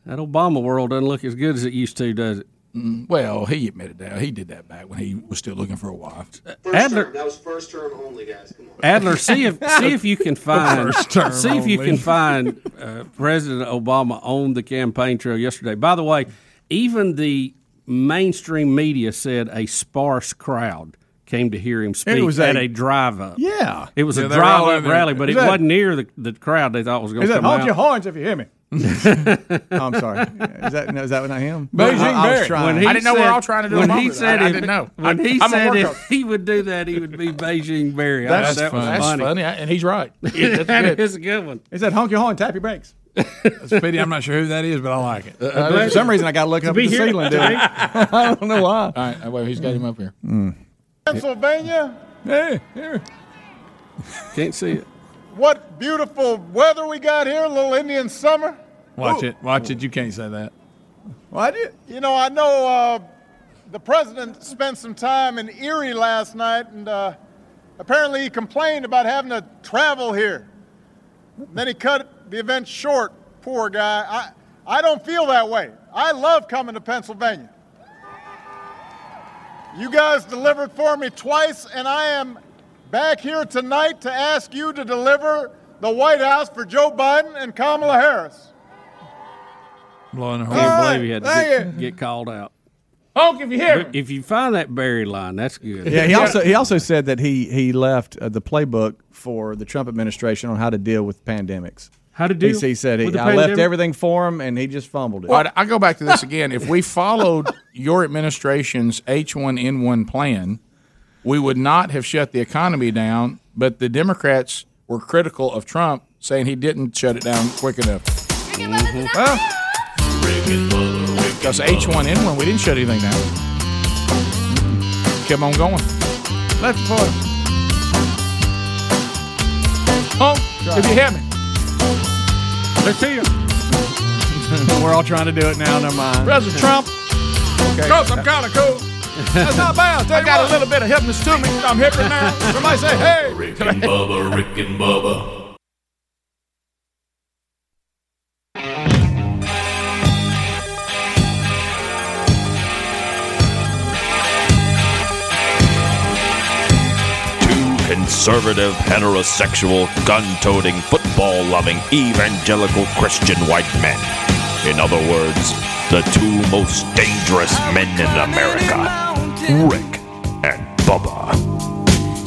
Speaker 4: That Obama world doesn't look as good as it used to, does it?
Speaker 2: Mm, well, he admitted that. He did that back when he was still looking for a wife.
Speaker 4: *laughs*
Speaker 12: First
Speaker 4: Adler-
Speaker 12: term. That was first term only, guys. Come on.
Speaker 4: Adler, see if see if
Speaker 8: *laughs*
Speaker 4: you can *laughs* find
Speaker 12: First term
Speaker 4: see if you
Speaker 12: only.
Speaker 4: can find uh, President Obama on the campaign trail yesterday. By the way, even the mainstream media said a sparse crowd came to hear him speak
Speaker 8: was
Speaker 4: at
Speaker 8: a-
Speaker 4: a, drive-up.
Speaker 8: Yeah.
Speaker 4: it was
Speaker 8: Yeah,
Speaker 4: a
Speaker 8: they were all
Speaker 4: drive-up
Speaker 8: in there.
Speaker 4: rally, but
Speaker 8: Is
Speaker 4: it
Speaker 8: that-
Speaker 4: wasn't near the, the crowd they thought was going
Speaker 8: Is
Speaker 4: to
Speaker 8: that
Speaker 4: come
Speaker 8: honk
Speaker 4: out.
Speaker 8: your horns if you
Speaker 4: *laughs*
Speaker 8: hear me?
Speaker 7: Oh, I'm sorry. Is that no, is that not him?
Speaker 8: Beijing
Speaker 7: I- I was
Speaker 8: Barry.
Speaker 7: trying.
Speaker 4: When he
Speaker 2: I didn't know
Speaker 4: said-
Speaker 2: we're all trying to do
Speaker 4: when
Speaker 2: a
Speaker 4: he
Speaker 2: Muppet.
Speaker 4: said
Speaker 2: I- I
Speaker 4: if-
Speaker 2: didn't know.
Speaker 4: When
Speaker 2: I- I'm
Speaker 4: he
Speaker 2: a
Speaker 4: said
Speaker 2: workout.
Speaker 4: if he would do that, he would be Beijing Barry. I
Speaker 8: That's
Speaker 4: thought that was
Speaker 8: funny. That's funny.
Speaker 2: I- and he's *laughs*
Speaker 4: *laughs*
Speaker 2: right.
Speaker 8: That's
Speaker 4: that
Speaker 8: good.
Speaker 4: is a good one.
Speaker 8: Is that honk your horn, tap your brakes?
Speaker 4: *laughs*
Speaker 8: Speedy, I'm not sure who that is, but I like
Speaker 2: Uh,
Speaker 8: it.
Speaker 7: for some reason, I got to look
Speaker 8: To
Speaker 7: up
Speaker 8: be
Speaker 7: at the
Speaker 8: here-
Speaker 7: ceiling,
Speaker 8: to
Speaker 7: dude.
Speaker 2: *laughs*
Speaker 8: be-
Speaker 7: I don't know why. All
Speaker 2: right, uh, wait, he's got him up here.
Speaker 13: Pennsylvania.
Speaker 8: Hey, here.
Speaker 4: Can't see it.
Speaker 13: What beautiful weather we got here, a little Indian summer.
Speaker 8: Watch
Speaker 13: Ooh.
Speaker 8: it. Watch it. You can't say that.
Speaker 13: Why did you know? I know uh, the president spent some time in Erie last night, and uh, apparently he complained about having to travel here. Then he cut the event short. Poor guy. I I don't feel that way. I love coming to Pennsylvania. You guys delivered for me twice, and I am back here tonight to ask you to deliver the White House for Joe Biden and Kamala Harris.
Speaker 8: Blowing
Speaker 4: Can't
Speaker 8: horn.
Speaker 4: believe he had
Speaker 13: thank
Speaker 4: to get,
Speaker 13: you.
Speaker 4: get called out.
Speaker 2: Honk if you hear
Speaker 4: But if you find that Barry line, that's good.
Speaker 7: Yeah, he also he also said that he he left uh, the playbook for the Trump administration on how to deal with pandemics.
Speaker 4: How to
Speaker 7: He,
Speaker 4: deal
Speaker 7: he said he,
Speaker 4: with the
Speaker 7: I
Speaker 4: pandemic?
Speaker 7: left everything for him, and he just fumbled it.
Speaker 2: Well, I go back to this again. If we followed your administration's H1N1 plan, we would not have shut the economy down, but the Democrats were critical of Trump, saying he didn't shut it down quick enough. Mm-hmm. Because H1N1, we didn't shut anything down. Kept on going. Let's put. Oh, if you hear me. Let's hear you.
Speaker 7: *laughs* We're all trying to do it now. Never mind.
Speaker 2: President Trump. Because I'm kind of cool.
Speaker 7: *laughs*
Speaker 2: That's not bad. I got a little bit of hipness to me. I'm hip right now. Somebody say, hey.
Speaker 17: Rick and Bubba, Rick and Bubba.
Speaker 6: Two conservative, heterosexual, gun toting, football loving, evangelical Christian white men. In other words, the two most dangerous men in America Rick and Bubba.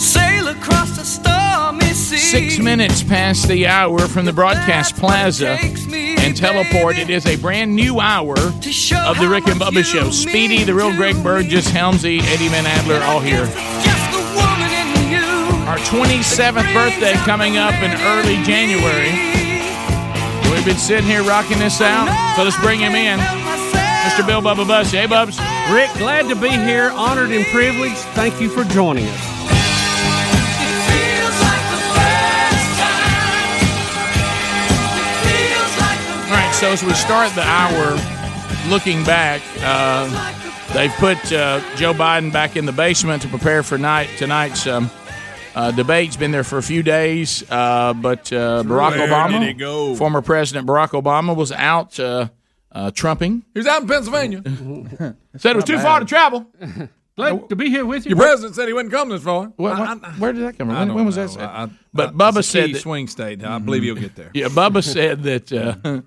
Speaker 27: Sail across the stormy sea.
Speaker 2: Six minutes past the hour from the broadcast plaza and teleport. It is a brand new hour of the Rick and Bubba Show. Speedy, the real Greg Burgess, Helmsy, Eddie Van Adler, all here. Our 27th birthday coming up in early January. We've been sitting here rocking this out, so let's bring him in. Mr. Bill Bubba Bussy. Hey, Bubs.
Speaker 4: Rick, glad to be here. Honored and privileged. Thank you for joining us.
Speaker 2: All right, so as we start the hour, looking back, uh, they've put uh, Joe Biden back in the basement to prepare for night tonight's um, uh, debate. He's been there for a few days, uh, but uh, Barack
Speaker 8: Where
Speaker 2: Obama,
Speaker 8: did he go?
Speaker 2: former President Barack Obama, was out uh, uh, trumping.
Speaker 8: He was out in *laughs* Pennsylvania.
Speaker 2: Said it was too far to travel.
Speaker 8: *laughs*
Speaker 4: Glad to be here with you.
Speaker 8: Your president said he wouldn't come this far.
Speaker 2: Where, where did that come from?
Speaker 8: I
Speaker 2: When,
Speaker 8: don't
Speaker 2: when was
Speaker 8: know.
Speaker 2: that? Said?
Speaker 8: I- I-
Speaker 2: but
Speaker 8: it's
Speaker 2: Bubba
Speaker 8: a
Speaker 2: said
Speaker 8: key
Speaker 2: that- Mm-hmm.
Speaker 8: swing state. I believe he'll get there.
Speaker 2: Mm. *laughs* Yeah, Bubba
Speaker 8: *laughs*
Speaker 2: said that uh,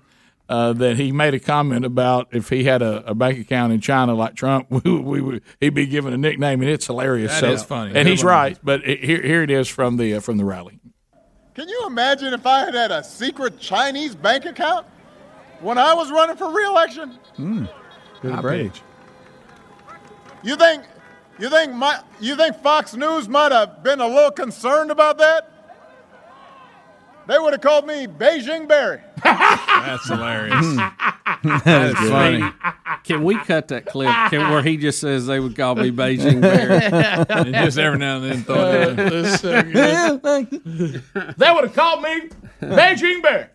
Speaker 2: uh, that he made a comment about if he had a, a bank account in China like Trump, *laughs* we, would- we would he'd be given a nickname, and it's hilarious.
Speaker 13: That
Speaker 2: so,
Speaker 13: is funny.
Speaker 2: and he's
Speaker 13: Good one.
Speaker 2: right. But it, here here it is from the uh, from the rally.
Speaker 13: Can you imagine if I had had a secret Chinese bank account when I was running for re-election?
Speaker 8: Mm.
Speaker 7: Good
Speaker 13: High
Speaker 7: bridge.
Speaker 13: You think, you think my, you think Fox News might have been a little concerned about that? They would have called me Beijing Barry.
Speaker 2: That's hilarious.
Speaker 4: *laughs*
Speaker 2: Mm.
Speaker 8: *laughs*
Speaker 4: That is funny. Can we cut that clip can, where he just says they would call me Beijing Bear? *laughs*
Speaker 2: And just every now and then throw it in.
Speaker 4: That's so
Speaker 2: Uh,
Speaker 4: good.
Speaker 28: They would have called me Beijing Bear.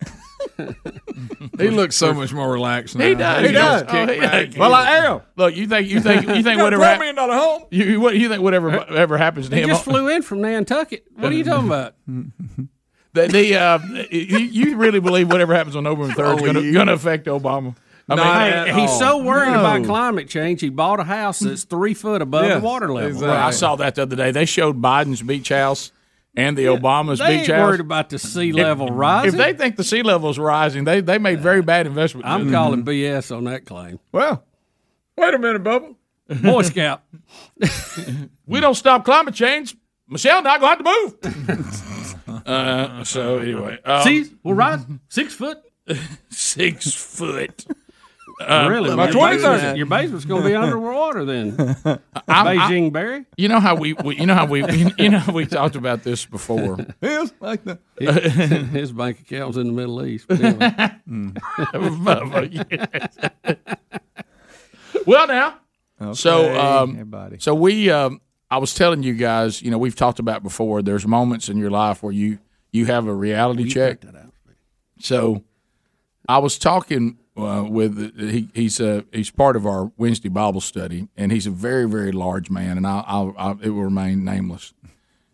Speaker 2: He looks so much more relaxed. Now.
Speaker 28: He does.
Speaker 2: He does.
Speaker 28: Oh, he-
Speaker 2: kick back.
Speaker 28: well, I
Speaker 2: am. Look, you think you think you think
Speaker 4: Don't
Speaker 2: whatever
Speaker 4: throw
Speaker 2: hap-
Speaker 4: me another home.
Speaker 2: You, you what you think whatever whatever happens to
Speaker 4: He
Speaker 2: him?
Speaker 4: just flew in from Nantucket. What are you
Speaker 2: *laughs*
Speaker 4: talking about?
Speaker 2: The, the uh, you, you really believe whatever happens on November third
Speaker 4: Oh,
Speaker 2: is
Speaker 4: you-
Speaker 2: going to affect Obama?
Speaker 4: Hey, he's so worried
Speaker 2: No.
Speaker 4: about climate change, he bought a house that's three foot above
Speaker 2: Yeah,
Speaker 4: the water level.
Speaker 2: exactly. I saw that the other day. They showed Biden's beach house and the Obama's
Speaker 4: They
Speaker 2: beach
Speaker 4: ain't
Speaker 2: house.
Speaker 4: worried about the sea
Speaker 2: If-
Speaker 4: level rising.
Speaker 2: If they think the sea level is rising, they they made very bad investment. Mm-hmm.
Speaker 4: I'm calling BS on that claim.
Speaker 2: Well, wait a minute, Bubba.
Speaker 4: *laughs* Boy Scout.
Speaker 2: *laughs* we don't stop climate change. Michelle and I gonna have to move. uh, so anyway, um,
Speaker 4: See, we'll rise six foot.
Speaker 2: six foot.
Speaker 4: *laughs*
Speaker 2: Um,
Speaker 4: really?
Speaker 2: my
Speaker 4: man,
Speaker 2: twenty
Speaker 4: your basement-
Speaker 2: thirty.
Speaker 4: Your basement's going to
Speaker 2: *laughs*
Speaker 4: be underwater then.
Speaker 2: I'm- I-
Speaker 4: Beijing Barry?
Speaker 2: You know how we, we you know how we *laughs* you know how we talked about this before.
Speaker 4: Yes, like
Speaker 2: *laughs*
Speaker 4: that. *laughs* His bank account's in the Middle East. but anyway.
Speaker 2: *laughs* Bubba,
Speaker 4: *laughs*
Speaker 2: well now so
Speaker 4: Okay,
Speaker 2: um,
Speaker 4: everybody.
Speaker 2: so we um, i was telling you guys you know we've talked about before there's moments in your life where you you have a reality check so i was talking uh, with he, he's uh, he's part of our wednesday bible study and he's a very very large man and i I'll, I'll it will remain nameless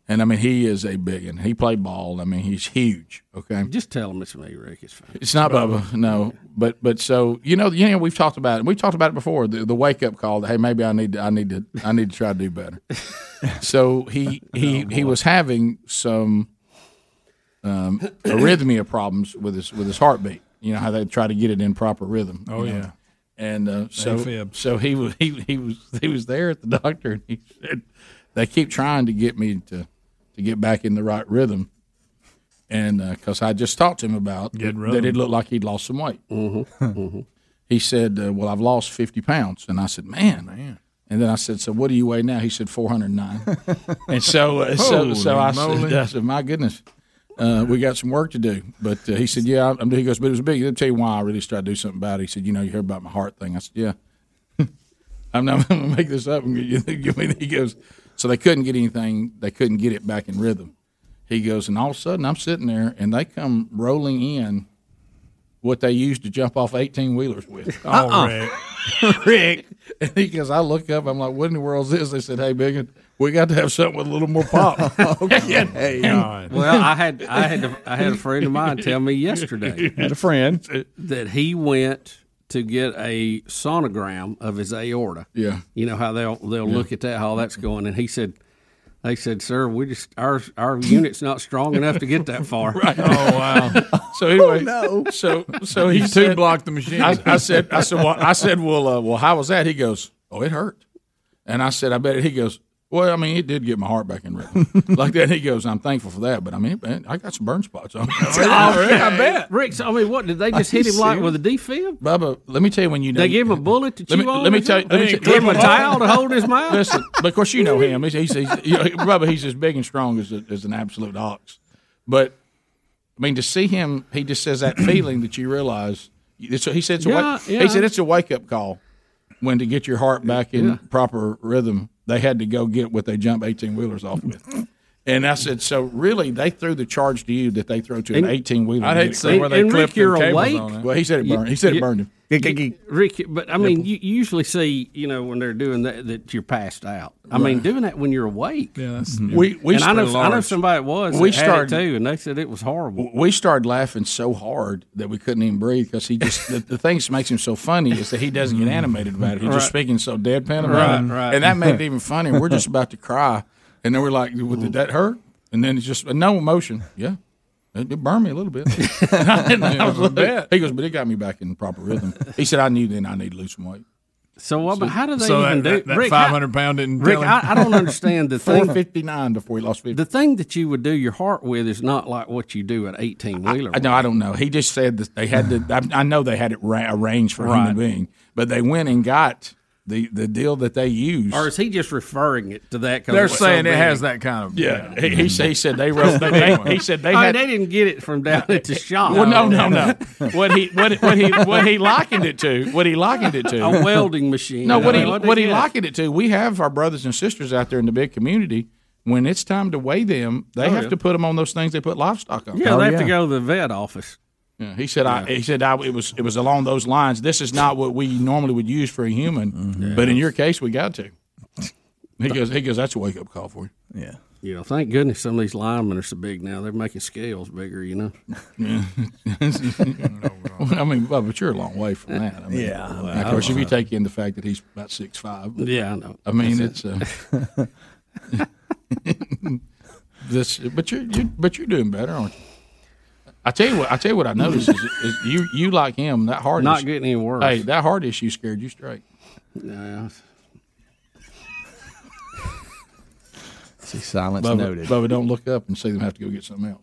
Speaker 2: and i mean he is a big one he played ball i mean he's huge okay
Speaker 4: Just tell him it's me, Rick. It's fine.
Speaker 2: it's not Bubba. no. But but so you know, you know, we've talked about it. We've talked about it before. The, the wake up call. That, hey, maybe I need to, I need to I need to try to do
Speaker 4: *laughs*
Speaker 2: better. so he he he was having some um, arrhythmia problems with his with his heartbeat. You know how they try to get it in proper rhythm.
Speaker 8: Oh,
Speaker 2: you know?
Speaker 8: yeah.
Speaker 2: And uh,
Speaker 8: They
Speaker 2: so
Speaker 8: fib.
Speaker 2: so he was he, he was he was there at the doctor and he said they keep trying to get me to to get back in the right rhythm. And because I just talked to him about
Speaker 8: Getting
Speaker 2: that, it
Speaker 8: rhythm.
Speaker 2: looked like he'd lost some weight. *laughs* He said, uh, "Well, I've lost fifty pounds," and I said, "Man, man." And then I said, "So what do you weigh now?" He said, 409. and so, uh, so, so I
Speaker 8: Holy
Speaker 2: said,
Speaker 8: moly.
Speaker 2: I said, "My goodness, uh, we got some work to do." But uh, he said, "Yeah." I'm, he goes, "But it was big." He'll tell you why I really tried to do something about it. He said, "You know, you heard about my heart thing." I said, "Yeah." *laughs* I'm not *laughs* going to make this up. And you *laughs* think you mean he goes? So they couldn't get anything. They couldn't get it back in rhythm. He goes, and all of a sudden I'm sitting there, and they come rolling in what they used to jump off eighteen wheelers with.
Speaker 4: Oh,
Speaker 8: Uh-uh.
Speaker 2: Rick,
Speaker 4: *laughs*
Speaker 2: Rick. And he goes, I look up. I'm like, what in the world is this? They said, Hey, Biggin, we got to have something with a little more pop. *laughs*
Speaker 4: *laughs*
Speaker 2: okay.
Speaker 4: Well, I had I had a- I had a friend of mine tell me *laughs* yesterday.
Speaker 2: *laughs* Had a
Speaker 4: friend that he went to get a sonogram of his aorta.
Speaker 2: Yeah.
Speaker 4: you know how they'll they'll
Speaker 2: Yeah.
Speaker 4: look at that how that's going, and he said. They said, "Sir, we just our our unit's not strong enough to get that
Speaker 2: *laughs*
Speaker 4: far." right.
Speaker 2: Oh wow. So anyway,
Speaker 4: Oh,
Speaker 2: so so he
Speaker 8: You two
Speaker 2: said, *laughs*
Speaker 8: blocked the machine.
Speaker 2: I, I said, I said, well, I said, well, uh, well, how was that? He goes, oh, it hurt. And I said, I bet it. He goes, well, I mean, it did get my heart back in rhythm *laughs* like that. He goes, I'm thankful for that, but I mean, man, I got some burn spots
Speaker 8: *laughs*
Speaker 2: on. *laughs*
Speaker 4: *laughs* I bet. Rick, so, I mean, what did they just hit him like with a defib?
Speaker 2: Bubba, let me tell you when you know.
Speaker 4: They give him a bullet to
Speaker 2: Let me,
Speaker 4: chew on
Speaker 2: let me
Speaker 4: or
Speaker 2: tell you.
Speaker 4: something?
Speaker 2: Let me
Speaker 4: Give him a towel to hold his mouth.
Speaker 2: Listen, but of course you know him. He's, he's, he's you know, Bubba. He's as big and strong as, a, as an absolute ox. But I mean, to see him, he just says
Speaker 4: *clears throat*
Speaker 2: that feeling that you realize. So he said, it's a
Speaker 8: Yeah,
Speaker 2: wake,
Speaker 8: yeah.
Speaker 2: he said it's a wake up call when to get your heart back in proper rhythm. They had to go get what they jumped eighteen wheelers off
Speaker 8: *laughs*
Speaker 2: with. And I said, so really, they threw the charge to you that they throw to an
Speaker 4: And-
Speaker 2: eighteen wheeler.
Speaker 4: I'd hate to see where they And- and Rick, clipped them you're cables awake? on it.
Speaker 2: Well, he said it burned. He said it
Speaker 4: You-
Speaker 2: burned him.
Speaker 4: you- Rick, but I mean, you you usually see, you know, when they're doing that, that you're passed out. I mean,
Speaker 2: Right. Mm-hmm.
Speaker 4: doing that when you're awake. Yeah, that's
Speaker 2: We- we
Speaker 4: and I know,
Speaker 2: started
Speaker 4: I know
Speaker 2: large.
Speaker 4: somebody that was.
Speaker 2: We
Speaker 4: We started
Speaker 2: started-
Speaker 4: too, and they said it was horrible.
Speaker 2: We started laughing so hard that we couldn't even breathe because he just the, the thing that makes him so funny is that he doesn't get animated about it. He's just
Speaker 8: Right.
Speaker 2: speaking so deadpan about it,
Speaker 8: Right, right.
Speaker 2: and that *laughs*
Speaker 8: *laughs*
Speaker 2: made it even funnier. We're just about to cry, and then we're like, "Well, "Did that hurt?" And then it's just uh, no emotion. Yeah, it, it *laughs* burned me a little bit. And I, and I
Speaker 8: Yeah,
Speaker 2: was
Speaker 8: I
Speaker 2: like-
Speaker 8: bet.
Speaker 2: He goes, "But it got me back in proper rhythm." He said, "I knew then I need to lose some weight."
Speaker 4: So, what- but how do they
Speaker 2: so that-
Speaker 4: even do
Speaker 2: that- that
Speaker 4: Rick,
Speaker 2: 500
Speaker 4: how-
Speaker 2: pound didn't
Speaker 4: Rick,
Speaker 2: tell him?
Speaker 4: I, I don't understand
Speaker 2: *laughs*
Speaker 4: the thing.
Speaker 2: 459 before he lost 50.
Speaker 4: The thing that you would do your heart with is not like what you do at eighteen wheeler.
Speaker 2: I, no, I don't know. He just
Speaker 4: *sighs*
Speaker 2: said that they had to. I, I know they had it ra- arranged for a human
Speaker 4: Right.
Speaker 2: being, but they went and got the the deal that they use.
Speaker 4: Or is he just referring it to that? 'cause
Speaker 2: They're
Speaker 4: it's so
Speaker 2: saying it
Speaker 4: big?
Speaker 2: has that kind of- Yeah. Mm-hmm. He- he said- he said they wrote- they- they- he said they
Speaker 4: I mean,
Speaker 2: had-
Speaker 4: Oh, they didn't get it from down
Speaker 2: *laughs*
Speaker 4: at the shop.
Speaker 2: Well, no, no,
Speaker 4: *laughs*
Speaker 2: no. what he what what he what he likened it to? What he likened it to?
Speaker 4: A welding machine.
Speaker 2: No, what
Speaker 4: I
Speaker 2: he
Speaker 4: mean, what'd
Speaker 2: what
Speaker 4: they
Speaker 2: he
Speaker 4: get?
Speaker 2: likened it to? We have our brothers and sisters out there in the big community. When it's time to weigh them, they
Speaker 4: Oh,
Speaker 2: have
Speaker 4: yeah.
Speaker 2: to put them on those things they put livestock on.
Speaker 4: Oh, Yeah, they have to go to the vet office.
Speaker 2: Yeah, he said. I, he said I, it was it was along those lines. This is not what we normally would use for a human,
Speaker 4: Mm-hmm.
Speaker 2: but in your case, we got to. *laughs* He goes. He goes. That's a wake up call for you.
Speaker 7: Yeah.
Speaker 4: You know, thank goodness some of these linemen are so big now. They're making scales bigger, you know.
Speaker 2: I mean, well, but you're a long way from that. I mean,
Speaker 4: Yeah,
Speaker 2: Of
Speaker 4: well,
Speaker 2: course,
Speaker 4: I
Speaker 2: if you
Speaker 4: don't know.
Speaker 2: take in the fact that he's about six five.
Speaker 4: Yeah, I know.
Speaker 2: I mean,
Speaker 4: That's
Speaker 2: it's uh, *laughs* this, but you're, you're but you're doing better, aren't you? *laughs* I tell you what. I tell you what. I noticed is, is you you like him that heart
Speaker 4: Not
Speaker 2: is-
Speaker 4: getting any worse.
Speaker 2: Hey, that heart issue scared you straight.
Speaker 4: Yeah.
Speaker 7: See, silence
Speaker 2: Bubba,
Speaker 7: noted.
Speaker 2: Bubba, don't look up and see them have to go get something else.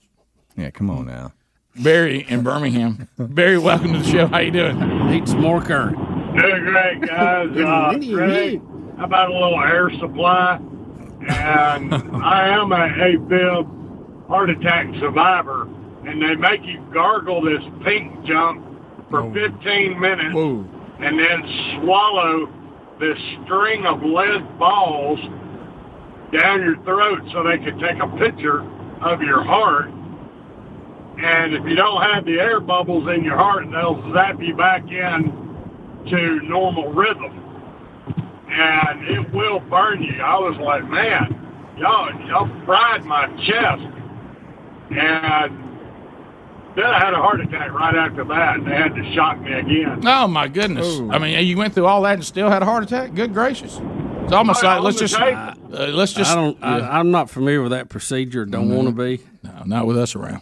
Speaker 7: Yeah, come on now.
Speaker 2: Barry in
Speaker 7: *laughs*
Speaker 2: Birmingham. Barry, welcome to the show. How you doing?
Speaker 4: Need some more current.
Speaker 19: Doing great, guys. Uh, really, how about a little air supply? And I am a AFib heart attack survivor, and they make you gargle this pink junk for 15 minutes and then swallow this string of lead balls down your throat so they can take a picture of your heart. And if you don't have the air bubbles in your heart, they'll zap you back in to normal rhythm, and it will burn you. I was like, man, y'all, y'all fried my chest, and then I had a heart attack right after that, and they had to shock me again.
Speaker 2: Oh my goodness! I mean, you went through all that and still had a heart attack. Good gracious! It's almost
Speaker 19: Oh,
Speaker 2: like let's
Speaker 19: on the
Speaker 2: just
Speaker 19: tape.
Speaker 2: uh, let's just.
Speaker 4: I don't.
Speaker 2: yeah.
Speaker 4: I, I'm not familiar with that procedure. Don't
Speaker 2: No.
Speaker 4: want to be.
Speaker 2: No, not with us around.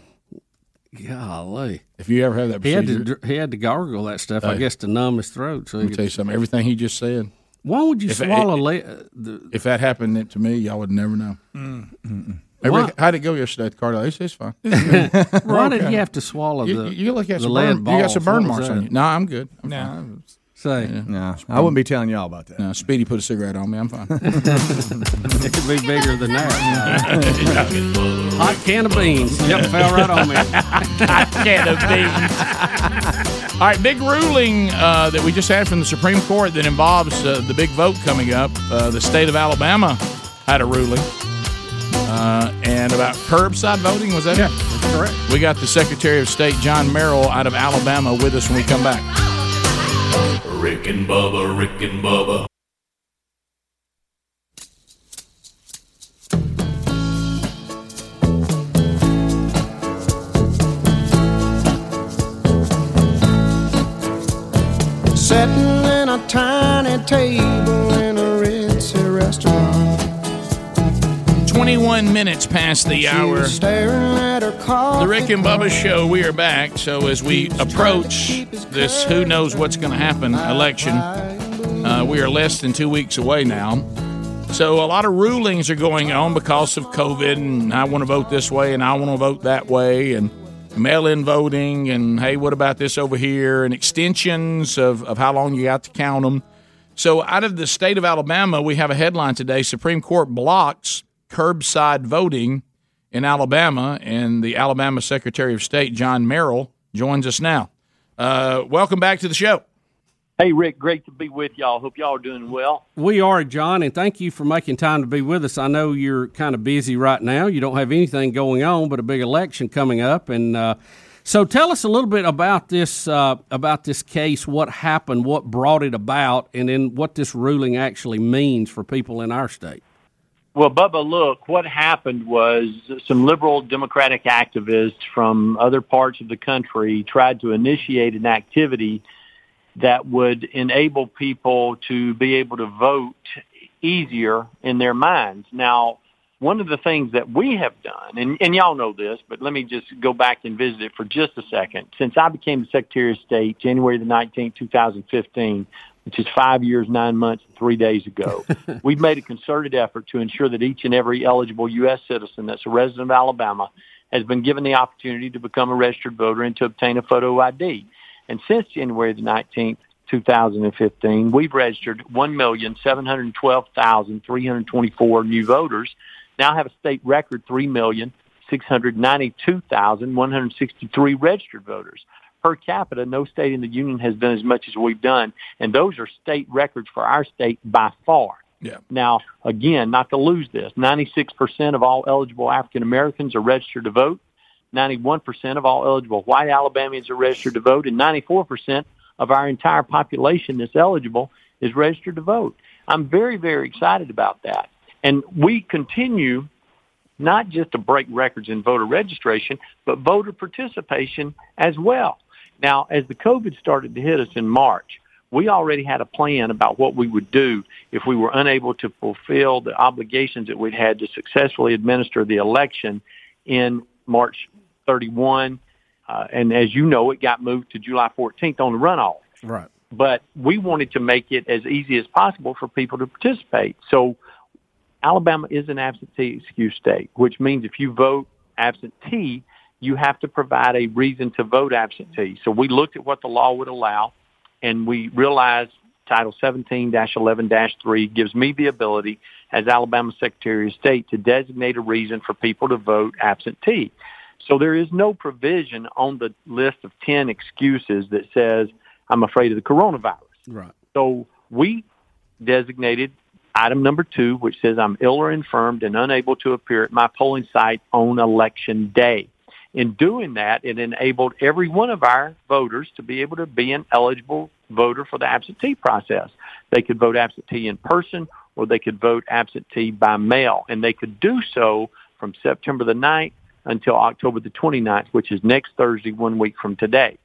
Speaker 4: Golly!
Speaker 2: If you ever have that
Speaker 4: he had to
Speaker 2: procedure-
Speaker 4: dr- he had to gargle that stuff. I
Speaker 2: Hey.
Speaker 4: guess to numb his throat. So
Speaker 2: Let me tell you something. Everything he just said.
Speaker 4: Why would you
Speaker 2: If it-
Speaker 4: swallow?
Speaker 2: it-
Speaker 4: le- uh, the,
Speaker 2: If that happened to me, y'all would never know. Hey,
Speaker 4: Mm. Why-
Speaker 2: Rick, how'd it go yesterday at the car? It's, it's fine.
Speaker 4: *laughs* Why did he have to swallow
Speaker 2: You,
Speaker 4: the?
Speaker 2: you look at
Speaker 4: the
Speaker 2: some
Speaker 4: lead
Speaker 2: burn, you got
Speaker 4: balls?
Speaker 2: some burn
Speaker 4: What
Speaker 2: marks
Speaker 4: was
Speaker 2: on
Speaker 4: that?
Speaker 2: you. No, I'm good. *laughs* I'm
Speaker 4: Nah,
Speaker 2: fine.
Speaker 4: Say,
Speaker 7: no, I wouldn't be telling y'all about that.
Speaker 2: No, Speedy put a cigarette on me. I'm *laughs* fine.
Speaker 4: it could be bigger than that.
Speaker 2: *laughs*
Speaker 4: Hot can of beans. Yep, fell right on me.
Speaker 2: Hot can of *laughs* All right, big ruling uh, that we just had from the Supreme Court that involves uh, the big vote coming up. Uh, the state of Alabama had a ruling, uh, and about curbside voting was that it? That's correct. We got the Secretary of State John Merrill out of Alabama with us when we come back.
Speaker 17: Rick and Bubba, Rick and Bubba.
Speaker 14: Sitting in a tiny table in a ritzy restaurant.
Speaker 2: 21 minutes past the hour.
Speaker 14: Staring at her
Speaker 2: The
Speaker 3: Oh,
Speaker 14: coffee
Speaker 2: Rick and Bubba Show, we are back. So, as we approach this who knows what's going to happen election, uh, we are less than two weeks away now. So, a lot of rulings are going on because of COVID, and I want to vote this way, and I want to vote that way, and mail in voting, and hey, what about this over here, and extensions of, of how long you got to count them. So, out of the state of Alabama, we have a headline today Supreme Court blocks curbside voting in Alabama, and the Alabama Secretary of State, John Merrill, joins us now. Uh, welcome back to the show.
Speaker 19: Hey, Rick, great to be with y'all. Hope y'all are doing well.
Speaker 4: We are, John, and thank you for making time to be with us. I know you're kind of busy right now. You don't have anything going on, but a big election coming up, and uh, so tell us a little bit about this uh, about this case, what happened, what brought it about, and then what this ruling actually means for people in our state.
Speaker 19: Well, Bubba, look, what happened was some liberal Democratic activists from other parts of the country tried to initiate an activity that would enable people to be able to vote easier in their minds. Now, one of the things that we have done, and, and y'all know this, but let me just go back and visit it for just a second. Since I became the Secretary of State January the 19th, 2015, which is five years, nine months, and three days ago, we've made a concerted effort to ensure that each and every eligible U.S. citizen that's a resident of Alabama has been given the opportunity to become a registered voter and to obtain a photo ID. And since January the 19th,
Speaker 16: 2015, we've registered 1,712,324 new voters. Now have a state record 3,692,163 registered voters. Per capita, no state in the union has done as much as we've done, and those are state records for our state by far.
Speaker 2: Yeah.
Speaker 16: Now, again, not to lose this, 96% of all eligible African Americans are registered to vote. 91% of all eligible white Alabamians are registered to vote, and 94% of our entire population that's eligible is registered to vote. I'm very, very excited about that. And we continue not just to break records in voter registration, but voter participation as well. Now, as the COVID started to hit us in March, we already had a plan about what we would do if we were unable to fulfill the obligations that we'd had to successfully administer the election in March 31. Uh, and as you know, it got moved to July 14th on the runoff.
Speaker 4: Right.
Speaker 16: But we wanted to make it as easy as possible for people to participate. So Alabama is an absentee excuse state, which means if you vote absentee, you have to provide a reason to vote absentee. So we looked at what the law would allow, and we realized Title 17-11-3 gives me the ability as Alabama Secretary of State to designate a reason for people to vote absentee. So there is no provision on the list of 10 excuses that says, I'm afraid of the coronavirus.
Speaker 4: Right.
Speaker 16: So we designated item number two, which says I'm ill or infirmed and unable to appear at my polling site on election day. In doing that, it enabled every one of our voters to be able to be an eligible voter for the absentee process. They could vote absentee in person or they could vote absentee by mail, and they could do so from September the 9th until October the 29th, which is next Thursday, one week from today.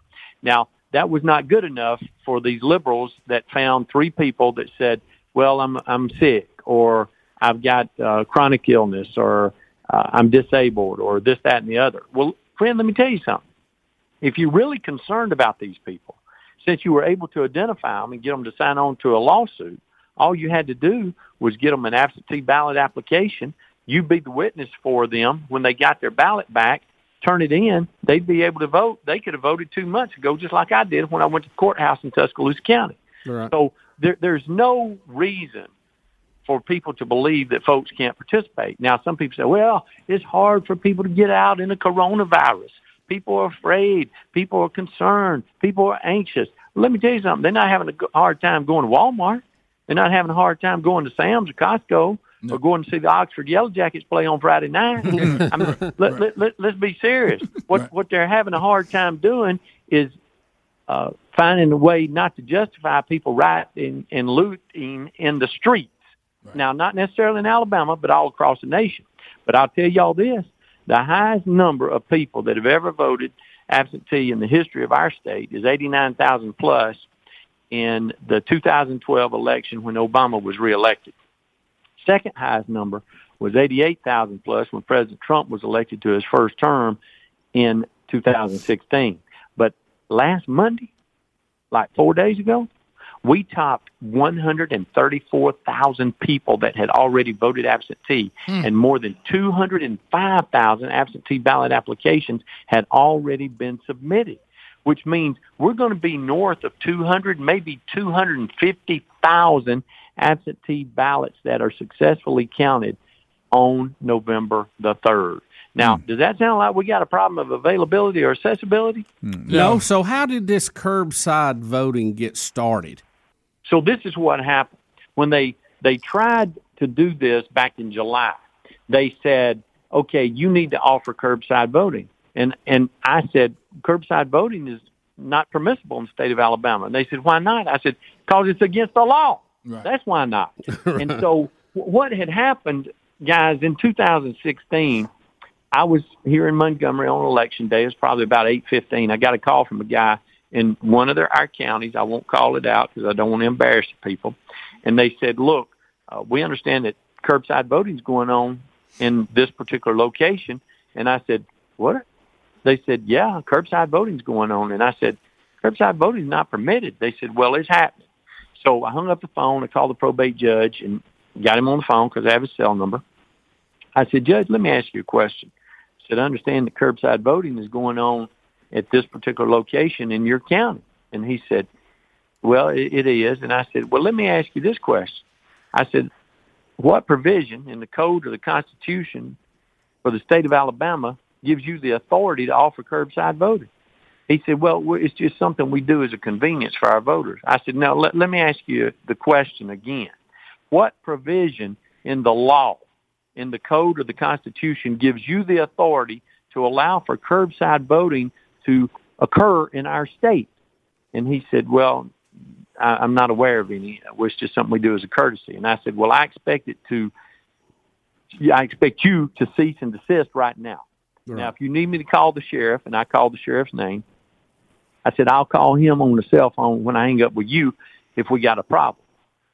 Speaker 16: Now, that was not good enough for these liberals that found three people that said, well, I'm, I'm sick or I've got uh, chronic illness or uh, I'm disabled or this, that, and the other. Well, friend, let me tell you something. If you're really concerned about these people, since you were able to identify them and get them to sign on to a lawsuit, all you had to do was get them an absentee ballot application. You be the witness for them when they got their ballot back, turn it in. They'd be able to vote. They could have voted two months ago, just like I did when I went to the courthouse in Tuscaloosa County.
Speaker 4: Right.
Speaker 16: So there, there's no reason for people to believe that folks can't participate. Now, some people say, well, it's hard for people to get out in the coronavirus. People are afraid. People are concerned. People are anxious. Let me tell you something. They're not having a g- hard time going to Walmart. They're not having a hard time going to Sam's or Costco or going to see the Oxford Yellow Jackets play on Friday night. I mean, let, let, let, let's be serious. What, what they're having a hard time doing is uh, finding a way not to justify people rioting and looting in the streets. Now, not necessarily in Alabama, but all across the nation. But I'll tell y'all this, the highest number of people that have ever voted absentee in the history of our state is 89,000 plus in the 2012 election when Obama was reelected. Second highest number was 88,000 plus when President Trump was elected to his first term in 2016. But last Monday, like four days ago, we topped 134,000 people that had already voted absentee,
Speaker 3: Hmm.
Speaker 16: and more than 205,000 absentee ballot applications had already been submitted, which means we're going to be north of 200, maybe 250,000 absentee ballots that are successfully counted on November the 3rd. Now, does that sound like we got a problem of availability or accessibility?
Speaker 4: No. So how did this curbside voting get started?
Speaker 16: So this is what happened when they they tried to do this back in July. They said, "Okay, you need to offer curbside voting," and and I said, "Curbside voting is not permissible in the state of Alabama." And they said, "Why not?" I said, "Because it's against the law. That's why not." And so w- what had happened, guys, in 2016. I was here in Montgomery on election day. It was probably about eight fifteen. I got a call from a guy in one of their, our counties. I won't call it out because I don't want to embarrass people. And they said, "Look, uh, we understand that curbside voting's going on in this particular location." And I said, "What?" They said, "Yeah, curbside voting's going on." And I said, "Curbside voting's not permitted." They said, "Well, it's happening." So I hung up the phone. I called the probate judge and got him on the phone because I have his cell number. I said, Judge, let me ask you a question. I said, I understand that curbside voting is going on at this particular location in your county. And he said, Well, it, it is. And I said, well, let me ask you this question. I said, what provision in the code or the Constitution for the state of Alabama gives you the authority to offer curbside voting? He said, well, we- it's just something we do as a convenience for our voters. I said, no, let, let me ask you the question again. What provision in the law, in the code or the Constitution gives you the authority to allow for curbside voting to occur in our state? And he said, well, I, I'm not aware of any. It's just something we do as a courtesy. And I said, well, I expect it to, I expect you to cease and desist right now. Now, if you need me to call the sheriff, and I called the sheriff's name, I said, I'll call him on the cell phone when I hang up with you if we got a problem.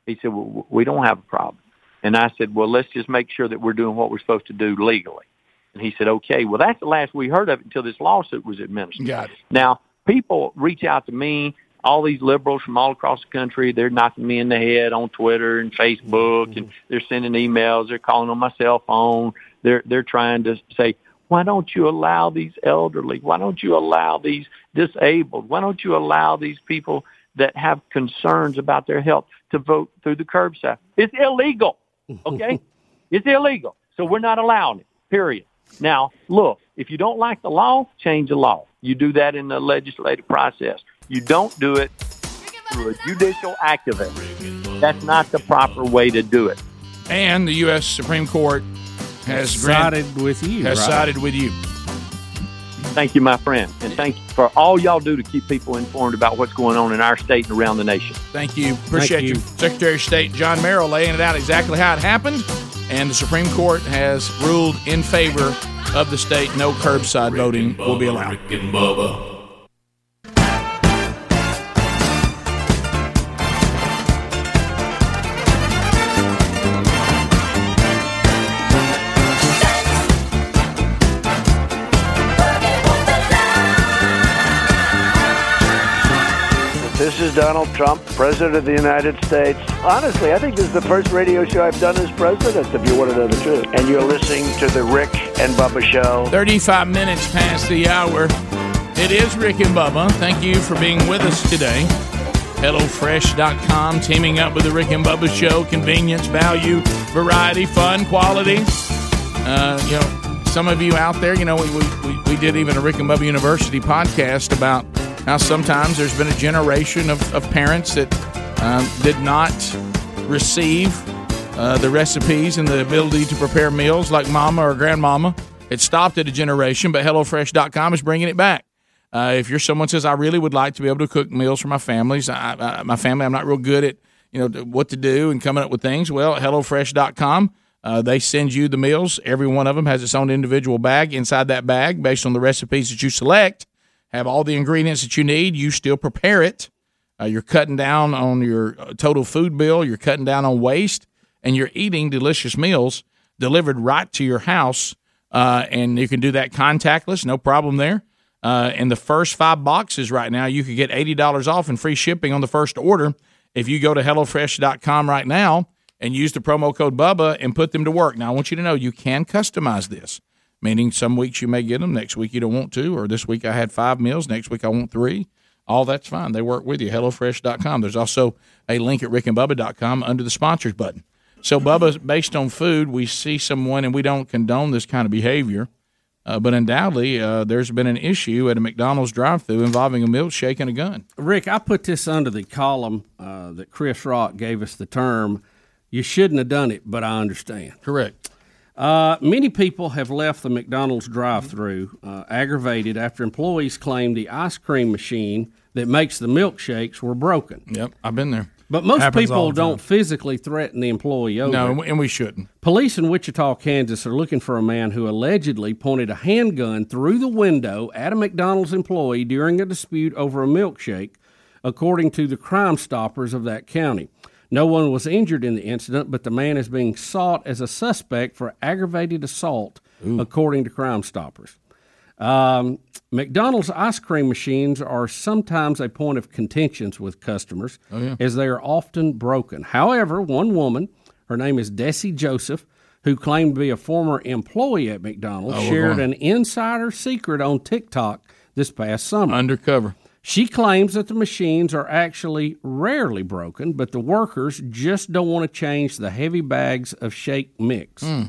Speaker 16: He said, well, w- we don't have a problem. And I said, well, let's just make sure that we're doing what we're supposed to do legally. And he said, okay. Well, that's the last we heard of it until this lawsuit was administered.
Speaker 29: Got it.
Speaker 16: Now, people reach out to me, all these liberals from all across the country, they're knocking me in the head on Twitter and Facebook and they're sending emails, they're calling on my cell phone, they're they're trying to say, Why don't you allow these elderly? Why don't you allow these disabled? Why don't you allow these people that have concerns about their health to vote through the curbside? It's illegal. Okay? it's illegal. So we're not allowing it. Period. Now, look, if you don't like the law, change the law. You do that in the legislative process. You don't do it through a judicial activist. That's not the proper way to do it.
Speaker 2: And the U.S. Supreme Court has
Speaker 16: Sided
Speaker 2: gran- with
Speaker 16: you,
Speaker 2: Has
Speaker 16: right.
Speaker 2: sided with you.
Speaker 16: Thank you, my friend. And thank you for all y'all do to keep people informed about what's going on in our state and around the nation.
Speaker 2: Thank you. Appreciate
Speaker 16: you.
Speaker 2: you. Secretary of State John Merrill laying it out exactly how it happened. And the Supreme Court has ruled in favor of the state. No curbside voting will be allowed.
Speaker 30: Rick and Bubba.
Speaker 3: This is Donald Trump, President of the United States. Honestly, I think this is the first radio show I've done as president, if you want to know the truth. And you're listening to The Rick and Bubba Show.
Speaker 2: 35 minutes past the hour. It is Rick and Bubba. Thank you for being with us today. HelloFresh.com teaming up with the Rick and Bubba Show. Convenience, value, variety, fun, quality. Uh, you know, some of you out there, you know, we, we, we, we did even a Rick and Bubba University podcast about how sometimes there's been a generation of, of parents that um, did not receive uh, the recipes and the ability to prepare meals like mama or grandmama. It stopped at a generation, but HelloFresh.com is bringing it back. Uh, if you're someone says, I really would like to be able to cook meals for my families, I, I, my family, I'm not real good at you know th- what to do and coming up with things. Well, HelloFresh.com, uh, they send you the meals. Every one of them has its own individual bag. Inside that bag, based on the recipes that you select, have all the ingredients that you need. You still prepare it. Uh, you're cutting down on your uh, total food bill. You're cutting down on waste, and you're eating delicious meals delivered right to your house. Uh, and you can do that contactless, no problem there. Uh, and the first five boxes right now, you could get eighty dollars off and free shipping on the first order if you go to hellofresh.com right now and use the promo code Bubba and put them to work. Now, I want you to know you can customize this meaning some weeks you may get them, next week you don't want to, or this week I had five meals, next week I want three. All that's fine. They work with you. HelloFresh.com. There's also a link at rickandbubba.com under the sponsors button. So, Bubba, based on food, we see someone and we don't condone this kind of behavior, uh, but undoubtedly uh, there's been an issue at a McDonald's drive thru involving a milkshake and a gun.
Speaker 4: Rick, I put this under the column uh, that Chris Rock gave us the term, you shouldn't have done it, but I understand.
Speaker 2: Correct.
Speaker 4: Uh, many people have left the McDonald's drive through uh, aggravated after employees claimed the ice cream machine that makes the milkshakes were broken.
Speaker 2: Yep, I've been there.
Speaker 4: But most
Speaker 2: Happens all
Speaker 4: people
Speaker 2: the time.
Speaker 4: don't physically threaten the employee over
Speaker 2: No,
Speaker 4: it.
Speaker 2: and we- and we shouldn't.
Speaker 4: Police in Wichita, Kansas are looking for a man who allegedly pointed a handgun through the window at a McDonald's employee during a dispute over a milkshake, according to the Crime Stoppers of that county. No one was injured in the incident, but the man is being sought as a suspect for aggravated assault, according to Crime Stoppers. Um, McDonald's ice cream machines are sometimes a point of contentions with customers,
Speaker 2: Oh, yeah.
Speaker 4: as they are often broken. However, one woman, her name is Desi Joseph, who claimed to be a former employee at McDonald's,
Speaker 2: Oh, we're
Speaker 4: shared
Speaker 2: going.
Speaker 4: an insider secret on TikTok this past summer.
Speaker 2: Undercover.
Speaker 4: She claims that the machines are actually rarely broken, but the workers just don't want to change the heavy bags of shake mix.
Speaker 2: Hmm.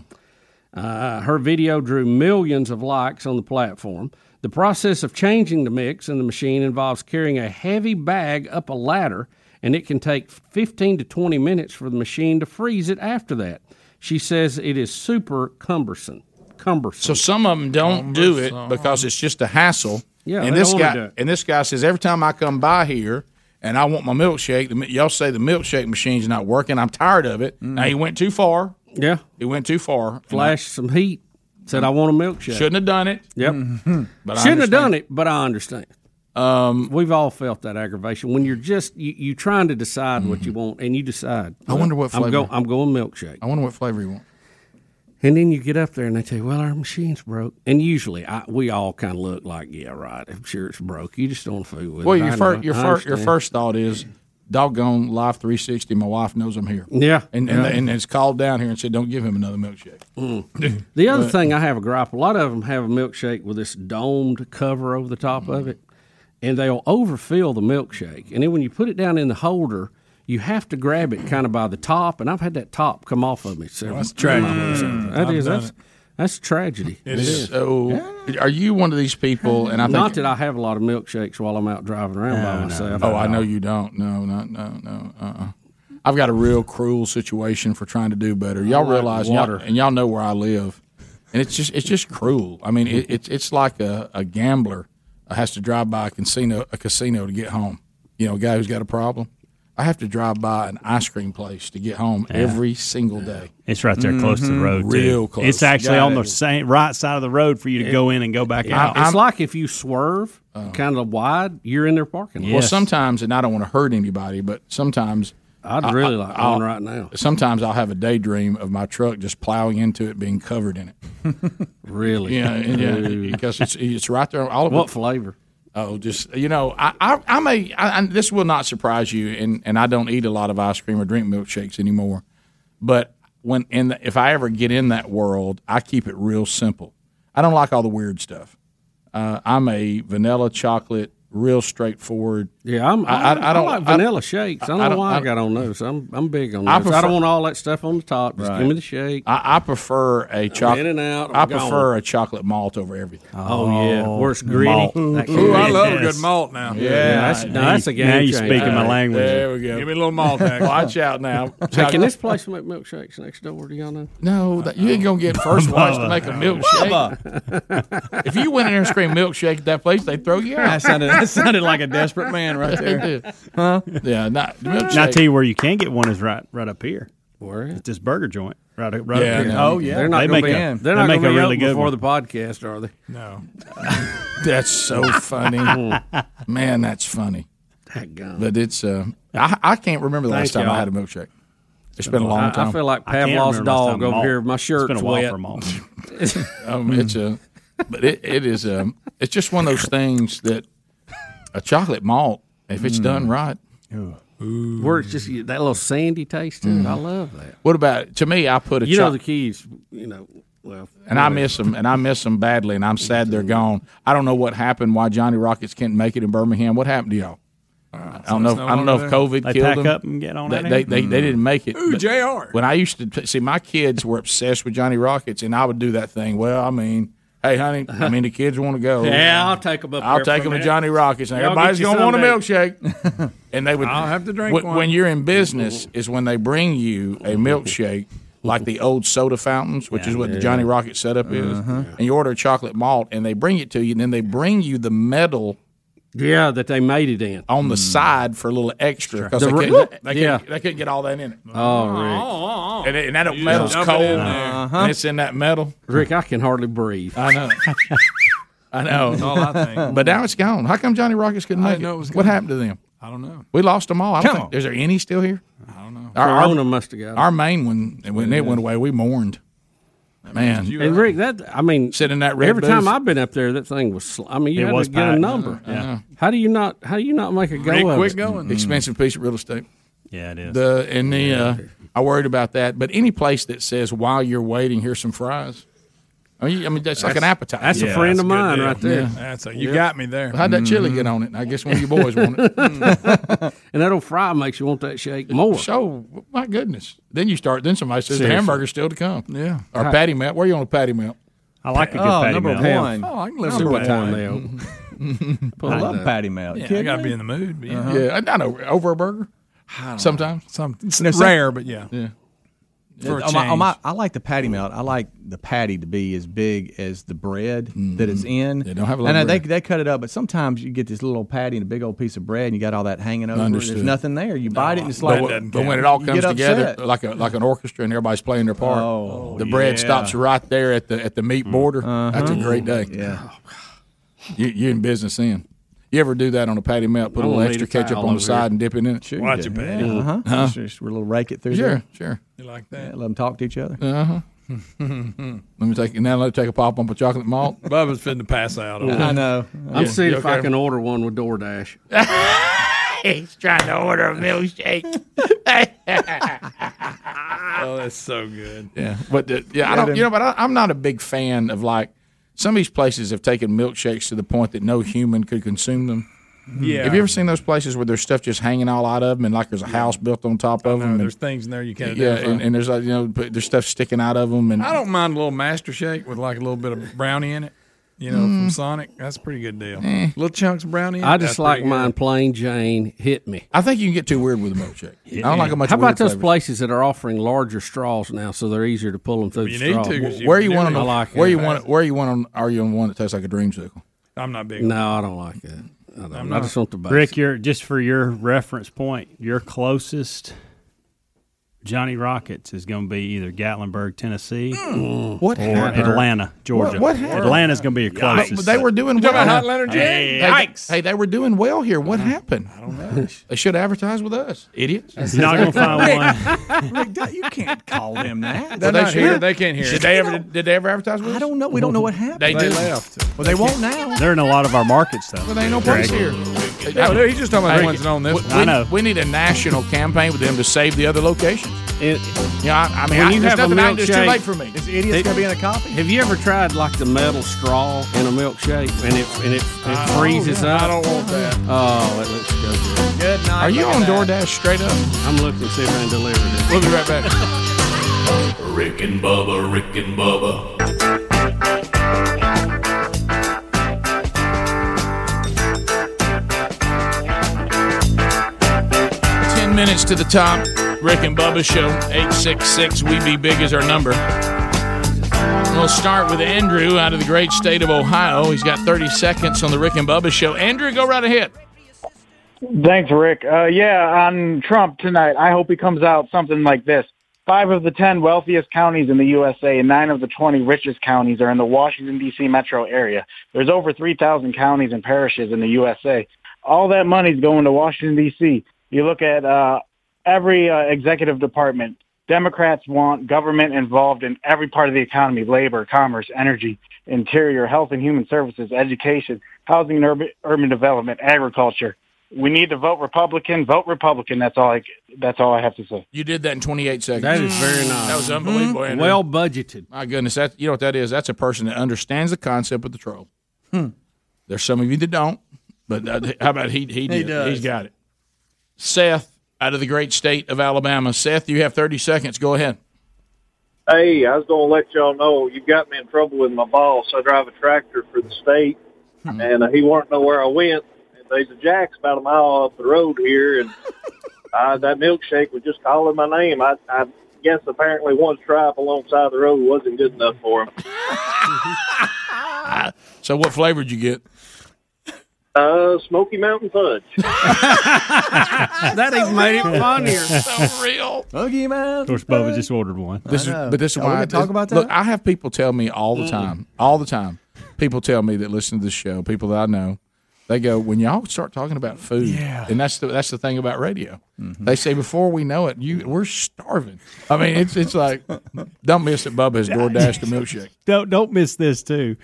Speaker 4: Uh, her video drew millions of likes on the platform. The process of changing the mix in the machine involves carrying a heavy bag up a ladder, and it can take 15 to 20 minutes for the machine to freeze it after that. She says it is super cumbersome. Cumbersome. So
Speaker 2: some of them
Speaker 4: don't
Speaker 2: do it because it's just a hassle.
Speaker 4: Yeah,
Speaker 2: and
Speaker 4: they
Speaker 2: this
Speaker 4: don't
Speaker 2: guy
Speaker 4: wanna do it.
Speaker 2: and this guy says every time I come by here and I want my milkshake, the mi- y'all say the milkshake machine's not working. I'm tired of it. Now he went too far.
Speaker 4: Mm. Yeah,
Speaker 2: he went too far.
Speaker 4: Flashed some heat. Said I want a milkshake.
Speaker 2: Shouldn't have done it. Mm-hmm.
Speaker 4: Yep.
Speaker 8: Mm-hmm.
Speaker 2: But I
Speaker 4: Shouldn't have
Speaker 2: understand. Um,
Speaker 4: done it, but I understand. We've all felt that aggravation when you're just you, you trying to decide what you want, and you decide.
Speaker 2: Mm-hmm. I wonder what
Speaker 4: I'm,
Speaker 2: flavor.
Speaker 4: go, I'm going milkshake.
Speaker 2: I wonder what flavor you want.
Speaker 4: And then you get up there and they tell you, "Well, our machine's broke." And usually, I, we all kind of look like, "Yeah, right. I'm sure it's broke. You just don't fool with
Speaker 2: Well,
Speaker 4: it."
Speaker 2: your
Speaker 4: I know.
Speaker 2: first, your
Speaker 4: I
Speaker 2: first, your
Speaker 4: understand.
Speaker 2: first thought is, doggone life three sixty. My wife knows I'm here.
Speaker 4: Yeah.
Speaker 2: and and,
Speaker 4: Yeah.
Speaker 2: and it's called down here and said, don't give him another milkshake.
Speaker 4: Mm.
Speaker 2: *laughs*
Speaker 4: The other
Speaker 2: But-
Speaker 4: thing I have a gripe. A lot of them have a milkshake with this domed cover over the top of it, and they'll overfill the milkshake. And then when you put it down in the holder, you have to grab it kind of by the top. And I've had that top come off of me several
Speaker 2: That's tragic.
Speaker 4: times.
Speaker 2: Mm.
Speaker 4: That
Speaker 2: I've
Speaker 4: is-
Speaker 2: done
Speaker 4: That's, that's tragedy.
Speaker 2: It is. So, are you one of these people? And I think,
Speaker 4: not that I have a lot of milkshakes while I'm out driving around by myself.
Speaker 2: Oh, I know you don't. No, not no, no. Uh-uh. I've got a real cruel situation for trying to do better. Y'all
Speaker 4: like
Speaker 2: realize, y'all-
Speaker 4: water.
Speaker 2: and y'all know where I live, and it's just it's just cruel. I mean, it, it's it's like a, a gambler has to drive by a casino a casino to get home. You know, a guy who's got a problem. I have to drive by an ice cream place to get home
Speaker 9: Yeah.
Speaker 2: every single day.
Speaker 9: It's right there close to the
Speaker 2: Mhm.
Speaker 9: road. too.
Speaker 2: Real close.
Speaker 9: It's actually on
Speaker 2: Got it.
Speaker 9: the same right side of the road for you to go in and go back
Speaker 4: Yeah,
Speaker 9: out.
Speaker 4: it's like if you swerve kind of wide, you're in their parking lot.
Speaker 2: Oh. Well, sometimes, and I don't want to hurt anybody, but sometimes
Speaker 4: I'd
Speaker 2: I-
Speaker 4: really
Speaker 2: I-
Speaker 4: like
Speaker 2: I'll-
Speaker 4: one right now.
Speaker 2: Sometimes I'll have a daydream of my truck just plowing into it, being covered in it.
Speaker 4: *laughs* Really?
Speaker 2: Yeah, and- yeah,
Speaker 4: Ooh.
Speaker 2: because it's it's right there. All of
Speaker 4: What
Speaker 2: it.
Speaker 4: flavor?
Speaker 2: Oh, just you know, I I, I may I, I, this will not surprise you, and and I don't eat a lot of ice cream or drink milkshakes anymore, but when in the, if I ever get in that world, I keep it real simple. I don't like all the weird stuff. Uh, I'm a vanilla chocolate, real straightforward.
Speaker 4: Yeah, I'm,
Speaker 2: I- I- I don't-
Speaker 4: like
Speaker 2: I-
Speaker 4: vanilla shakes. I don't
Speaker 2: I
Speaker 4: know
Speaker 2: don't-
Speaker 4: why I,
Speaker 2: I-
Speaker 4: got on those. I'm I'm big on those.
Speaker 2: I
Speaker 4: I,
Speaker 2: prefer-
Speaker 4: don't want all that stuff on the top. Just give me the shake.
Speaker 2: I, I prefer a
Speaker 4: in
Speaker 2: chocolate.
Speaker 4: and out, I'm
Speaker 2: I
Speaker 4: gone.
Speaker 2: prefer a chocolate malt over everything.
Speaker 4: Oh, yeah, where it's gritty.
Speaker 2: malt.
Speaker 4: That Ooh, I love a good
Speaker 8: malt now.
Speaker 2: Yeah,
Speaker 4: Yeah, that's- now that's a game Now you're changer. speaking my language.
Speaker 2: There we go.
Speaker 8: Give me a little malt action.
Speaker 2: Watch out now.
Speaker 4: Hey, can this place make milkshakes next door? Do y'all know?
Speaker 2: No, that, you ain't gonna
Speaker 9: *laughs*
Speaker 4: *laughs*
Speaker 2: get first watch to make a milkshake. if you went in there and screamed milkshake at that place, they would throw you out.
Speaker 7: That sounded, that sounded like a desperate man
Speaker 2: *laughs*
Speaker 7: right
Speaker 2: They
Speaker 7: there.
Speaker 2: did. Huh?
Speaker 9: *laughs*
Speaker 2: Yeah, not
Speaker 9: And I tell you where you can get one is right right up here. Where? At this burger joint. Right, up- right
Speaker 4: Oh, Yeah,
Speaker 9: up here. Oh,
Speaker 4: no, you can. They're not
Speaker 9: they
Speaker 4: gonna
Speaker 9: make
Speaker 4: be
Speaker 9: a,
Speaker 4: in. They're
Speaker 9: they
Speaker 4: not
Speaker 9: make
Speaker 4: gonna
Speaker 9: a
Speaker 4: be
Speaker 9: really
Speaker 4: open
Speaker 9: good
Speaker 4: before
Speaker 9: one.
Speaker 4: the podcast, are they?
Speaker 8: No.
Speaker 2: *laughs* That's so funny,
Speaker 4: *laughs*
Speaker 2: man. That's funny.
Speaker 4: Daggone.
Speaker 2: But it's uh, I, I can't remember the
Speaker 4: Thank
Speaker 2: last time
Speaker 4: y'all.
Speaker 2: I had a milkshake. It's been a long time.
Speaker 4: I, I feel like
Speaker 2: I can't
Speaker 4: Pavlov's
Speaker 2: remember last time
Speaker 4: dog over
Speaker 2: malt.
Speaker 4: here. My
Speaker 2: It's
Speaker 4: shirt's
Speaker 2: been a while
Speaker 4: wet.
Speaker 2: for
Speaker 4: *laughs*
Speaker 2: malt. um, it's a, but it, it is um, it's just one of those things that a chocolate malt, if it's
Speaker 4: Mm.
Speaker 2: done right,
Speaker 4: Where it's just that little sandy taste to it. I love that.
Speaker 2: Mm. What about to me? I put a
Speaker 4: You know
Speaker 2: choc-
Speaker 4: the keys. You know, well,
Speaker 2: and I miss them, and I miss them badly, and I'm sad they're gone. I don't know what happened. Why Johnny Rockets can't make it in Birmingham? What happened to y'all? I don't know. If, I don't know if COVID
Speaker 9: They
Speaker 2: killed
Speaker 9: pack
Speaker 2: them.
Speaker 9: up and get on
Speaker 2: they,
Speaker 9: out
Speaker 2: they,
Speaker 9: of
Speaker 2: they,
Speaker 9: here?
Speaker 2: they didn't make it.
Speaker 9: Ooh,
Speaker 2: But
Speaker 9: JR.
Speaker 2: When I used to t- see my kids were obsessed with Johnny Rockets, and I would do that thing. Well, I mean, hey, honey, I mean the kids want to go.
Speaker 4: *laughs* Yeah, I'll take 'em up
Speaker 2: I'll
Speaker 4: there for
Speaker 2: take them
Speaker 4: a
Speaker 2: to
Speaker 4: minute.
Speaker 2: Johnny Rockets. Now,
Speaker 4: Y'all get
Speaker 2: everybody's
Speaker 4: you
Speaker 2: gonna want a
Speaker 4: someday.
Speaker 2: milkshake, and they would.
Speaker 8: I'll have to drink
Speaker 2: when,
Speaker 8: one.
Speaker 2: when you're in business is when they bring you a milkshake. Like the old soda fountains, which is what the
Speaker 8: Yeah.
Speaker 2: Johnny Rocket setup is,
Speaker 8: Uh-huh.
Speaker 2: and you order a chocolate malt, and they bring it to you, and then they bring you the metal
Speaker 4: Yeah, that they made it in
Speaker 2: on the
Speaker 8: Mm.
Speaker 2: side for a little extra because
Speaker 4: The
Speaker 2: they,
Speaker 4: ri-
Speaker 2: couldn't, they,
Speaker 4: Yeah.
Speaker 2: couldn't, they couldn't get all that in it.
Speaker 4: Oh, Rick.
Speaker 8: Uh-uh.
Speaker 2: And, it- and that
Speaker 4: You
Speaker 2: metal's
Speaker 4: just
Speaker 2: cold.
Speaker 4: dump it in there. Uh-huh.
Speaker 2: And it's in that metal.
Speaker 4: Rick, I can hardly breathe.
Speaker 2: I know. *laughs* I know.
Speaker 4: That's all I think.
Speaker 2: But now it's gone. How come Johnny Rockets couldn't
Speaker 8: I
Speaker 2: make
Speaker 8: didn't know it was
Speaker 2: What
Speaker 8: gone.
Speaker 2: happened to them?
Speaker 8: I don't know.
Speaker 2: We lost them all. Oh, I
Speaker 8: Come
Speaker 2: don't think,
Speaker 8: on. Oh,
Speaker 2: is there any still here?
Speaker 8: I don't know.
Speaker 4: Corona must have got 'em.
Speaker 2: Our
Speaker 8: *laughs*
Speaker 2: main one, when it went away, we mourned. Man.
Speaker 4: and Rick, that I mean,
Speaker 2: sitting in that red
Speaker 4: every
Speaker 2: booth.
Speaker 4: time I've been up there, that thing was. Sl- I mean, you
Speaker 2: It
Speaker 4: had
Speaker 2: was
Speaker 4: to get
Speaker 2: packed.
Speaker 4: a number.
Speaker 8: Uh-huh.
Speaker 2: I know.
Speaker 4: How do you not? How do you not make a go
Speaker 2: Rick,
Speaker 4: of
Speaker 2: quit
Speaker 4: it? Mm-hmm.
Speaker 2: going. Expensive piece of real estate.
Speaker 9: Yeah, it is.
Speaker 2: The and the uh, I worried about that. But any place that says while you're waiting, here's some fries. I mean, you- I mean, that's, like
Speaker 8: That's-
Speaker 2: an appetizer.
Speaker 8: that's a Yeah, friend that's of a good mine deal. right there.
Speaker 2: Yeah.
Speaker 8: That's a- you got me there.
Speaker 2: How'd that chili
Speaker 8: Mhm.
Speaker 2: get on it? I guess one of you boys want it.
Speaker 4: and that old fry makes you want
Speaker 2: *laughs*
Speaker 4: that shake more.
Speaker 2: So, my goodness. Then you start. Then somebody says
Speaker 4: Seriously.
Speaker 2: the hamburger's still to come.
Speaker 8: Yeah.
Speaker 2: Or
Speaker 8: Hi.
Speaker 2: patty melt. Where you on a patty melt?
Speaker 9: I like a good
Speaker 8: Oh, patty number melt. one.
Speaker 2: Oh, I can
Speaker 8: Number
Speaker 2: listen to what time
Speaker 8: one.
Speaker 2: they
Speaker 8: *laughs*
Speaker 2: open.
Speaker 8: I
Speaker 2: Like
Speaker 8: love
Speaker 2: that.
Speaker 8: patty melt. You Yeah, I kidding gotta me? be in the mood, but yeah.
Speaker 2: Uh-huh. Yeah, I, I know. Over a burger?
Speaker 8: know.
Speaker 2: Sometimes. *laughs*
Speaker 8: Some- it's
Speaker 2: No,
Speaker 8: rare, but yeah. *laughs*
Speaker 2: Yeah.
Speaker 8: For a
Speaker 7: on my, on my-
Speaker 8: change.
Speaker 7: I like the patty melt. I like the patty to be as big as the bread that it's in. They
Speaker 2: Mm-hmm. don't have a lot
Speaker 7: and
Speaker 2: of
Speaker 7: they they cut it up, but sometimes you get this little old patty and a big old piece of bread, and you got all that hanging over. it.
Speaker 2: Understood.
Speaker 7: There's nothing there. You bite it, and it's
Speaker 2: But
Speaker 7: like.
Speaker 2: when- but, when it all
Speaker 7: you
Speaker 2: comes
Speaker 7: get
Speaker 2: together,
Speaker 7: upset.
Speaker 2: like a, like an orchestra, and everybody's playing their part,
Speaker 7: Oh,
Speaker 2: the bread
Speaker 7: yeah.
Speaker 2: stops right there at the at the meat border. That's a
Speaker 7: Uh-huh.
Speaker 2: great day. Yeah, you, you're in business then. You ever do that on a patty melt?
Speaker 7: I
Speaker 2: Put a little
Speaker 7: won't
Speaker 2: extra
Speaker 7: eat a pie
Speaker 2: ketchup
Speaker 7: all
Speaker 2: on the
Speaker 7: over
Speaker 2: side
Speaker 7: here.
Speaker 2: and dip it in.
Speaker 7: Sure you Watch do. it, Patty. Yeah, uh-huh. Just- just a little rake it through
Speaker 2: Sure,
Speaker 7: there.
Speaker 2: sure.
Speaker 8: You like
Speaker 7: Yeah, let them talk to each other.
Speaker 2: Uh huh. Let me take now. Let me take a pop on a chocolate malt.
Speaker 8: Bubba's finna pass out. on
Speaker 2: I
Speaker 8: it.
Speaker 2: know.
Speaker 4: I'm
Speaker 2: Yeah.
Speaker 4: seeing
Speaker 2: You
Speaker 4: if
Speaker 2: okay?
Speaker 4: I can order one with DoorDash.
Speaker 2: *laughs* He's trying to order a milkshake.
Speaker 8: oh, that's so good.
Speaker 2: Ah. Yeah, but the, yeah, I don't. You know, but I, I'm not a big fan of like some of these places have taken milkshakes to the point that no human could consume them.
Speaker 8: Mm-hmm. Yeah.
Speaker 2: Have you ever seen those places where there's stuff just hanging all out of them and like there's a house built on top of them?
Speaker 8: Oh, there's things in there you can't.
Speaker 2: yeah,
Speaker 8: identify.
Speaker 2: and, and there's like you know but there's stuff sticking out of them and
Speaker 8: I don't mind a little master shake with like a little bit of brownie in it. You know,
Speaker 2: Mm.
Speaker 8: from Sonic, that's a pretty good deal.
Speaker 4: Eh.
Speaker 8: Little chunks of brownie. In it,
Speaker 4: I just
Speaker 8: that's
Speaker 4: like
Speaker 8: pretty
Speaker 4: mine plain Jane. Hit me.
Speaker 2: I think you can get too weird with a milkshake. I don't like how much
Speaker 4: How about
Speaker 2: weird
Speaker 4: those
Speaker 2: flavors.
Speaker 4: places that are offering larger straws now, so they're easier to pull them through
Speaker 8: You
Speaker 4: the
Speaker 8: need
Speaker 4: straw?
Speaker 8: to, 'cause
Speaker 2: Where you want
Speaker 4: I
Speaker 2: on?
Speaker 4: like
Speaker 2: where
Speaker 4: it.
Speaker 2: you want? Where you want on? Are you on one that tastes like a dreamsicle?
Speaker 8: good. I'm not big. on
Speaker 4: No, I don't like that. I, don't. I just want the base.
Speaker 9: Rick, your just for your reference point, your closest Johnny Rockets is going to be either Gatlinburg, Tennessee,
Speaker 2: What
Speaker 9: or
Speaker 2: happened?
Speaker 9: Atlanta, Georgia.
Speaker 2: What- what happened?
Speaker 9: Atlanta's going to be your
Speaker 2: But,
Speaker 9: closest.
Speaker 2: but they were doing well.
Speaker 9: Hey,
Speaker 2: Hey, Hey, they were doing well here. What happened? I don't know. *laughs* They should advertise with us, idiots.
Speaker 9: You're not gonna
Speaker 2: *laughs*
Speaker 9: find one.
Speaker 7: you can't call them that.
Speaker 2: Well, they, should.
Speaker 8: They can't hear
Speaker 2: Did
Speaker 8: it.
Speaker 2: they ever? Did they ever advertise with us?
Speaker 7: I don't know. We don't know what happened.
Speaker 2: They,
Speaker 8: They
Speaker 2: did.
Speaker 8: left.
Speaker 7: Well, they won't now.
Speaker 9: They're in a lot of our markets, though.
Speaker 2: Well, there ain't no place
Speaker 9: Greg.
Speaker 2: here.
Speaker 9: Yeah, but Oh, he's just talking about the
Speaker 2: Hey,
Speaker 9: ones that own this
Speaker 2: we-
Speaker 9: one.
Speaker 2: we-
Speaker 9: I know.
Speaker 2: We need a national campaign with them to save the other locations. yeah, I, I mean,
Speaker 4: When
Speaker 2: I,
Speaker 4: you
Speaker 2: there's
Speaker 4: have a
Speaker 2: nothing I can do. It's too
Speaker 4: milkshake-
Speaker 2: late for me.
Speaker 7: Is idiots gonna be in a copy?
Speaker 4: Have you ever tried like the metal straw in a milkshake and it and it, it freezes up? I don't
Speaker 8: want that.
Speaker 4: Oh, that looks so good.
Speaker 7: Good night.
Speaker 4: Are you
Speaker 2: on DoorDash straight up?
Speaker 4: I'm looking to see if I can deliver it.
Speaker 2: We'll be right back.
Speaker 17: Rick and Bubba, Rick and Bubba.
Speaker 10: Ten
Speaker 2: minutes to the top. Rick and Bubba Show, 866 We Be Big is our number. We'll start with Andrew out of the great state of Ohio. He's got 30 seconds on the Rick and Bubba Show. Andrew, go right ahead.
Speaker 18: Thanks, Rick. Uh, yeah, on Trump tonight, I hope he comes out something like this. Five of the 10 wealthiest counties in the USA and nine of the 20 richest counties are in the Washington, D.C. metro area. There's over 3,000 counties and parishes in the USA. All that money's going to Washington, D.C. You look at uh, every uh, executive department. Democrats want government involved in every part of the economy, labor, commerce, energy, interior, health and human services, education, housing and urban, urban development, agriculture. We need to vote Republican. Vote Republican. That's all I, that's all I have to say.
Speaker 2: You did that in 28 seconds.
Speaker 18: That is very nice.
Speaker 2: That was unbelievable.
Speaker 18: Mhm.
Speaker 2: Andrew.
Speaker 18: Well
Speaker 4: budgeted.
Speaker 2: My goodness, that you know what that is? That's a person that understands the concept of the troll.
Speaker 4: Hmm.
Speaker 2: There's some of you that don't, but uh, how about he? He,
Speaker 8: He
Speaker 2: did.
Speaker 8: does.
Speaker 2: He's got it. Seth out of the great state of Alabama. Seth, you have 30 seconds. Go ahead.
Speaker 23: Hey, I was going to let y'all know you got me in trouble with my boss. I drive a tractor for the state, and uh, he wanted to know where I went. And there's a Jack's about a mile up the road here, and I, that milkshake was just calling my name. I, I guess apparently one stripe alongside the road wasn't good enough for him.
Speaker 2: So, what flavor did you get?
Speaker 23: Uh, Smoky Mountain
Speaker 2: *laughs*
Speaker 23: Fudge.
Speaker 4: that even made it funnier.
Speaker 2: So real.
Speaker 7: Boogie
Speaker 9: Of course, Bubba just ordered one.
Speaker 2: This is, but this is why I
Speaker 7: talk about
Speaker 2: Look,
Speaker 7: that?
Speaker 2: I have people tell me all the
Speaker 7: Mm.
Speaker 2: time, all the time. People tell me that listen to this show. People that I know, they go when y'all start talking about food,
Speaker 8: Yeah.
Speaker 2: and that's the that's the thing about radio.
Speaker 7: Mm-hmm.
Speaker 2: They say before we know it, you we're starving. I mean, it's it's like don't miss that Bubba
Speaker 9: *laughs*
Speaker 2: has door dashed a milkshake.
Speaker 9: Don't don't miss this too.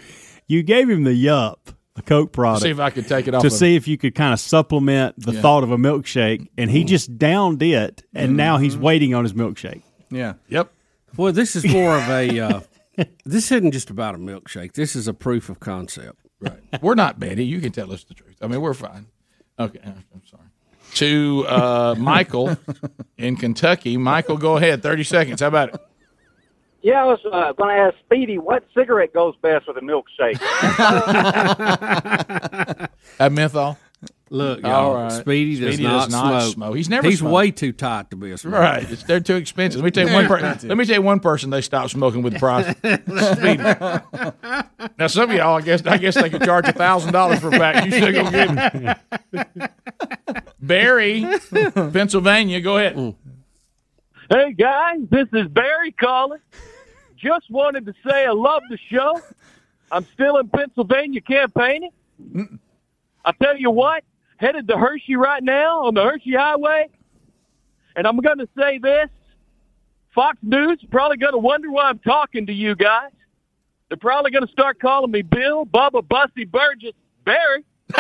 Speaker 9: You gave him the yup, a Coke product.
Speaker 2: See if I could take it off
Speaker 9: to
Speaker 2: of
Speaker 9: see if you could kind of supplement the
Speaker 2: Yeah.
Speaker 9: thought of a milkshake, and
Speaker 4: Mm.
Speaker 9: he just downed
Speaker 2: Mm-hmm.
Speaker 9: it, and now he's waiting on his milkshake.
Speaker 7: Yeah.
Speaker 2: Yep.
Speaker 4: Well, this is more of a uh, *laughs* this isn't just about a milkshake. This is a proof of concept. Right.
Speaker 2: We're not Betty. You can tell us the truth. I mean, we're fine. Okay,
Speaker 4: Uh,
Speaker 2: I'm sorry. To uh, Michael in Kentucky. Michael, go ahead. Thirty seconds. How about it?
Speaker 31: Yeah, I was uh, going to ask Speedy what cigarette goes best with a milkshake.
Speaker 2: At menthol.
Speaker 4: Look, y'all,
Speaker 2: All right.
Speaker 4: Speedy, does,
Speaker 2: Speedy
Speaker 4: not
Speaker 2: does not
Speaker 4: smoke.
Speaker 2: smoke. He's never
Speaker 4: He's
Speaker 2: smoked.
Speaker 4: way too tight to be a smoker.
Speaker 2: Right. It's, they're too expensive. Let me tell you one person. Let me tell you one person they stopped smoking with the
Speaker 4: *laughs*
Speaker 2: price. Speedy. Now some of y'all, I guess, I guess they could charge thousand dollars for a pack. You should go get them.
Speaker 4: *laughs*
Speaker 2: Barry, Pennsylvania. Go ahead.
Speaker 14: Mm. Hey guys, this is Barry calling. Just wanted to say I love the show. I'm still in Pennsylvania campaigning. I tell you what, headed to Hershey right now on the Hershey Highway, and I'm going to say this: Fox News is probably going to wonder why I'm talking to you guys. They're probably going to start calling me Bill, Bubba, Bussy, Burgess, Barry.
Speaker 2: *laughs*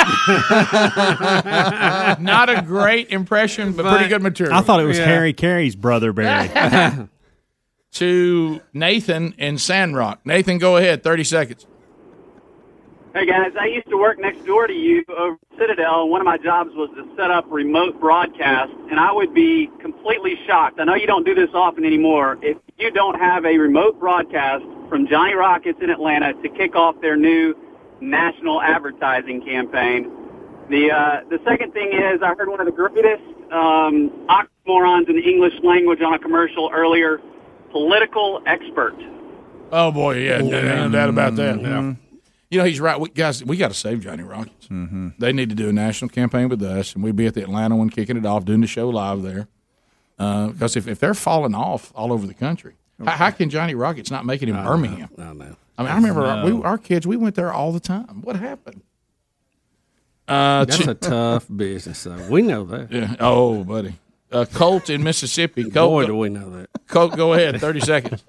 Speaker 2: Not a great impression, but pretty good *laughs* material.
Speaker 9: I thought it was
Speaker 2: Yeah.
Speaker 9: Harry Carey's brother,
Speaker 2: *laughs*
Speaker 9: Barry. *laughs*
Speaker 2: to Nathan in Sandrock. Nathan, go ahead. Thirty seconds.
Speaker 25: Hey guys, I used to work next door to you over at Citadel. One of my jobs was to set up remote broadcast, and I would be completely shocked. I know you don't do this often anymore. If you don't have a remote broadcast from Johnny Rockets in Atlanta to kick off their new national advertising campaign, the uh, the second thing is I heard one of the greatest um, oxymorons in the English language on a commercial earlier. Political expert.
Speaker 2: Oh boy, yeah, no no
Speaker 4: Mm-hmm.
Speaker 2: doubt about that. You know he's right, we, guys. We got to save Johnny Rockets. Mm-hmm. They need to do a national campaign with us, and we'd be at the Atlanta one, kicking it off, doing the show live there. Because if, if they're falling off all over the country, how, how can Johnny Rockets not make it in Birmingham?
Speaker 4: I know.
Speaker 2: I mean, I remember our,
Speaker 4: No.
Speaker 2: we, our kids. We went there all the time. What happened? Uh,
Speaker 4: That's
Speaker 2: to-
Speaker 4: a
Speaker 2: *laughs*
Speaker 4: tough business, though. We know that.
Speaker 2: Yeah. Oh, buddy. Uh, Colt in Mississippi. Colt,
Speaker 4: Boy, do we know that.
Speaker 2: Colt, go ahead. Thirty seconds.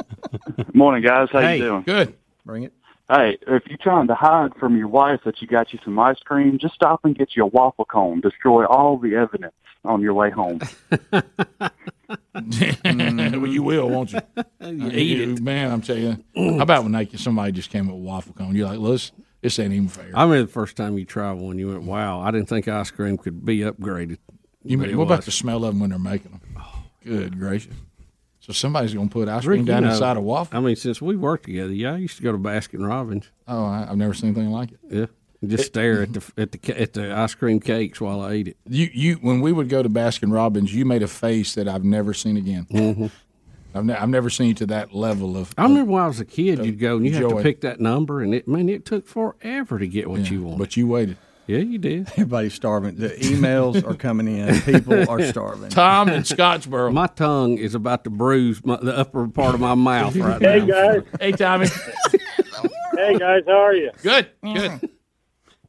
Speaker 32: Morning, guys. *laughs* How
Speaker 2: Hey,
Speaker 32: you doing?
Speaker 2: Good.
Speaker 32: Bring it. Hey, if you're trying to hide from your wife that you got you some ice cream, just stop and get you a waffle cone. Destroy all the evidence on your way home.
Speaker 2: *laughs* well, you will, won't you?
Speaker 4: *laughs* You
Speaker 2: eat it, man. I'm telling you. How about when like somebody just came with a waffle cone? You're like, listen, this ain't even fair.
Speaker 4: I remember the first time you tried one, you went, "Wow, I didn't think ice cream could be upgraded."
Speaker 2: You
Speaker 4: But
Speaker 2: mean,
Speaker 4: it
Speaker 2: what about
Speaker 4: was. Oh,
Speaker 2: the smell of them when they're making them? Good gracious! So somebody's gonna put ice
Speaker 4: Rick,
Speaker 2: cream down
Speaker 4: you know,
Speaker 2: inside a waffle.
Speaker 4: I mean, since we worked together, yeah, I used to go to Baskin Robbins.
Speaker 2: Oh, I, I've never seen anything like it.
Speaker 4: Yeah, and just stare at the at the ca- at the ice cream cakes while I eat it.
Speaker 2: You, you, when we would go to Baskin Robbins, you made a face that I've never seen again. I've, ne- I've never seen you to that level of.
Speaker 4: Mm-hmm. I remember when I was a kid, you'd go and you had to
Speaker 2: Joy.
Speaker 4: pick that number, and it man, it took forever to get what you wanted.
Speaker 2: But you waited.
Speaker 4: Yeah, you did.
Speaker 7: *laughs* Everybody's starving. The emails are coming in. People are starving.
Speaker 2: Tom in
Speaker 4: *laughs*
Speaker 2: Scottsboro.
Speaker 4: My tongue is about to bruise my, the upper part of
Speaker 7: *laughs*
Speaker 4: my mouth right now.
Speaker 14: *laughs* Hey, guys.
Speaker 2: Hey, Tommy.
Speaker 14: *laughs* hey, guys. How are you?
Speaker 2: Good.
Speaker 32: Mm.
Speaker 2: Good.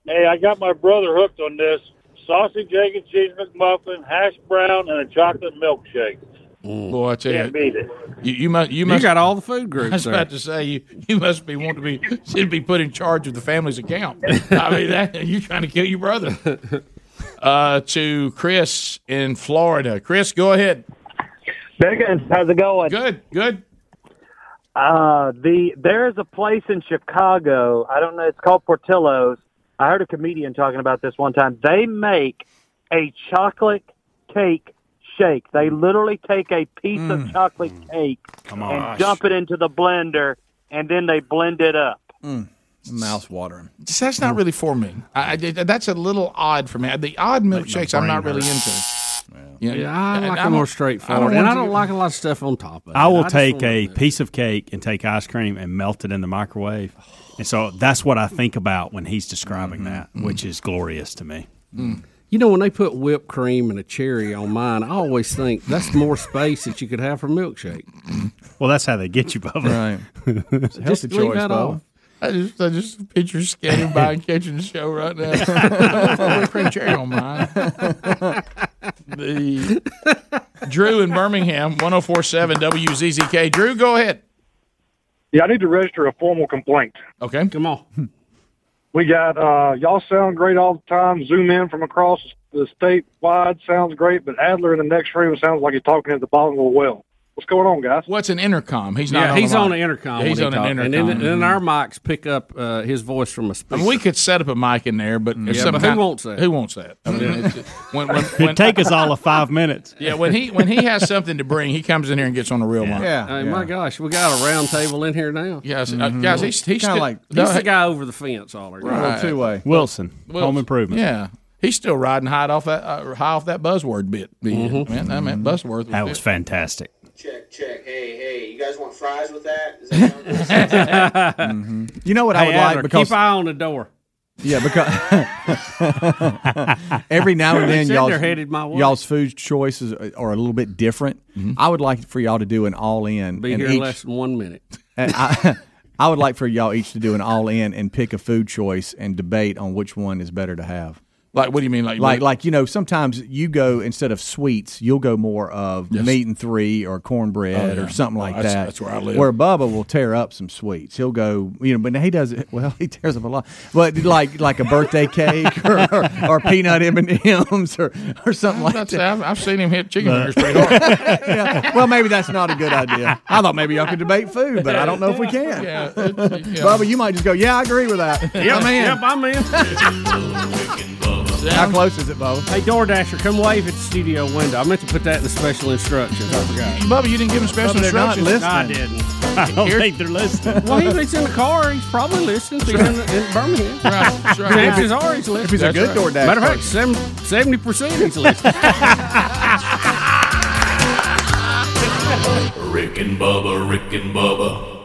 Speaker 14: Hey, I got my brother hooked on this sausage, egg, and cheese McMuffin, hash brown, and a chocolate milkshake.
Speaker 2: Boy, I tell you,
Speaker 14: Can't beat it.
Speaker 2: You, you must. You
Speaker 14: You
Speaker 2: must.
Speaker 14: got
Speaker 4: all the food
Speaker 2: *laughs*
Speaker 4: groups
Speaker 2: I was
Speaker 4: there.
Speaker 2: about to say you. You must be want to be *laughs* should be put in charge of the family's
Speaker 4: *laughs*
Speaker 2: account. I mean, that, *laughs* you're trying to kill your brother. Uh, to Chris in Florida. Chris, go ahead.
Speaker 14: Biggins, how's it going?
Speaker 2: Good. Good.
Speaker 14: Uh, the there is a place in Chicago. I don't know. It's called Portillo's. I heard a comedian talking about this one time. They make a chocolate cake shake. They literally take a piece of chocolate cake
Speaker 7: on.
Speaker 14: and dump it into the blender, and then they blend it up.
Speaker 7: Mm. Mouth watering.
Speaker 2: See, that's not really for me. I, I, that's a little odd for me. The odd milkshakes, I'm not
Speaker 4: brain
Speaker 2: really
Speaker 4: hurt.
Speaker 2: into.
Speaker 4: Yeah, I
Speaker 2: and
Speaker 4: like
Speaker 2: I
Speaker 4: it
Speaker 2: don't- I
Speaker 4: more
Speaker 2: don't
Speaker 4: straightforward,
Speaker 2: want
Speaker 4: and I
Speaker 2: to
Speaker 4: don't
Speaker 2: get-
Speaker 4: like a lot of stuff on top of it.
Speaker 9: I will
Speaker 4: just
Speaker 9: take
Speaker 4: want-
Speaker 9: a piece of cake and take ice cream and melt it in the microwave. And so that's what I think about when he's describing
Speaker 4: Mm-hmm.
Speaker 9: that, which is glorious to me.
Speaker 4: You know, when they put whipped cream and a cherry on mine, I always think that's more space that you could have for milkshake.
Speaker 9: Well, that's how they get you, Bubba. Right.
Speaker 4: Just leave that off.
Speaker 2: I just, I just picture skating by
Speaker 4: *laughs*
Speaker 2: and catching the show right now. Whipped cream cherry on mine.
Speaker 4: *laughs*
Speaker 2: The Drew in Birmingham, 1047 WZZK. Drew, go ahead.
Speaker 33: Yeah, I need to register a formal complaint.
Speaker 2: Okay.
Speaker 4: Come on.
Speaker 33: We got uh, y'all sound great all the time. Zoom in from across the state wide sounds great, but Adler in the next room sounds like he's talking at the bottom of a well.
Speaker 34: What's going on, guys?
Speaker 2: What's an intercom? He's not.
Speaker 4: yeah,
Speaker 2: on
Speaker 4: he's
Speaker 2: the
Speaker 4: on
Speaker 2: line.
Speaker 4: the intercom.
Speaker 2: Yeah, he's on
Speaker 4: when he
Speaker 2: an
Speaker 4: talks.
Speaker 2: intercom. Mm-hmm.
Speaker 4: And then, then our mics pick up uh, his voice from a speaker. Mm.
Speaker 2: I mean, we could set up a mic in there, but if
Speaker 4: Yeah, but who
Speaker 2: sometime-
Speaker 4: wants that?
Speaker 2: Who wants that? I mean, it's, when,
Speaker 4: *laughs*
Speaker 2: when, when,
Speaker 9: It'd take us
Speaker 2: *laughs*
Speaker 9: all of five minutes.
Speaker 2: yeah, when he when he has something to bring, he comes in here and gets on the real mic.
Speaker 4: Hey, my gosh, we got a round table in here now.
Speaker 2: Yes, uh, guys, he's- he's
Speaker 4: Kinda
Speaker 2: still-
Speaker 4: he's
Speaker 2: no,
Speaker 4: the
Speaker 2: he-
Speaker 4: guy over the fence already. uh,
Speaker 9: Wilson, Home Improvement.
Speaker 2: Yeah, he's still riding high off that uh, high off that buzzword bit.
Speaker 9: Mhm.
Speaker 2: Man, I mean, buzzword.
Speaker 9: That was fantastic.
Speaker 5: Check, *laughs* check. Hey, hey, you guys want fries with that? Is
Speaker 7: You know what I
Speaker 4: Hey,
Speaker 7: would
Speaker 4: Adler,
Speaker 7: like because
Speaker 4: keep eye on the door.
Speaker 7: yeah because *laughs* every now and then
Speaker 4: It's in
Speaker 7: y'all's,
Speaker 4: there headed my way.
Speaker 7: y'all's food choices are are a little bit different. I would like for y'all to do an all in.
Speaker 4: *laughs* Be
Speaker 7: and
Speaker 4: here in
Speaker 7: each-
Speaker 4: less than one minute.
Speaker 7: *laughs* and I, I would like for y'all each to do an all in and pick a food choice and debate on which one is better to have.
Speaker 2: Like, what do you mean? Like,
Speaker 7: like, like you know, sometimes you go instead of sweets, you'll go more of meat and three or cornbread
Speaker 2: Oh, yeah.
Speaker 7: or something like
Speaker 2: Oh, that's-
Speaker 7: that.
Speaker 2: that's where I live.
Speaker 7: Where Bubba will tear up some sweets. He'll go, you know, but he does it. Well, *laughs* he tears up a lot, but like like a birthday cake *laughs* or, or, or peanut M and M's or or something like
Speaker 2: That's-
Speaker 7: that.
Speaker 2: I've, I've seen him hit chicken
Speaker 7: But-
Speaker 2: fingers pretty hard.
Speaker 7: *laughs* Yeah. Well, maybe that's not a good idea. I thought maybe y'all could debate food, but I don't know if we can.
Speaker 2: Yeah,
Speaker 4: *laughs*
Speaker 7: Bubba, you might just go. Yeah, I agree with that. I'm in.
Speaker 4: Yep, I'm in.
Speaker 7: How close is it, Bo?
Speaker 4: Hey, DoorDasher, come wave at the studio window. I meant to put that in the special instructions. I forgot.
Speaker 2: Bubba, you didn't give him special
Speaker 4: Bubba, they're not
Speaker 2: instructions.
Speaker 4: listening. I didn't. I
Speaker 9: don't
Speaker 4: *laughs* Here-
Speaker 9: think they're listening.
Speaker 4: Well, he- he's in the car. He's probably listening. He's in, in Birmingham.
Speaker 2: That's
Speaker 9: right.
Speaker 4: Chances are he's listening.
Speaker 9: If he's a good
Speaker 4: door
Speaker 9: DoorDash
Speaker 4: Matter of fact, seventy percent he's listening.
Speaker 9: *laughs*
Speaker 17: Rick and Bubba, Rick and Bubba.